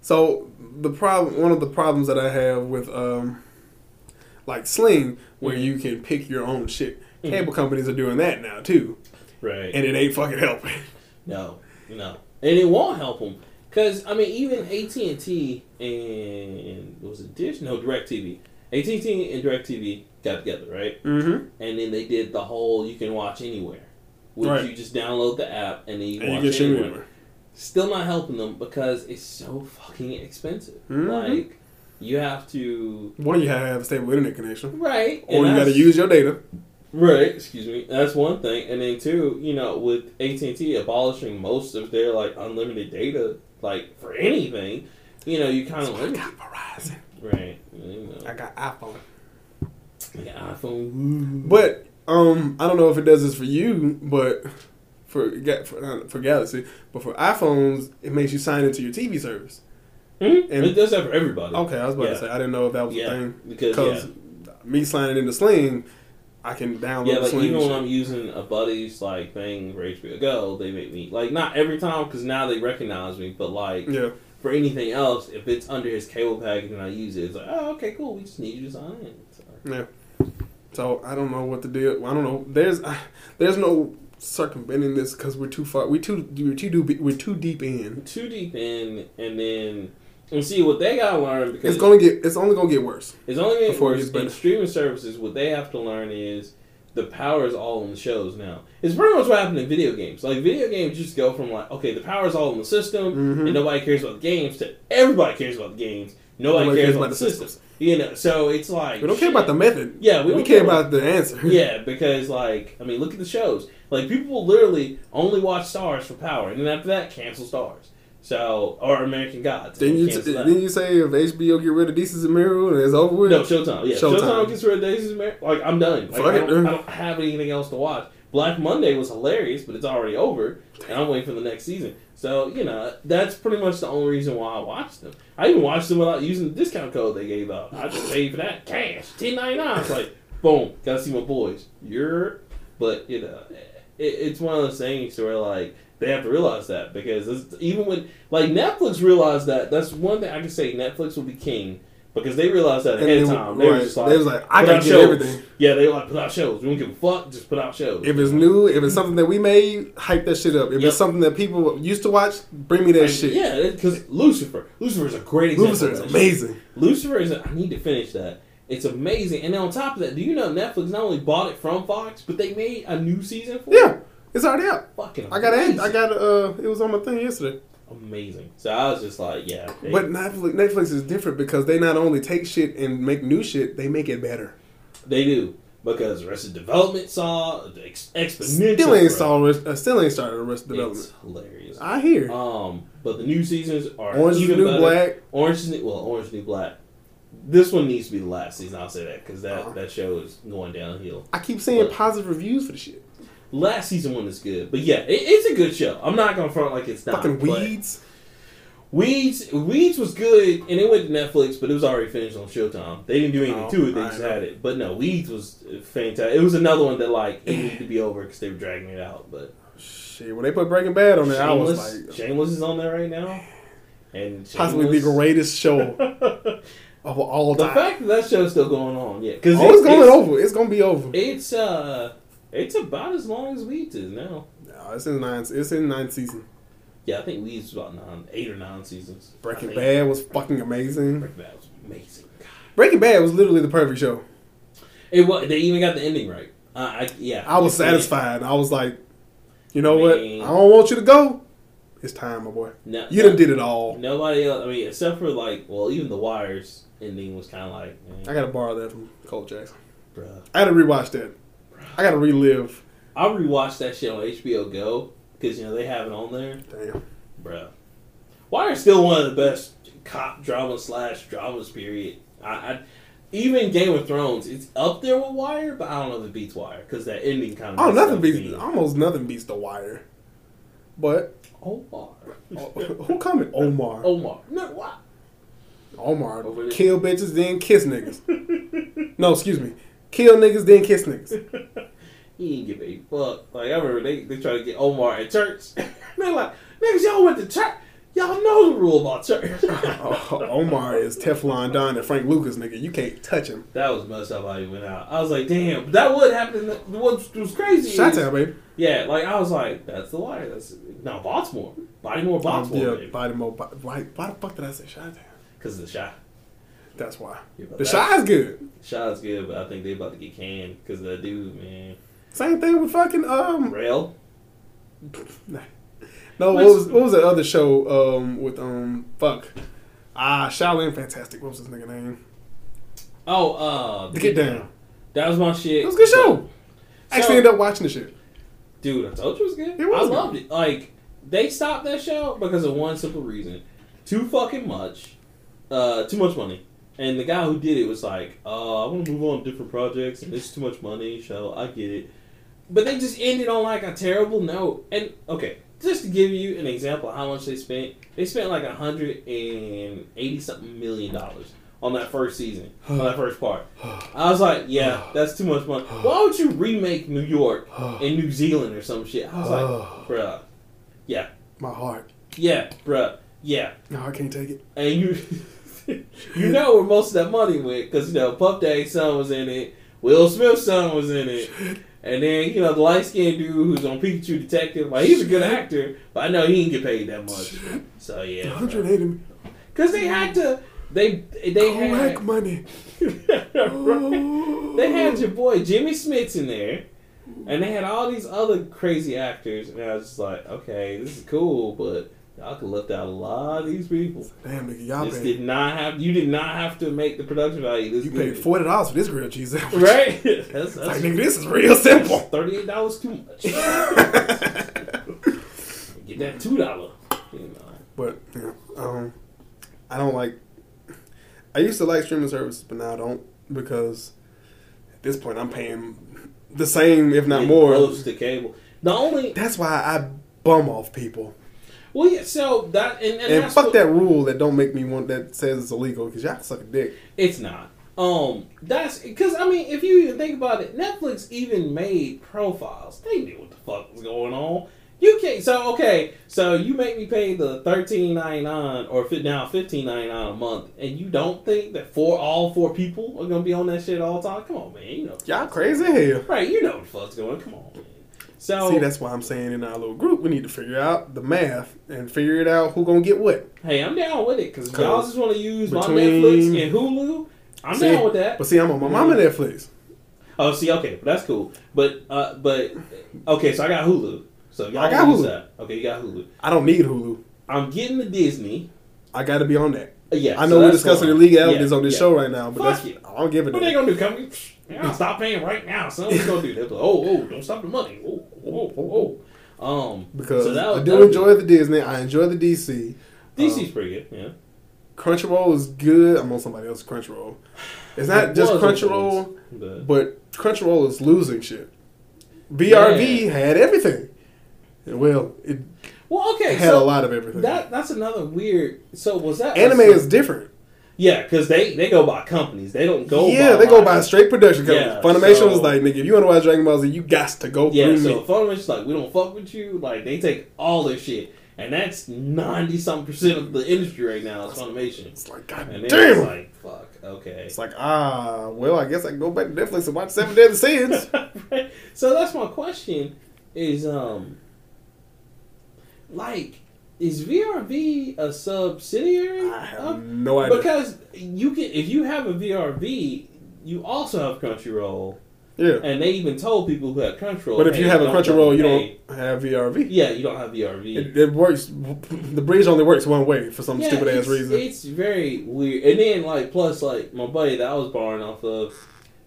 Speaker 2: So the problem, one of the problems that I have with um, like Sling, where
Speaker 1: Mhm.
Speaker 2: you can pick your own shit.
Speaker 1: Mhm.
Speaker 2: Cable companies are doing that now too,
Speaker 1: Right.
Speaker 2: and it ain't fucking helping.
Speaker 1: No, no, and it won't help them because I mean, even AT and T and was it Dish? No, Directv. AT and T and Directv got together, right?
Speaker 2: Mm-hmm.
Speaker 1: And then they did the whole you can watch anywhere, which
Speaker 2: Right.
Speaker 1: you just download the app and then you
Speaker 2: And you
Speaker 1: watch
Speaker 2: get shit
Speaker 1: anywhere.
Speaker 2: anywhere.
Speaker 1: Still not helping them because it's so fucking expensive.
Speaker 2: Mhm.
Speaker 1: Like you have to
Speaker 2: One, you have to have a stable internet connection,
Speaker 1: right, and
Speaker 2: or you got to
Speaker 1: that's-
Speaker 2: use your data.
Speaker 1: Right, excuse me. That's one thing, and then two, you know, with AT and T abolishing most of their like unlimited data, like for anything, you know, you kind
Speaker 2: So
Speaker 1: of
Speaker 2: I
Speaker 1: limit.
Speaker 2: got Verizon.
Speaker 1: Right, you know,
Speaker 2: I got iPhone.
Speaker 1: yeah, iPhone.
Speaker 2: But um, I don't know if it does this for you, but for Ga- for, not for Galaxy, but for iPhones, it makes you sign into your TV service.
Speaker 1: Hmm?
Speaker 2: and- Oh,
Speaker 1: it does that for everybody.
Speaker 2: Okay, I was about
Speaker 1: Yeah.
Speaker 2: to say I didn't know if that was a
Speaker 1: yeah,
Speaker 2: thing.
Speaker 1: because yeah,
Speaker 2: Because me signing into Sling, I can download
Speaker 1: yeah,
Speaker 2: the
Speaker 1: like
Speaker 2: Sling.
Speaker 1: even when
Speaker 2: shit.
Speaker 1: I'm using a buddy's like thing for HBO Go, they make me like not every time because now they recognize me, but like
Speaker 2: yeah,
Speaker 1: for anything else, if it's under his cable package and I use it, it's like, oh, okay, cool. We just need you to sign. in. So,
Speaker 2: so I don't know what to do. I don't know. There's uh, there's no circumventing this because we're too far. We too we're too deep. We're too deep in.
Speaker 1: too deep in, and then and see what they gotta learn because
Speaker 2: It's gonna get. It's only gonna get worse.
Speaker 1: it's only getting
Speaker 2: before it
Speaker 1: worse.
Speaker 2: gets better.
Speaker 1: in streaming services. What they have to learn is the power is all in the shows now. It's pretty much what happened in video games. Like video games just go from like okay, the power is all in the system,
Speaker 2: Mhm.
Speaker 1: and Mm-hmm. nobody cares about the games to everybody cares about the games. Nobody, cares, about, the systems. You know, so it's like
Speaker 2: We don't care about the
Speaker 1: shit.
Speaker 2: method.
Speaker 1: Yeah,
Speaker 2: We,
Speaker 1: we, don't
Speaker 2: care about the answer.
Speaker 1: yeah, because like I mean, look at the shows. Like people will literally only watch Stars for Power, and then after that, cancel Stars. So or American Gods.
Speaker 2: (laughs) Then you
Speaker 1: cancel that.
Speaker 2: then you say if HBO get rid of Deces and Mirror and it's over with.
Speaker 1: no Showtime. Yeah, Showtime,
Speaker 2: Showtime.
Speaker 1: gets rid of Days of Mar- Like I'm done. Like,
Speaker 2: Fuck
Speaker 1: I,
Speaker 2: it,
Speaker 1: don't,
Speaker 2: dude.
Speaker 1: I don't have anything else to watch. Black Monday was hilarious, but it's already over, and I'm waiting for the next season. So you know that's pretty much the only reason why I watched them. I even watched them without using the discount code they gave out. I just paid for that cash, ten ninety nine. It's like boom, gotta see my boys. You're, but you know, it, it's one of those things where like they have to realize that because it's, even when like Netflix realized that, that's one thing I can say. Netflix will be king because they realized that
Speaker 2: And
Speaker 1: ahead of
Speaker 2: then-
Speaker 1: time. They were
Speaker 2: right,
Speaker 1: just like,
Speaker 2: they was like, I
Speaker 1: put
Speaker 2: gotta
Speaker 1: out
Speaker 2: get
Speaker 1: shows.
Speaker 2: everything.
Speaker 1: Yeah, they were like put out shows. We don't give a fuck. Just put out shows.
Speaker 2: If it's new, if it's something that we made, hype that shit up. If
Speaker 1: Yep.
Speaker 2: it's something that people used to watch, bring me that
Speaker 1: Like,
Speaker 2: shit.
Speaker 1: Yeah, because Lucifer. Lucifer is a great example.
Speaker 2: Lucifer is
Speaker 1: of that shit.
Speaker 2: amazing.
Speaker 1: Lucifer is. I need to finish that. It's amazing. And then on top of that, do you know Netflix not only bought it from Fox, but they made a new season for it?
Speaker 2: Yeah, it's already out.
Speaker 1: Fucking
Speaker 2: I got it.
Speaker 1: amazing.
Speaker 2: I got uh, it was on my thing yesterday.
Speaker 1: amazing. So I was just like, yeah. okay.
Speaker 2: But Netflix, Netflix is different because they not only take shit and make new shit, they make it better.
Speaker 1: They do because Arrested Development saw ex- exponential.
Speaker 2: Still ain't
Speaker 1: growth.
Speaker 2: started. Uh, still ain't started Arrested Development.
Speaker 1: It's hilarious.
Speaker 2: I hear
Speaker 1: Um, but the new seasons are
Speaker 2: Orange is the
Speaker 1: even
Speaker 2: New
Speaker 1: better.
Speaker 2: Black.
Speaker 1: Orange is the- well, Orange is the New Black. This one needs to be the last season. I'll say that because that
Speaker 2: Uh-huh.
Speaker 1: that show is going downhill.
Speaker 2: I keep seeing positive reviews for the shit.
Speaker 1: Last season one is good, but yeah, it, it's a good show. I'm not gonna front like it's not.
Speaker 2: Fucking
Speaker 1: but
Speaker 2: weeds.
Speaker 1: Weeds, Weeds was good, and it went to Netflix, but it was already finished on Showtime. They didn't do anything
Speaker 2: Oh,
Speaker 1: to it; they
Speaker 2: I
Speaker 1: just
Speaker 2: know.
Speaker 1: had it. But no, Weeds was fantastic. It was another one that like it needed to be over because they were dragging it out. But
Speaker 2: Shit. When they put Breaking Bad on there, I was
Speaker 1: Shameless,
Speaker 2: like, uh,
Speaker 1: Shameless is on there right now, and
Speaker 2: possibly the
Speaker 1: Shameless-
Speaker 2: greatest
Speaker 1: (laughs)
Speaker 2: show of all
Speaker 1: The
Speaker 2: time.
Speaker 1: fact that that show's still going on, yeah, because
Speaker 2: oh, it's going over. It's gonna be over.
Speaker 1: It's uh, it's about as long as Weeds is now.
Speaker 2: No, it's in nine. It's in ninth season.
Speaker 1: Yeah, I think Weeds is about nine, eight or nine seasons. I
Speaker 2: Breaking
Speaker 1: think
Speaker 2: Bad was fucking amazing.
Speaker 1: Breaking Bad was amazing. God.
Speaker 2: Breaking Bad was literally the perfect show.
Speaker 1: It wa They even got the ending right. Uh, I, yeah,
Speaker 2: I was
Speaker 1: It's great.
Speaker 2: satisfied. I was like, you know what? I
Speaker 1: Man.
Speaker 2: don't want you to go. It's time, my boy.
Speaker 1: No,
Speaker 2: You
Speaker 1: no-
Speaker 2: done did it all.
Speaker 1: Nobody else. I mean, except for like, well, even the Wires ending was kind of like,
Speaker 2: I
Speaker 1: eh,
Speaker 2: gotta borrow that from Cole Jackson.
Speaker 1: bruh.
Speaker 2: I gotta rewatch that. I gotta relive.
Speaker 1: I rewatched that shit on HBO Go because you know they have it on there,
Speaker 2: Damn.
Speaker 1: bruh. Wires still one of the best cop drama slash dramas period. I, I even Game of Thrones, it's up there with Wire, but I don't know if it beats Wire because that ending kind of.
Speaker 2: Oh, nothing beats. Almost nothing beats The Wire. But uh,
Speaker 1: Omar.
Speaker 2: (laughs) who coming? Omar.
Speaker 1: Omar. (laughs) No, why?
Speaker 2: Omar.
Speaker 1: Over there.
Speaker 2: Kill bitches, then kiss niggas. no, excuse me. Kill niggas, then kiss
Speaker 1: (laughs)
Speaker 2: niggas.
Speaker 1: He didn't give a fuck. Like I remember they, they tried to get Omar at church. (laughs) They're like, niggas, y'all went to church. Y'all know the rule about church. (laughs)
Speaker 2: Oh, Omar is Teflon Don and Frank Lucas, nigga. You can't touch him.
Speaker 1: that was messed up how he went out. I was like, damn, but that would happen. The what was crazy.
Speaker 2: Shot
Speaker 1: is-
Speaker 2: out, baby.
Speaker 1: Yeah, like I was like, that's the wire. That's no Baltimore. Baltimore, Baltimore,
Speaker 2: Um, Yeah, body mo. bo- Why, why the fuck did I say shot down?
Speaker 1: because the shot.
Speaker 2: That's why.
Speaker 1: Yeah, but
Speaker 2: The
Speaker 1: that-
Speaker 2: shy's good.
Speaker 1: Shot's good, but I think they about to get canned because the dude, man,
Speaker 2: Same thing with fucking um.
Speaker 1: rail.
Speaker 2: No, what
Speaker 1: Which-
Speaker 2: was what was that other show um with um fuck ah Shaolin Fantastic. What was his nigga name?
Speaker 1: Oh, uh,
Speaker 2: The Get Down.
Speaker 1: That was my shit.
Speaker 2: It was a good show. I
Speaker 1: So-
Speaker 2: actually ended up watching
Speaker 1: (sighs)
Speaker 2: the shit.
Speaker 1: Dude, I told you it was good.
Speaker 2: It was
Speaker 1: I
Speaker 2: good.
Speaker 1: loved it. Like they stopped that show because of one simple reason: too fucking much, uh, too much money. And the guy who did it was like, uh, "I want to move on to different projects, and it's too much money." So I get it, but they just ended on like a terrible note. And okay, just to give you an example of how much they spent, they spent like a hundred and eighty something million dollars on that first season, on that first
Speaker 2: (sighs)
Speaker 1: part. I was like, "Yeah, that's too much money. Why would you remake New York in New Zealand or some shit. I was like, bruh,
Speaker 2: (sighs) My heart.
Speaker 1: yeah, bruh, yeah.
Speaker 2: No, I can't take it.
Speaker 1: And you, (laughs) you know where most of that money went because you know Puff Daddy's son was in it, Will Smith's son was in it, and then you know the light skinned dude who's on Pikachu Detective. Like he's a good actor, but I know he didn't get paid that much. So yeah,
Speaker 2: 180
Speaker 1: because they had to, they they (laughs)
Speaker 2: crack
Speaker 1: had
Speaker 2: money. Oh.
Speaker 1: Right. They had your boy Jimmy Smits in there, and they had all these other crazy actors, and I was just like, okay, this is cool, but y'all could left out a lot of these people.
Speaker 2: Damn nigga, y'all
Speaker 1: this
Speaker 2: paid.
Speaker 1: did not have you did not have to make the production value. This
Speaker 2: You
Speaker 1: good.
Speaker 2: paid forty dollars for this grilled cheese
Speaker 1: (laughs)
Speaker 2: sandwich.
Speaker 1: right? that's
Speaker 2: (laughs) It's like
Speaker 1: that's
Speaker 2: nigga, this is real simple. (laughs)
Speaker 1: thirty eight dollars too much. Get that two dollar. You know.
Speaker 2: But yeah, um, I don't like. I used to like streaming services, but now I don't because at this point I'm paying the same, if not
Speaker 1: Get
Speaker 2: more.
Speaker 1: close to cable. The only
Speaker 2: That's why I bum off people
Speaker 1: well, yeah. So that and, and,
Speaker 2: and,
Speaker 1: that's
Speaker 2: fuck
Speaker 1: what-
Speaker 2: that rule that don't make me want that says it's illegal because y'all suck a dick.
Speaker 1: It's not. Um, that's because I mean, if you even think about it, Netflix even made profiles. They knew what the fuck was going on. You can't. So okay, so you make me pay the thirteen ninety nine or fit now fifteen ninety nine a month, and you don't think that four all four people are gonna be on that shit all the time? Come on, man. You know,
Speaker 2: Y'all crazy as hell.
Speaker 1: right? You know what the fuck's going. on. Come on, man. So
Speaker 2: See, that's why I'm saying in our little group we need to figure out the math and figure it out who gonna get what.
Speaker 1: hey, I'm down with it because y'all just want to use my
Speaker 2: Between-
Speaker 1: Netflix and Hulu. I'm
Speaker 2: See,
Speaker 1: down with that. Mm-hmm.
Speaker 2: But see, I'm on my mama Netflix.
Speaker 1: Oh, see, okay, that's cool. But uh, but okay, so I got Hulu. So y'all
Speaker 2: I got
Speaker 1: use
Speaker 2: Hulu.
Speaker 1: that. Okay, you got Hulu.
Speaker 2: I don't need Hulu.
Speaker 1: I'm getting the Disney.
Speaker 2: I got to be on that.
Speaker 1: Uh, yeah,
Speaker 2: I
Speaker 1: so
Speaker 2: know we're
Speaker 1: that's
Speaker 2: discussing
Speaker 1: going.
Speaker 2: illegalities
Speaker 1: Yeah,
Speaker 2: on this
Speaker 1: yeah.
Speaker 2: show right now, but
Speaker 1: Fuck
Speaker 2: that's,
Speaker 1: you.
Speaker 2: I don't give a
Speaker 1: What they
Speaker 2: damn.
Speaker 1: gonna do? Come, yeah, stop paying right now. Son, what you gonna do? They're like, oh, oh, don't stop the money. Oh, oh, oh, oh. Um,
Speaker 2: Because
Speaker 1: so that-
Speaker 2: I
Speaker 1: that'll
Speaker 2: do enjoy the uh, Disney. I enjoy the DC.
Speaker 1: be- DC's pretty good. Yeah,
Speaker 2: Crunchyroll is good. I'm on somebody else's Crunchyroll. It's not
Speaker 1: It
Speaker 2: just
Speaker 1: was
Speaker 2: Crunchyroll,
Speaker 1: influenced, but-
Speaker 2: but Crunchyroll is losing shit. BRB had everything. Well, it
Speaker 1: well, okay,
Speaker 2: had
Speaker 1: so
Speaker 2: a lot of everything.
Speaker 1: that that's another weird. So was that
Speaker 2: Anime is different.
Speaker 1: yeah, because they they go by companies. They don't go.
Speaker 2: yeah,
Speaker 1: by
Speaker 2: they go
Speaker 1: like-
Speaker 2: by straight production companies.
Speaker 1: Yeah,
Speaker 2: Funimation
Speaker 1: so-
Speaker 2: was like, nigga, if you want to watch Dragon Ball Z, you got to go
Speaker 1: Yeah,
Speaker 2: through
Speaker 1: so
Speaker 2: me.
Speaker 1: Funimation's like, we don't fuck with you. Like, they take all their shit. And that's 90 something percent of the industry right now is Funimation.
Speaker 2: It's like, god
Speaker 1: And
Speaker 2: damn.
Speaker 1: they're just like, fuck, okay.
Speaker 2: It's like, ah, well, I guess I can go back to Netflix and watch Seven Deadly Sins.
Speaker 1: (laughs) so that's my question is, um, like, is VRV a subsidiary?
Speaker 2: I have
Speaker 1: of-
Speaker 2: no idea.
Speaker 1: because you can, if you have a VRV, you also have Crunchyroll,
Speaker 2: Yeah.
Speaker 1: and they even told people who have Crunchyroll.
Speaker 2: But if
Speaker 1: "Hey,
Speaker 2: you have a
Speaker 1: don't
Speaker 2: Crunchyroll, you
Speaker 1: pay."
Speaker 2: don't have VRV.
Speaker 1: Yeah, you don't have the RV.
Speaker 2: It, it works. The bridge only works one way for some
Speaker 1: Yeah,
Speaker 2: stupid ass
Speaker 1: it's-
Speaker 2: reason.
Speaker 1: It's very weird. And then, like, plus, like, my buddy that I was borrowing off of,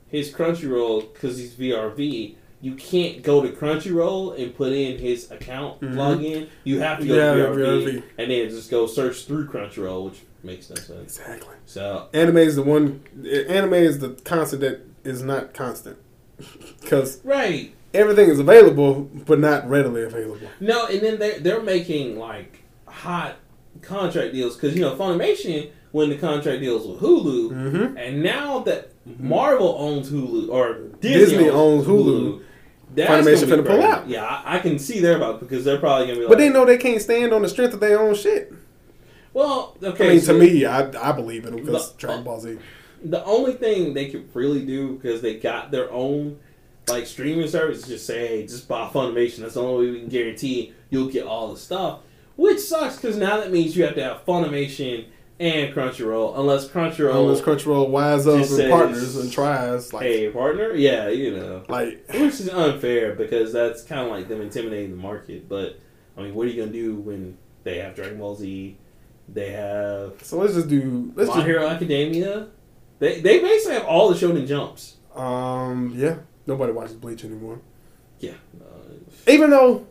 Speaker 1: his Crunchyroll, because he's VRV, you can't go to Crunchyroll and put in his account
Speaker 2: Mhm.
Speaker 1: login. You have to go
Speaker 2: Yeah,
Speaker 1: to VRV,
Speaker 2: VRV.
Speaker 1: and then just go search through Crunchyroll, which makes no sense.
Speaker 2: exactly.
Speaker 1: So,
Speaker 2: Anime is the one. eh, Anime is the constant that is not constant (laughs) because
Speaker 1: right.
Speaker 2: everything is available, but not readily available.
Speaker 1: No, and then they're, they're making, like, hot contract deals, because, you know, Funimation, when the contract deals with Hulu,
Speaker 2: Mm-hmm.
Speaker 1: And now that Marvel owns Hulu or Disney,
Speaker 2: Disney owns Hulu,
Speaker 1: that's
Speaker 2: Funimation
Speaker 1: gonna be
Speaker 2: finna pull
Speaker 1: great.
Speaker 2: out.
Speaker 1: Yeah, I, I can see their about because they're probably gonna be like,
Speaker 2: But they know they can't stand on the strength of their own shit.
Speaker 1: well, okay.
Speaker 2: I mean,
Speaker 1: so uh,
Speaker 2: to me, I, I believe in them because
Speaker 1: The-
Speaker 2: Dragon Ball Z.
Speaker 1: the only thing they could really do because they got their own like streaming service is just say, hey, just buy Funimation. That's the only way we can guarantee you'll get all the stuff, which sucks because now that means you have to have Funimation and Crunchyroll, unless Crunchyroll,
Speaker 2: Unless Crunchyroll wise up
Speaker 1: Just
Speaker 2: and
Speaker 1: says,
Speaker 2: partners and tries, like,
Speaker 1: hey partner, yeah, you know.
Speaker 2: like
Speaker 1: Which is unfair because that's kind of like them intimidating the market. But I mean, what are you gonna do when they have Dragon Ball Z? They have
Speaker 2: so. Let's just do. Let's
Speaker 1: My
Speaker 2: just
Speaker 1: Hero Academia. They they basically have all the Shonen Jumps.
Speaker 2: um yeah. Nobody watches Bleach anymore.
Speaker 1: Yeah, uh,
Speaker 2: Even though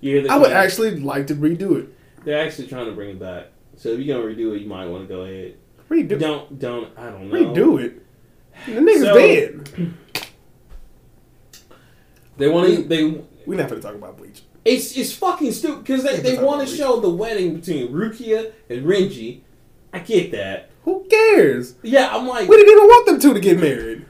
Speaker 1: you hear the
Speaker 2: I would
Speaker 1: claim.
Speaker 2: actually like to redo it.
Speaker 1: They're actually trying to bring it back. So if you're gonna redo it, you might want to go ahead.
Speaker 2: Redo.
Speaker 1: Don't don't I don't know.
Speaker 2: Redo it. The nigga's
Speaker 1: So-
Speaker 2: dead.
Speaker 1: They want to they.
Speaker 2: We're not gonna talk about Bleach.
Speaker 1: It's it's fucking stupid because they, they want to show the wedding between Rukia and Renji. I get that.
Speaker 2: Who cares?
Speaker 1: Yeah, I'm like
Speaker 2: We didn't even want them two to get married.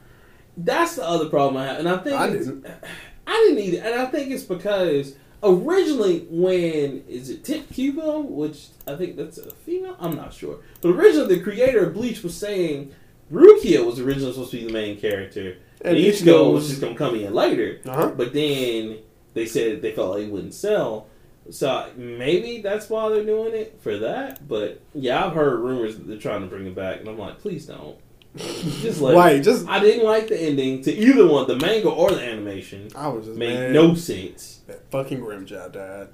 Speaker 1: That's the other problem I have, and I think
Speaker 2: I
Speaker 1: it's-
Speaker 2: didn't.
Speaker 1: (sighs) I didn't either, and I think it's because originally when is it Tip Cubo, which I think that's a female, I'm not sure, but originally the creator of Bleach was saying Rukia was originally supposed to be the main character, and, Ichigo was Uh-huh. just gonna come in later,
Speaker 2: Uh huh.
Speaker 1: but then they said they felt like it wouldn't sell. So maybe that's why they're doing it for that, but yeah, I've heard rumors that they're trying to bring it back, and I'm like, please don't. (laughs) Just let
Speaker 2: Like just
Speaker 1: I didn't like the ending to either one, the manga or the animation.
Speaker 2: I was just
Speaker 1: Made
Speaker 2: mad.
Speaker 1: no sense.
Speaker 2: That fucking Grimjaw died.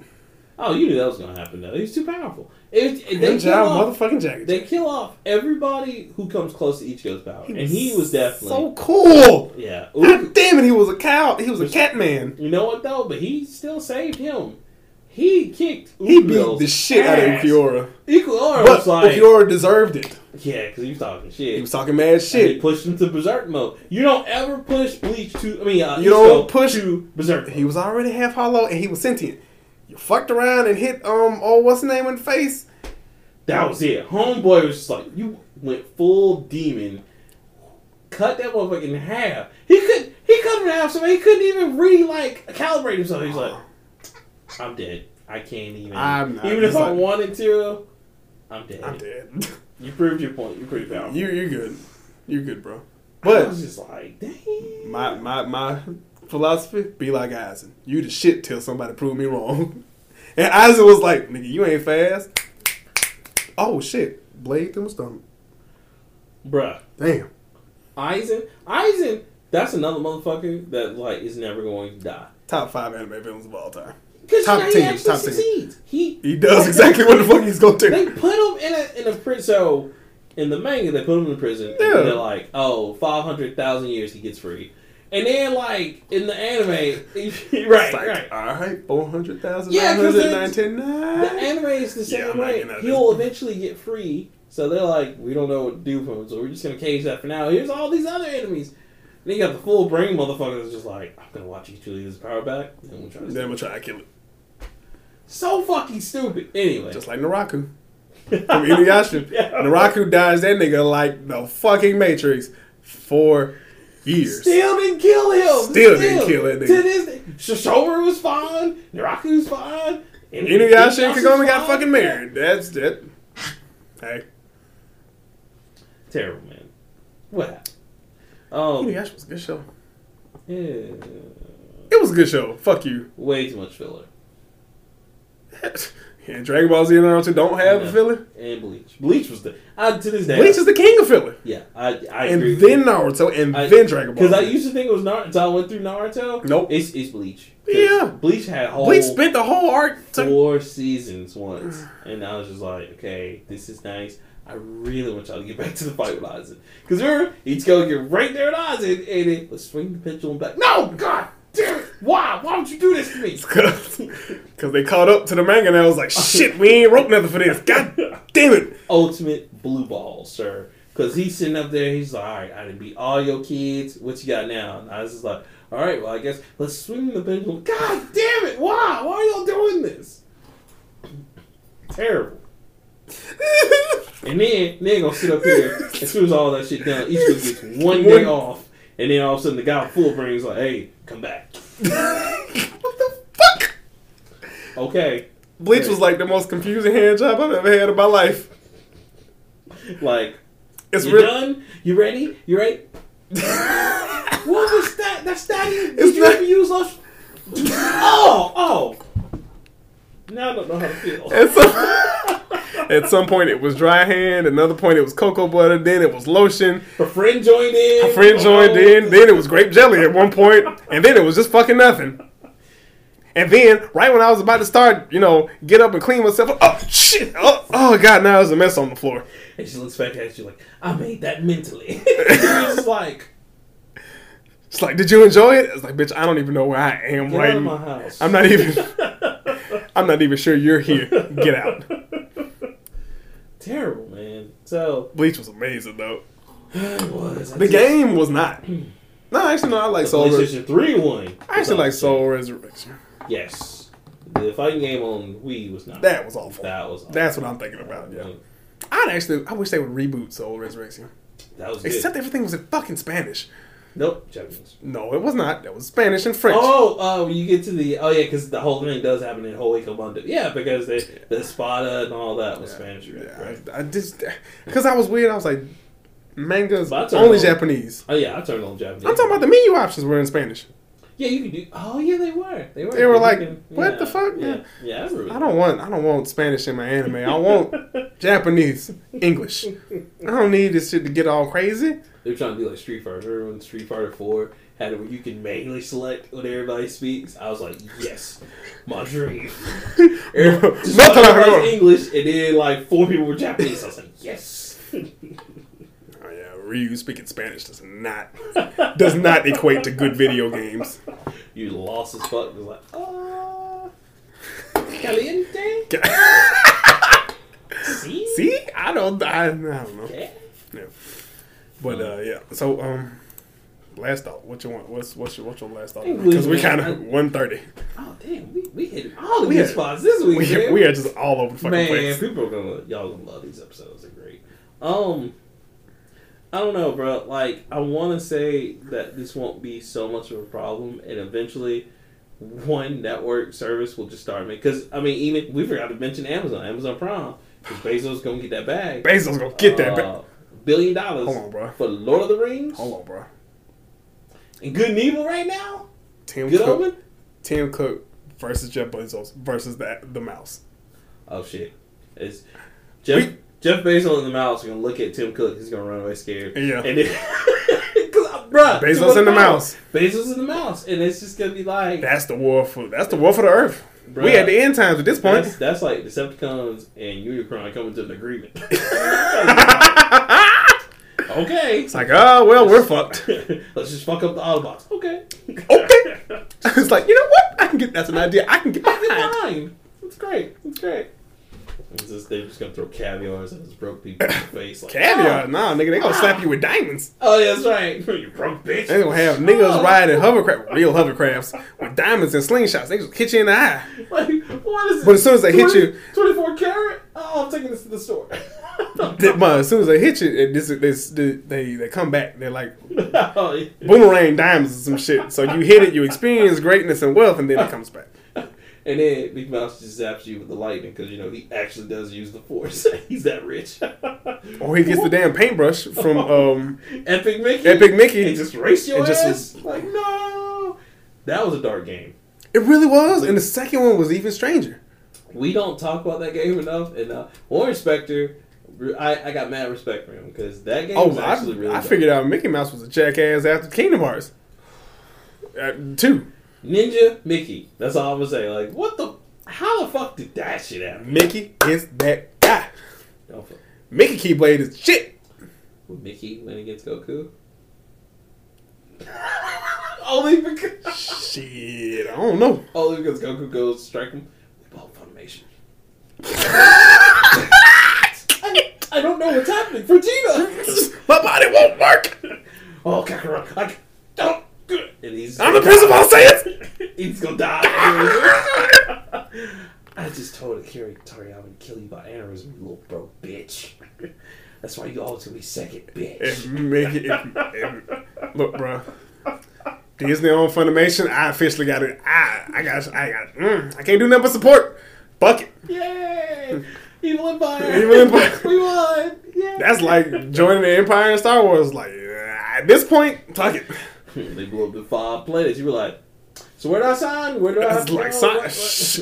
Speaker 1: Oh, you knew that was gonna happen though. He's too powerful. It, it- they, kill
Speaker 2: Grimjaw
Speaker 1: off,
Speaker 2: motherfucking jacket.
Speaker 1: they kill off everybody who comes close to Ichigo's power, and he was definitely
Speaker 2: so cool.
Speaker 1: yeah.
Speaker 2: God
Speaker 1: Uk-
Speaker 2: damn it, he was a cow. He was a cat man.
Speaker 1: you know what though? But he still saved him. He kicked.
Speaker 2: He beat
Speaker 1: Ukiyo's
Speaker 2: the shit out of
Speaker 1: ass.
Speaker 2: Ukiora.
Speaker 1: Ukiyo
Speaker 2: But
Speaker 1: was like,
Speaker 2: Ukiora deserved it.
Speaker 1: yeah, because he was talking shit.
Speaker 2: He was talking mad
Speaker 1: and he
Speaker 2: shit.
Speaker 1: pushed him to berserk mode. You don't ever push Bleach to. I mean, uh,
Speaker 2: You don't
Speaker 1: Ichigo
Speaker 2: push-
Speaker 1: to berserk.
Speaker 2: He was already half hollow and he was sentient. You fucked around and hit um oh what's the name in the face?
Speaker 1: That was it. Homeboy was just like, you went full demon. Cut that motherfucker in half. He could he cut it in half so he couldn't even re like calibrate himself. He's like, I'm dead. I can't even.
Speaker 2: I'm not-
Speaker 1: even if
Speaker 2: he's
Speaker 1: I
Speaker 2: like-
Speaker 1: wanted to, I'm dead.
Speaker 2: I'm dead.
Speaker 1: You proved your point. You're pretty powerful.
Speaker 2: (laughs) you you're good. You're good, bro.
Speaker 1: I was
Speaker 2: But
Speaker 1: just like, dang.
Speaker 2: my my my philosophy, be like Eisen. You the shit till somebody prove me wrong. (laughs) And Eisen was like, nigga, you ain't fast. Oh shit. Blade through my stomach.
Speaker 1: Bruh.
Speaker 2: Damn.
Speaker 1: Eisen. Eisen, that's another motherfucker that like is never going to die.
Speaker 2: Top five anime villains of all time.
Speaker 1: Because
Speaker 2: Top
Speaker 1: he
Speaker 2: ten,
Speaker 1: actually
Speaker 2: top ten.
Speaker 1: succeeds. He
Speaker 2: He does exactly what the fuck he's gonna do.
Speaker 1: They put him in a in a prison. So in the manga, they put him in prison.
Speaker 2: Yeah.
Speaker 1: And they're like, oh, 500,000 years, he gets free. And then, like in the anime, (laughs) right,
Speaker 2: It's like,
Speaker 1: right.
Speaker 2: All right, four hundred thousand
Speaker 1: Yeah,
Speaker 2: nine
Speaker 1: 'cause
Speaker 2: hundred
Speaker 1: it's-
Speaker 2: nineteen nine.
Speaker 1: The anime is the
Speaker 2: Yeah,
Speaker 1: same
Speaker 2: I'm not
Speaker 1: way.
Speaker 2: getting out of
Speaker 1: He'll eventually get free. So they're like, we don't know what to do for him, so we're just gonna cage that for now. Here's all these other enemies. And you got the full brain motherfucker that's just like, I'm gonna watch each of these power back, and we'll try to.
Speaker 2: Then I'm gonna try to kill it,
Speaker 1: So fucking stupid. Anyway,
Speaker 2: just
Speaker 1: (laughs)
Speaker 2: like Naraku from Inuyasha.
Speaker 1: Yeah.
Speaker 2: Naraku dodged that nigga like the fucking Matrix for years.
Speaker 1: Still didn't kill him.
Speaker 2: Still didn't kill that nigga.
Speaker 1: To this day, Shishomaru was fine. Naraku was fine. and
Speaker 2: Inuyasha and
Speaker 1: Inuyasha's
Speaker 2: Kagome
Speaker 1: fine.
Speaker 2: got fucking married. That's it. Hey,
Speaker 1: Terrible man. What happened? Um,
Speaker 2: Inuyasha was a good show.
Speaker 1: yeah,
Speaker 2: It was a good show. Fuck you. (laughs)
Speaker 1: way too much filler.
Speaker 2: Yeah, Dragon Ball Z and Naruto don't have
Speaker 1: Yeah.
Speaker 2: a filler.
Speaker 1: and Bleach. Bleach was the I, to this day.
Speaker 2: Bleach is the king of filler.
Speaker 1: yeah, I I
Speaker 2: and
Speaker 1: agree.
Speaker 2: then Naruto, and
Speaker 1: I-
Speaker 2: then Dragon Ball.
Speaker 1: because I
Speaker 2: Z.
Speaker 1: used to think it was Naruto. until I went through Naruto.
Speaker 2: Nope.
Speaker 1: it's it's Bleach. 'Cause
Speaker 2: Yeah.
Speaker 1: Bleach had whole
Speaker 2: Bleach spent the whole arc. To,
Speaker 1: four seasons once, and I was just like, okay, this is nice. I really want y'all to get back to the fight with Aizen. Because remember, he's going to get right there at Aizen, and it was swing the pendulum back. No, God damn it. Why? Why don't you do this to me?
Speaker 2: (laughs) Because they caught up to the manga and I
Speaker 1: (laughs)
Speaker 2: was like, shit, we ain't wrote nothing for this. God damn it. (laughs)
Speaker 1: Ultimate blue ball, sir. Because he's sitting up there, he's like, all right, I didn't beat all your kids. What you got now? And Aizen's like, all right, well, I guess let's swing the pendulum. God damn it. Why? Why are y'all doing this? (clears throat) Terrible. And then they're gonna sit up here as soon as all that shit done, each of them gets one day
Speaker 2: One-
Speaker 1: off, and then all of a sudden the guy with full brain's like, "Hey, come back."
Speaker 2: what the fuck?
Speaker 1: Okay,
Speaker 2: Bleach was like the most confusing hand job I've ever had in my life.
Speaker 1: like
Speaker 2: It's
Speaker 1: you
Speaker 2: real.
Speaker 1: done? You ready? You ready?
Speaker 2: (laughs) it's
Speaker 1: What was that? That's that. Did
Speaker 2: It's
Speaker 1: you
Speaker 2: not-
Speaker 1: ever use us? Oh, oh. Now I don't know how to feel.
Speaker 2: At some, at some point it was dry hand, another point it was cocoa butter, then it was lotion,
Speaker 1: Her friend joined in. Oh,
Speaker 2: a friend joined in, then it was grape jelly at one point, and then it was just fucking nothing. And then, right when I was about to start, you know, get up and clean myself up, oh shit, oh, oh god, now there's a mess on the floor.
Speaker 1: and she looks back at you like, "I made that mentally." (laughs) It's like,
Speaker 2: It's like, did you enjoy it? It's like, bitch, I don't even know where I am
Speaker 1: get
Speaker 2: right
Speaker 1: out of my
Speaker 2: now.
Speaker 1: house.
Speaker 2: I'm not even, I'm not even sure you're here. Get out.
Speaker 1: (laughs) Terrible, man. So
Speaker 2: Bleach was amazing though.
Speaker 1: it was. I
Speaker 2: The
Speaker 1: just-
Speaker 2: game was not. No, actually, no. I like Soul. Res-
Speaker 1: PlayStation 3 one.
Speaker 2: I actually like Soul Resurrection.
Speaker 1: Yes. The fighting game on Wii was not.
Speaker 2: That was awful.
Speaker 1: That was Um, awful.
Speaker 2: That's what I'm thinking about. Yeah, I'd actually. I wish they would reboot Soul Resurrection.
Speaker 1: That was good.
Speaker 2: Except everything was in fucking Spanish.
Speaker 1: nope, Japanese.
Speaker 2: No, it was not. That was Spanish and French.
Speaker 1: Oh, oh, when you get to the oh yeah, because the whole thing does happen in Holy Commando. Yeah, because they, the Espada and all that was Spanish, right?
Speaker 2: Yeah,
Speaker 1: right?
Speaker 2: I, I just because I was weird. I was like, manga's
Speaker 1: But I turned
Speaker 2: only
Speaker 1: on-
Speaker 2: Japanese.
Speaker 1: Oh yeah, I turned on Japanese.
Speaker 2: I'm talking about the menu options were in Spanish.
Speaker 1: Yeah, you can do. Oh yeah, they were. They were.
Speaker 2: They were like,
Speaker 1: can-
Speaker 2: what
Speaker 1: yeah,
Speaker 2: the fuck,
Speaker 1: Yeah,
Speaker 2: man?
Speaker 1: yeah. I, remember
Speaker 2: I don't want. I don't want Spanish in my anime. I
Speaker 1: (laughs)
Speaker 2: want Japanese, English. I don't need this shit to get
Speaker 1: (laughs)
Speaker 2: all crazy.
Speaker 1: They're trying to do like Street Fighter. Remember when Street Fighter Four had it where you can manually select what everybody speaks? I was like, yes, (laughs) my dream.
Speaker 2: (laughs)
Speaker 1: Everybody- (laughs) just
Speaker 2: Not that I
Speaker 1: everybody's
Speaker 2: know.
Speaker 1: English, and then like four people were Japanese. I was like,
Speaker 2: (laughs)
Speaker 1: yes.
Speaker 2: Oh yeah, Ryu speaking Spanish does not does not equate to good
Speaker 1: (laughs)
Speaker 2: video games.
Speaker 1: you lost as fuck. It was like, oh, (laughs) caliente. See,
Speaker 2: See, I don't, I, I don't know.
Speaker 1: Yeah.
Speaker 2: Yeah. But uh, yeah, so um, last thought. What you want? What's what's your what's your last thought? Because we kind of one thirty.
Speaker 1: Oh damn, we, we hit all the
Speaker 2: Oh, We
Speaker 1: good
Speaker 2: are-
Speaker 1: spots this week.
Speaker 2: We
Speaker 1: man.
Speaker 2: we are just all over the fucking
Speaker 1: Man,
Speaker 2: place.
Speaker 1: people are gonna y'all gonna love these episodes. They're great. Um, I don't know, bro. Like, I want to say that this won't be so much of a problem, and eventually, one network service will just start making. Because I mean, even we forgot to mention Amazon, Amazon Prime, because Bezos gonna get that bag.
Speaker 2: Bezos gonna get that. ba-
Speaker 1: Uh, billion dollars.
Speaker 2: Hold on, bro.
Speaker 1: For Lord of the Rings
Speaker 2: Hold on, bro.
Speaker 1: and Good and Evil right now.
Speaker 2: Tim
Speaker 1: Good
Speaker 2: Cook.
Speaker 1: Omen.
Speaker 2: Tim Cook versus Jeff Bezos versus the the mouse.
Speaker 1: Oh shit! It's Jeff
Speaker 2: We-
Speaker 1: Jeff Bezos and the mouse are gonna look at Tim Cook. He's gonna run away scared.
Speaker 2: Yeah.
Speaker 1: And then, (laughs) cause, uh, bruh,
Speaker 2: Bezos
Speaker 1: what
Speaker 2: and the
Speaker 1: about-
Speaker 2: mouse.
Speaker 1: Bezos and the mouse, and it's just gonna be like
Speaker 2: That's the war for that's the war for the earth.
Speaker 1: Bruh.
Speaker 2: We at the end times at this point.
Speaker 1: that's, that's like Decepticons and Unicron coming to an agreement. (laughs) okay.
Speaker 2: (laughs) It's like, oh well, we're fucked. (laughs)
Speaker 1: (laughs) Let's just fuck up the Autobots. Okay. (laughs)
Speaker 2: Okay. it's like, you know what? I can get that's an idea. I can get behind.
Speaker 1: It's fine. It's great. It's great. It's just, they're just gonna throw caviars at his broke people in the face. Like,
Speaker 2: Caviar,
Speaker 1: "Ah."
Speaker 2: uh, nah, nigga, they gonna slap you with diamonds.
Speaker 1: Oh, yeah, that's right. (laughs) you broke bitch.
Speaker 2: They gonna have
Speaker 1: Oh.
Speaker 2: niggas riding hovercraft, real hovercrafts, with diamonds and slingshots. They just hit you in the eye.
Speaker 1: (laughs) Like, what is it?
Speaker 2: But as soon as they hit you-
Speaker 1: 24 carat? Oh, I'm taking this to the store. (laughs) Oh,
Speaker 2: They- but as soon as they hit you, it, this, this, they they come back. They're like
Speaker 1: Oh, yeah.
Speaker 2: boomerang diamonds or some shit. So you hit it, you experience greatness and wealth, and then it comes back.
Speaker 1: And then Big Mouse just zaps you with the lightning because, you know, he actually does use the force. (laughs) He's that rich.
Speaker 2: Or he gets the damn paintbrush from um,
Speaker 1: Epic Mickey.
Speaker 2: Epic Mickey.
Speaker 1: And just race your
Speaker 2: It just
Speaker 1: ass. Like, no. That was a dark game.
Speaker 2: It really was, and the second one was even stranger.
Speaker 1: we don't talk about that game enough. And uh, War Inspector, I, I got mad respect for him because that game was
Speaker 2: Oh, I,
Speaker 1: actually really.
Speaker 2: I
Speaker 1: dope.
Speaker 2: figured out Mickey Mouse was a jackass after Kingdom Hearts. Uh, two.
Speaker 1: Ninja Mickey. That's all I'm gonna say. Like, what the? How the fuck did that shit happen?
Speaker 2: Mickey is that guy.
Speaker 1: Don't fuck.
Speaker 2: Mickey Keyblade is shit.
Speaker 1: Would Mickey win against Goku? (laughs) Only because
Speaker 2: Shit, I don't know. (laughs)
Speaker 1: only because Goku goes strike him. They both Funimation. I, I don't know what's happening.
Speaker 2: (laughs)
Speaker 1: Vegeta.
Speaker 2: My body won't work. (laughs)
Speaker 1: Oh, Kakarot. I don't. And he's
Speaker 2: I'm the prince of all Saiyans.
Speaker 1: (laughs) He's gonna die. (laughs) I just told Akira Toriyama to kill you by aneurysm, you little bro bitch. (laughs) That's why you always gonna be second,
Speaker 2: If
Speaker 1: bitch.
Speaker 2: Mickey, if, if, look, bro. Disney on Funimation. I officially got it. I, I got, I got. Mm, I can't do nothing but support. Fuck it. (laughs)
Speaker 1: Yay! He won by
Speaker 2: He won (laughs) by-
Speaker 1: We won! Yeah.
Speaker 2: That's like joining the Empire in Star Wars. Like yeah, at this point, fuck it.
Speaker 1: they blew up the five planets. You were like, so where do I sign? Where do I
Speaker 2: It's like,
Speaker 1: no,
Speaker 2: son,
Speaker 1: what- (laughs) what-
Speaker 2: shh,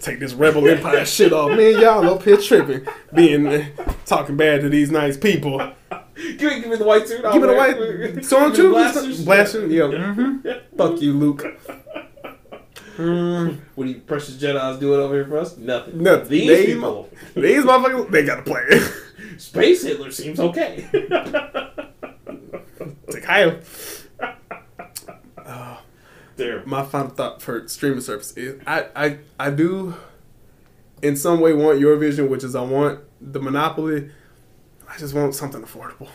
Speaker 2: take this Rebel Empire shit off. Man, y'all up here tripping, being uh, talking bad to these nice people.
Speaker 1: Give, me, give me the white suit. I'll
Speaker 2: Give it
Speaker 1: wear
Speaker 2: away. So on
Speaker 1: Give me the
Speaker 2: you,
Speaker 1: blasters.
Speaker 2: blasters, blasters. Yeah,
Speaker 1: Mm-hmm.
Speaker 2: mhm. fuck you, (laughs) Luke. Mm,
Speaker 1: What do you precious Jedi's doing over here for us? Nothing.
Speaker 2: Nothing.
Speaker 1: These
Speaker 2: They-
Speaker 1: people.
Speaker 2: these motherfuckers, they gotta play. (laughs)
Speaker 1: Space Hitler seems okay. (laughs)
Speaker 2: Take Kyle.
Speaker 1: They're
Speaker 2: My final thought for streaming service is I, I I do in some way want your vision, which is I want the monopoly. I just want something affordable.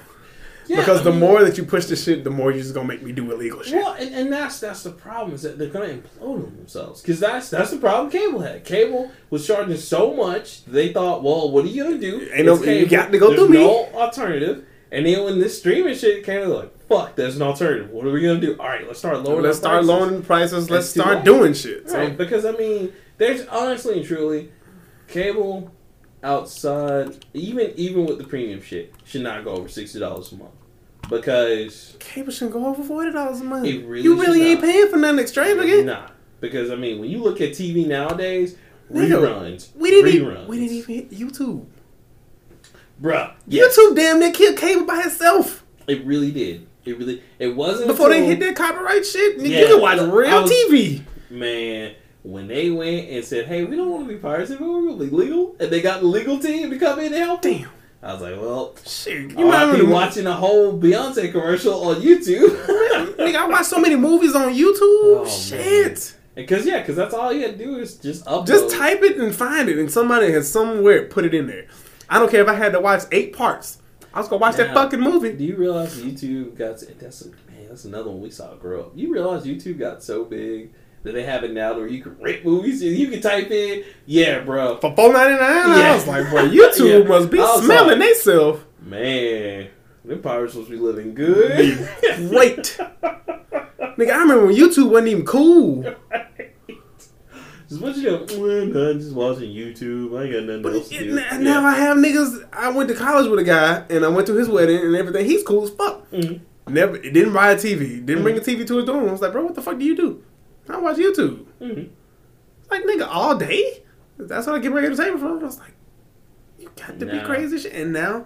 Speaker 1: Yeah,
Speaker 2: because
Speaker 1: I
Speaker 2: the
Speaker 1: mean-
Speaker 2: more that you push this shit, the more you're just gonna make me do illegal shit.
Speaker 1: Well, and, and that's that's the problem is that they're gonna implode on themselves because that's that's the problem Cable had. Cable was charging so much they thought, well, what are you gonna do?
Speaker 2: Ain't no-
Speaker 1: It's
Speaker 2: you
Speaker 1: cable.
Speaker 2: got to go
Speaker 1: There's
Speaker 2: through me.
Speaker 1: No alternative. And then when this streaming shit came, they're like, fuck, there's an alternative. What are we gonna do? All right, let's start lowering.
Speaker 2: let's
Speaker 1: our
Speaker 2: start
Speaker 1: prices.
Speaker 2: lowering prices. Let's
Speaker 1: too
Speaker 2: start
Speaker 1: late.
Speaker 2: doing shit. So,
Speaker 1: Right, because I mean, there's honestly and truly, cable outside even even with the premium shit should not go over sixty dollars a month because.
Speaker 2: cable shouldn't go over forty dollars a month.
Speaker 1: It really
Speaker 2: you really
Speaker 1: should
Speaker 2: ain't
Speaker 1: not.
Speaker 2: paying for nothing extravagant.
Speaker 1: Nah, because I mean, when you look at TV nowadays,
Speaker 2: Nigga,
Speaker 1: reruns,
Speaker 2: We didn't.
Speaker 1: reruns,
Speaker 2: Even, we didn't even hit YouTube.
Speaker 1: bruh. Yes,
Speaker 2: YouTube damn near killed cable by itself
Speaker 1: it really did. It really, it wasn't
Speaker 2: before they
Speaker 1: until-
Speaker 2: hit that copyright shit. nigga,
Speaker 1: Yeah,
Speaker 2: you can watch
Speaker 1: I
Speaker 2: real
Speaker 1: was-
Speaker 2: TV.
Speaker 1: Man, when they went and said, "Hey, we don't want to be pirates if we're really legal," and they got the legal team to come in and help.
Speaker 2: Damn.
Speaker 1: I was like, "Well,
Speaker 2: Shit, you
Speaker 1: you might
Speaker 2: might
Speaker 1: Oh, be
Speaker 2: have
Speaker 1: watching a whole Beyonce commercial on YouTube."
Speaker 2: (laughs)
Speaker 1: (laughs)
Speaker 2: Nigga, I watch so many movies on YouTube.
Speaker 1: Oh, man.
Speaker 2: shit.
Speaker 1: Because yeah, because that's all you had to do is just upload.
Speaker 2: Just type it and find it, and somebody has somewhere put it in there. I don't care if I had to watch eight parts. I was gonna watch that
Speaker 1: Now-
Speaker 2: fucking movie.
Speaker 1: Do you realize YouTube got that's a, man? That's another one we saw grow up. You realize YouTube got so big that they have it now to where you can rent movies and you can type in, yeah, bro,
Speaker 2: For four ninety nine,
Speaker 1: Yeah.
Speaker 2: I was like, "Boy, YouTube
Speaker 1: Yeah.
Speaker 2: must be
Speaker 1: I was
Speaker 2: smelling
Speaker 1: like-
Speaker 2: theyself."
Speaker 1: man, them pirates supposed to be living good.
Speaker 2: Great, nigga. I remember when YouTube wasn't even cool.
Speaker 1: (laughs) just what you doing? Well, I'm just watching YouTube. I ain't got nothing
Speaker 2: But
Speaker 1: else to
Speaker 2: it-
Speaker 1: do.
Speaker 2: now now I have niggas. I went to college with a guy, and I went to his wedding and everything. He's cool as fuck.
Speaker 1: Mhm.
Speaker 2: Never, it didn't buy a TV. Didn't bring a TV to his dorm. I was like, "Bro, what the fuck do you do?" I watch YouTube.
Speaker 1: Mhm.
Speaker 2: Like, nigga, all day. That's what I get my entertainment from. I was like, "You got to be
Speaker 1: Nah.
Speaker 2: crazy." Shit. And now,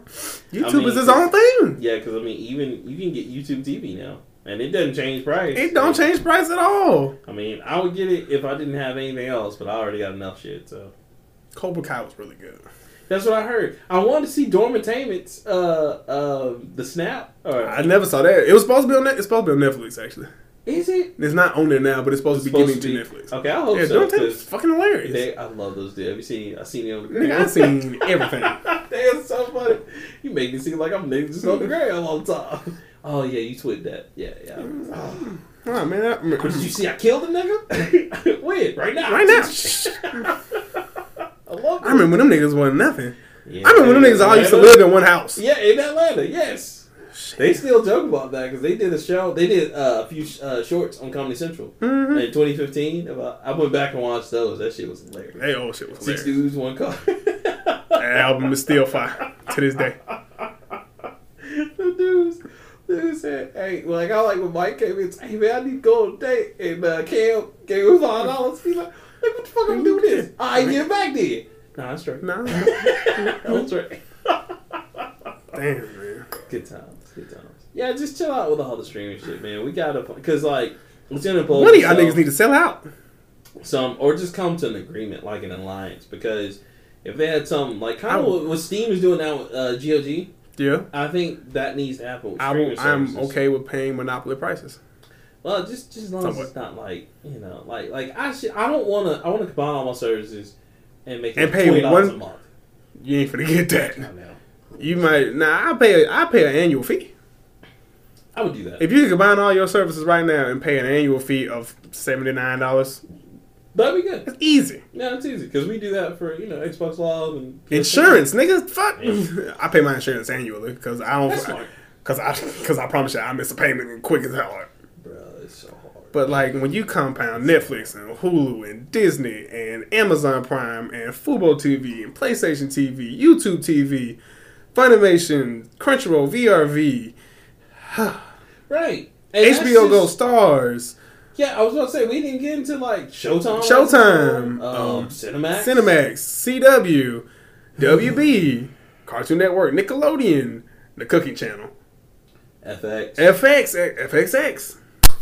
Speaker 2: YouTube
Speaker 1: mean,
Speaker 2: is its own thing.
Speaker 1: yeah, because I mean, even you can get YouTube TV now, and it doesn't change price.
Speaker 2: It don't change price at all.
Speaker 1: I mean, I would get it if I didn't have anything else, but I already got enough shit, so.
Speaker 2: Cobra Kai was really good.
Speaker 1: That's what I heard. I wanted to see Dormitainment's uh uh the snap. Or
Speaker 2: I never saw that. It was supposed to be on. Net, it's supposed to be on Netflix. Actually,
Speaker 1: is it
Speaker 2: it's not on there now, but it's supposed to be
Speaker 1: supposed
Speaker 2: getting to,
Speaker 1: be-
Speaker 2: Netflix.
Speaker 1: Okay, I hope
Speaker 2: yeah,
Speaker 1: so.
Speaker 2: don't take it's
Speaker 1: 'cause
Speaker 2: fucking hilarious.
Speaker 1: They, I love those dudes. Have you seen? I seen it on the
Speaker 2: Nigga,
Speaker 1: (laughs)
Speaker 2: I seen everything.
Speaker 1: they are so funny. You make me seem like I'm niggas just on the ground all the time. Oh yeah, you tweet that. Yeah,
Speaker 2: (sighs)
Speaker 1: yeah. Oh,
Speaker 2: Oh man, I,
Speaker 1: did you see? I killed a nigga. (laughs) When? Right now.
Speaker 2: Right now. (laughs)
Speaker 1: I love.
Speaker 2: I remember when them niggas wasn't nothing.
Speaker 1: Yeah,
Speaker 2: I remember when them niggas all used to
Speaker 1: Atlanta.
Speaker 2: live in one house.
Speaker 1: Yeah, in Atlanta, yes. They still joke about that because they did a show. They did uh, a few uh, shorts on Comedy Central
Speaker 2: Mhm.
Speaker 1: in 2015. About I went back and watched those. That shit was hilarious.
Speaker 2: That old shit was
Speaker 1: Six
Speaker 2: hilarious.
Speaker 1: dudes, one car. (laughs)
Speaker 2: That album is still fire to this day.
Speaker 1: the dudes, dudes said, "Hey, like I like when Mike came in. Hey man, I need to go on a date." And uh, Cam gave him five dollars. He's like, "Like what the fuck I'm doing this? I ain't get back there. Nah, that's right. (laughs)
Speaker 2: Nah.
Speaker 1: That's right.
Speaker 2: Damn, man.
Speaker 1: Good times. Good times. Yeah, just chill out with all the streaming shit, man. We gotta, because like, it's gonna impose
Speaker 2: One of y'all
Speaker 1: itself-
Speaker 2: niggas need to sell out.
Speaker 1: some or just come to an agreement like an alliance because if they had some like kind of what, what steam is doing now with uh, gog
Speaker 2: Yeah.
Speaker 1: i think that needs to happen with
Speaker 2: I'm,
Speaker 1: streaming
Speaker 2: I'm
Speaker 1: services.
Speaker 2: okay with paying monopoly prices.
Speaker 1: well just just as long as it's not like you know like like i should i don't want to i want to combine all my services and make it
Speaker 2: And
Speaker 1: like
Speaker 2: pay
Speaker 1: $20 a
Speaker 2: one-
Speaker 1: month
Speaker 2: You ain't finna get
Speaker 1: I,
Speaker 2: that.
Speaker 1: know.
Speaker 2: You might nah. I pay. I pay an annual fee.
Speaker 1: I would do that
Speaker 2: If you could combine all your services right now and pay an annual fee of seventy nine dollars,
Speaker 1: that'd be good
Speaker 2: it's easy.
Speaker 1: yeah it's easy because we do that for you know xbox live and
Speaker 2: Insurance, nigga. Fuck.
Speaker 1: Yeah.
Speaker 2: I pay my insurance annually because I
Speaker 1: that's smart
Speaker 2: (laughs) don't. Because I because I promise you I miss a payment and quick as hell.
Speaker 1: bro it's so hard
Speaker 2: But like when you compound Netflix and Hulu and Disney and Amazon Prime and Fubo TV and PlayStation TV, YouTube TV, Funimation, Crunchyroll, VRV,
Speaker 1: right And that's
Speaker 2: HBO Go
Speaker 1: just-
Speaker 2: Stars,
Speaker 1: Yeah, I was gonna say we didn't get into like Showtime,
Speaker 2: Showtime,
Speaker 1: um,
Speaker 2: um,
Speaker 1: Cinemax,
Speaker 2: Cinemax, CW, (laughs) WB, Cartoon Network, Nickelodeon, The Cooking Channel,
Speaker 1: FX.
Speaker 2: FX, FXX.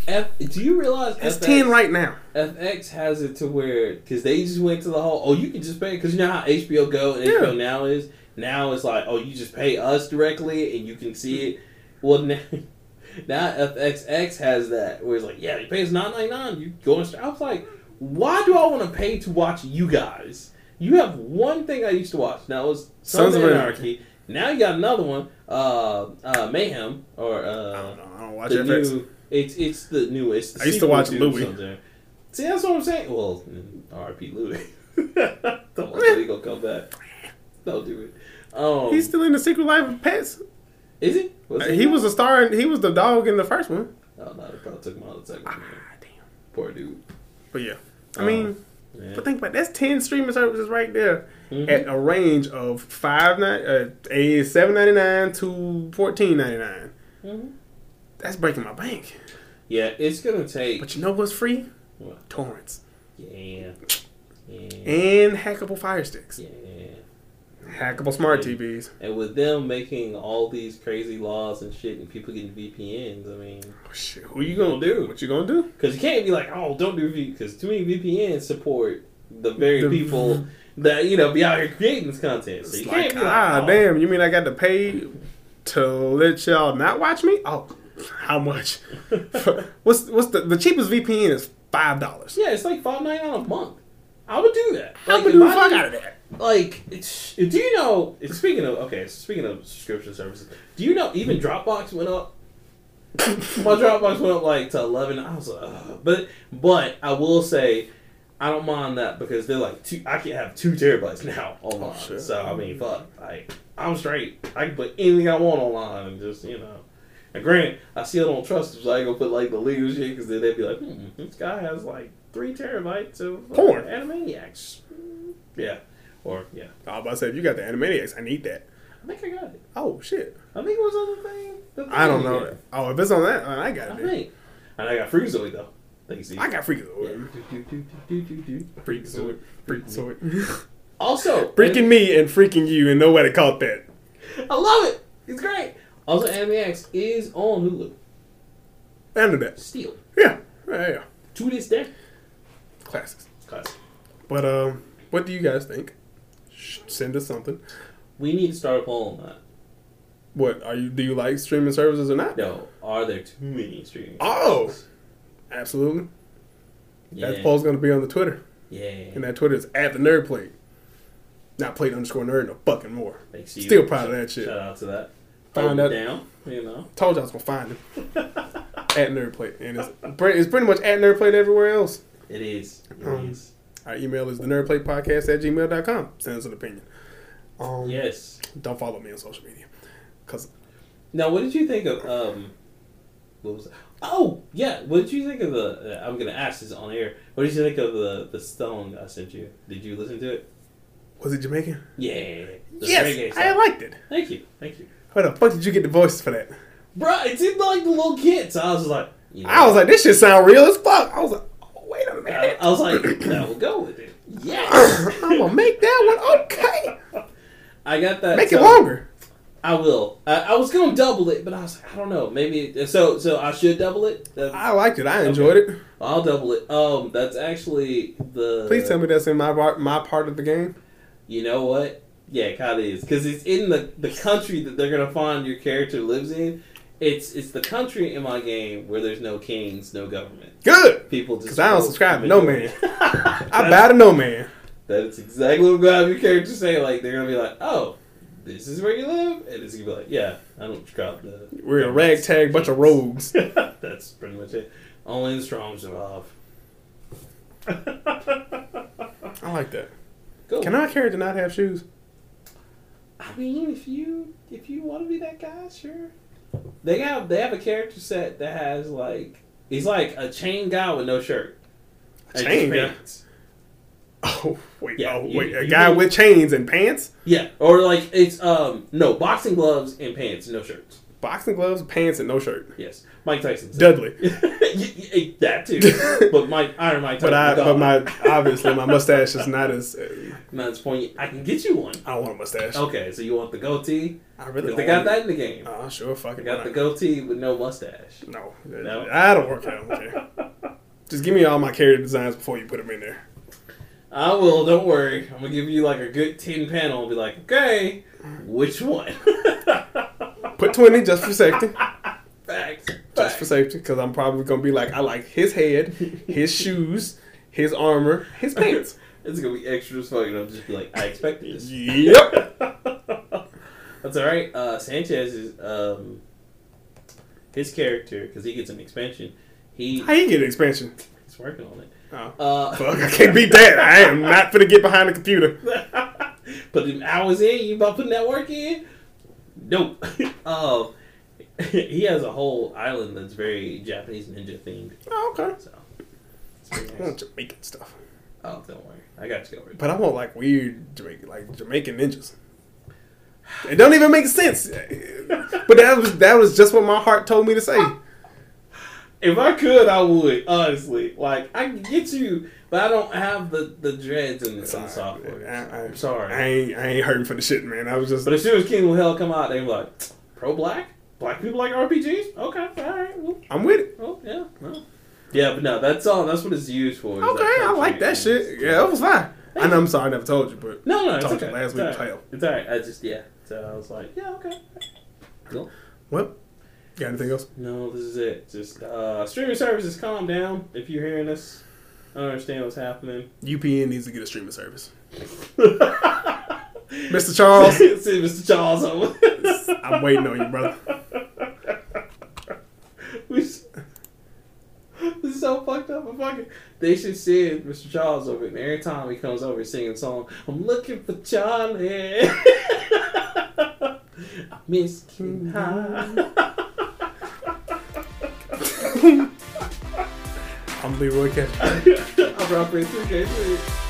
Speaker 1: F- do you realize
Speaker 2: That's
Speaker 1: FX,
Speaker 2: ten right now.
Speaker 1: FX has it to where because they just went to the whole oh you can just pay because you know how HBO Go and
Speaker 2: Yeah.
Speaker 1: HBO Now is now it's like oh you just pay us directly and you can see it. Well (laughs) now. Now FXX has that where it's like, yeah, you pay us nine ninety nine. You go and str- I was like, why do I want to pay to watch you guys? You have one thing I used to watch. Now it was Sons, of Anarchy. Now you got another one, uh, uh, Mayhem or
Speaker 2: I
Speaker 1: uh,
Speaker 2: don't know. I don't watch
Speaker 1: the
Speaker 2: FX.
Speaker 1: new. It's it's the new. It's the
Speaker 2: I used to
Speaker 1: sequel
Speaker 2: watch Louis.
Speaker 1: something. See, that's what I'm saying. Well, mm, R.I.P. Louis. (laughs)
Speaker 2: (laughs)
Speaker 1: don't want that he gonna come back. Don't do it. Um,
Speaker 2: He's still in the Secret Life of Pets.
Speaker 1: is it?
Speaker 2: Uh, He was a star. In, he was the dog in the first one.
Speaker 1: Oh no, it probably took him out of the second
Speaker 2: Ah,
Speaker 1: one.
Speaker 2: damn.
Speaker 1: Poor dude.
Speaker 2: But yeah, I
Speaker 1: Oh,
Speaker 2: mean,
Speaker 1: Yeah.
Speaker 2: but think about it, that's ten streaming services right there
Speaker 1: Mhm.
Speaker 2: at a range of five nine, uh, a seven ninety nine to fourteen ninety nine. Mm-hmm.
Speaker 1: Mhm.
Speaker 2: That's breaking my bank.
Speaker 1: Yeah, it's gonna take.
Speaker 2: But you know what's free?
Speaker 1: What?
Speaker 2: Torrents
Speaker 1: Yeah, yeah,
Speaker 2: and hackable Fire Sticks,
Speaker 1: yeah.
Speaker 2: hackable smart TVs.
Speaker 1: And with them making all these crazy laws and shit, and people getting VPNs, I mean,
Speaker 2: Oh, shit, who you gonna do? What you gonna do?
Speaker 1: because you can't be like, oh, don't do V, because too many VPNs support the very
Speaker 2: The-
Speaker 1: people that you know be out here creating this content. So
Speaker 2: It's
Speaker 1: you
Speaker 2: like,
Speaker 1: can't be like,
Speaker 2: ah,
Speaker 1: oh,
Speaker 2: damn. You mean I got to pay to let y'all not watch me? Oh, how (laughs) much? what's what's the the cheapest VPN is five dollars.
Speaker 1: Yeah, it's like five ninety nine a month. I would do that.
Speaker 2: How
Speaker 1: Like,
Speaker 2: can do the
Speaker 1: if I
Speaker 2: fuck
Speaker 1: didn't-
Speaker 2: out of that?
Speaker 1: like it's, do you know speaking of okay speaking of subscription services do you know even dropbox went up
Speaker 2: (laughs)
Speaker 1: my dropbox went up like to 11 i was like Ugh. but but i will say i don't mind that because they're like two i can have two terabytes now (laughs) online
Speaker 2: Oh, shit.
Speaker 1: so i mean fuck like i'm straight i can put anything i want online and just you know and granted i still don't trust them so i ain't gonna put like the legal shit because then they'd be like hmm, this guy has like three terabytes of uh,
Speaker 2: Porn.
Speaker 1: animaniacs yeah or yeah
Speaker 2: I was about to say, if you got the Animaniacs, I need that.
Speaker 1: I think I got it.
Speaker 2: Oh shit,
Speaker 1: I think it was on the thing. the thing
Speaker 2: I don't know.
Speaker 1: again.
Speaker 2: Oh, if it's on that, I got
Speaker 1: I
Speaker 2: it.
Speaker 1: think. And I got Freakazoid though. Thanks, Steve.
Speaker 2: I got
Speaker 1: Yeah.
Speaker 2: freaking
Speaker 1: Do, do, do, do, do, do.
Speaker 2: freaking sword, freaking sword,
Speaker 1: Also,
Speaker 2: freaking me and freaking you, and nobody caught that.
Speaker 1: I love it. It's great. Also, Animax is on Hulu
Speaker 2: I knew that.
Speaker 1: still
Speaker 2: Yeah, yeah, yeah.
Speaker 1: to this day.
Speaker 2: Classics.
Speaker 1: Cause
Speaker 2: But um, what do you guys think? Sh- Send us something.
Speaker 1: we need to start a poll on that.
Speaker 2: What are you? Do you like streaming services or not?
Speaker 1: No, are there too many streaming?
Speaker 2: Oh!
Speaker 1: services?
Speaker 2: Absolutely.
Speaker 1: yeah,
Speaker 2: That poll's gonna be on the Twitter,
Speaker 1: yeah.
Speaker 2: and that Twitter is at the nerd plate, not plate underscore nerd, no fucking more.
Speaker 1: Thanks, Steve.
Speaker 2: Still proud of that shit.
Speaker 1: Shout out to that.
Speaker 2: Found
Speaker 1: Found
Speaker 2: out-
Speaker 1: down, you
Speaker 2: (laughs)
Speaker 1: know.
Speaker 2: Told you I was gonna find him at nerd plate,
Speaker 1: (laughs)
Speaker 2: and it's pre- it's pretty much at nerd plate everywhere else.
Speaker 1: It is. It is.
Speaker 2: Um, Our email is the nerdplatepodcast at gmail.com. Send us an opinion. Um,
Speaker 1: Yes.
Speaker 2: Don't follow me on social media, cause
Speaker 1: Now, what did you think of um? What was that? Oh yeah, what did you think of the? uh, I'm gonna ask this on air. What did you think of the the song I sent you? Did you listen to it?
Speaker 2: was it Jamaican?
Speaker 1: Yeah. The reggae
Speaker 2: yes,
Speaker 1: song.
Speaker 2: I liked it.
Speaker 1: Thank you, thank you,
Speaker 2: Where the fuck did you get the voices for that?
Speaker 1: bro. It did like the little kids. I was just like, you know,
Speaker 2: I was like, this shit sound real as fuck. I was like, oh, wait a
Speaker 1: I,
Speaker 2: minute. (coughs)
Speaker 1: I was like, that will go with it. (coughs) yes.
Speaker 2: I'm gonna make that one (laughs) okay.
Speaker 1: I got that.
Speaker 2: Make
Speaker 1: so
Speaker 2: it longer.
Speaker 1: I will. I, I was gonna double it, but I was like, I don't know. Maybe so. So I should double it. That-
Speaker 2: I liked it. I enjoyed it.
Speaker 1: I'll double it. Um, that's actually the.
Speaker 2: Please tell me that's in my part, my part of the game.
Speaker 1: You know what? Yeah, it kind of is because it's in the the country that they're gonna find your character lives in. It's it's the country in my game where there's no kings, no government.
Speaker 2: Good.
Speaker 1: People just
Speaker 2: 'Cause I don't subscribe to
Speaker 1: (laughs)
Speaker 2: no man. I
Speaker 1: I
Speaker 2: bow to no man.
Speaker 1: That's exactly what gonna have your character say. Like they're gonna be like, "Oh, this is where you live," and it's gonna be like, "Yeah, I don't subscribe to."
Speaker 2: We're
Speaker 1: (laughs)
Speaker 2: a ragtag bunch of rogues.
Speaker 1: That's pretty much it. Only the strong survive. (laughs)
Speaker 2: I like that.
Speaker 1: Go.
Speaker 2: Can our character not have shoes?
Speaker 1: I mean, if you if you want to be that guy, sure. They have they have a character set that has like he's like a chain guy with no shirt.
Speaker 2: A
Speaker 1: And
Speaker 2: chain
Speaker 1: just
Speaker 2: guy?
Speaker 1: pants.
Speaker 2: (laughs) Oh wait,
Speaker 1: Yeah,
Speaker 2: oh
Speaker 1: you-
Speaker 2: wait, a
Speaker 1: you
Speaker 2: guy
Speaker 1: mean-
Speaker 2: with chains and pants,
Speaker 1: Yeah, or like it's um no boxing gloves and pants, no shirts.
Speaker 2: boxing gloves, pants, and no shirt.
Speaker 1: Yes, Mike Tyson. (laughs) said-
Speaker 2: Dudley.
Speaker 1: Y- y- that
Speaker 2: (laughs)
Speaker 1: too, but Mike Iron Mike Tyson.
Speaker 2: But I, but
Speaker 1: gone.
Speaker 2: my obviously my mustache is not as.
Speaker 1: Now it's pointy. I can get you one.
Speaker 2: I don't want a mustache.
Speaker 1: Okay, so you want the goatee?
Speaker 2: I really
Speaker 1: Oh, they got
Speaker 2: don't want-
Speaker 1: that in the game.
Speaker 2: Oh, sure,
Speaker 1: They
Speaker 2: fucking
Speaker 1: got the goatee with no mustache.
Speaker 2: No,
Speaker 1: No?
Speaker 2: I don't work out. I don't care. Just give me all my character designs before you put them in there.
Speaker 1: I will. Don't worry. I'm gonna give you like a good ten panel. and be like, okay, which one? (laughs)
Speaker 2: Put twenty just for safety,
Speaker 1: Facts.
Speaker 2: just for
Speaker 1: Facts.
Speaker 2: safety, because I'm probably gonna be like, I like his head, his shoes, his armor, his pants.
Speaker 1: It's gonna be extra as fuck, and I'm just be like, I expected this.
Speaker 2: yep.
Speaker 1: (laughs) That's all right. Uh, Sanchez is um, his character because he gets an expansion. He
Speaker 2: How you get an expansion?
Speaker 1: he's working on it.
Speaker 2: Oh.
Speaker 1: Uh,
Speaker 2: Fuck, I can't beat that. I am not gonna get behind the computer.
Speaker 1: (laughs) Put them hours in. You about putting that work in? Nope. (laughs) um, he has a whole island that's very Japanese ninja themed.
Speaker 2: Oh, okay. (laughs)
Speaker 1: So it's pretty
Speaker 2: I
Speaker 1: nice.
Speaker 2: want Jamaican stuff,
Speaker 1: Oh, don't worry. I got you covered.
Speaker 2: but I want like weird Jamaican, like Jamaican ninjas. It don't even make sense. But that was that was just what my heart told me to say.
Speaker 1: If I could, I would. Honestly, like I can get you, but I don't have the the dreads and the
Speaker 2: Sorry,
Speaker 1: software.
Speaker 2: I,
Speaker 1: I'm sorry.
Speaker 2: I ain't, I ain't hurting for the shit, man. I was just.
Speaker 1: But as soon as King of Hell come out, they be like, pro black, black people like RPGs. Okay, all right, well,
Speaker 2: I'm with it.
Speaker 1: well yeah, well. yeah. But no, that's all. That's what it's used for. is
Speaker 2: Okay, I
Speaker 1: country
Speaker 2: like that
Speaker 1: and-
Speaker 2: shit. Yeah, that was fine. I know. I'm sorry, I never told you, but
Speaker 1: No, no, it's
Speaker 2: Told you
Speaker 1: okay.
Speaker 2: last
Speaker 1: it's
Speaker 2: week,
Speaker 1: alright.
Speaker 2: Kyle.
Speaker 1: It's alright. I just yeah. So I was like, yeah, okay. Cool.
Speaker 2: well, got anything else?
Speaker 1: No, this is it. Just uh streaming services, calm down. If you're hearing this, I don't understand what's happening.
Speaker 2: UPN needs to get a streaming service.
Speaker 1: See,
Speaker 2: Mr.
Speaker 1: (laughs)
Speaker 2: Charles,
Speaker 1: Mr. Charles. (laughs) over.
Speaker 2: I'm waiting on you, brother.
Speaker 1: We s- this is so fucked up. I'm fucking. They should send Mr. Charles over, and every time he comes over, he's singing a song. I'm looking for Charlie. (laughs) I miss King (laughs) High.
Speaker 2: I'm Leroy Cash.
Speaker 1: I brought three, three, three.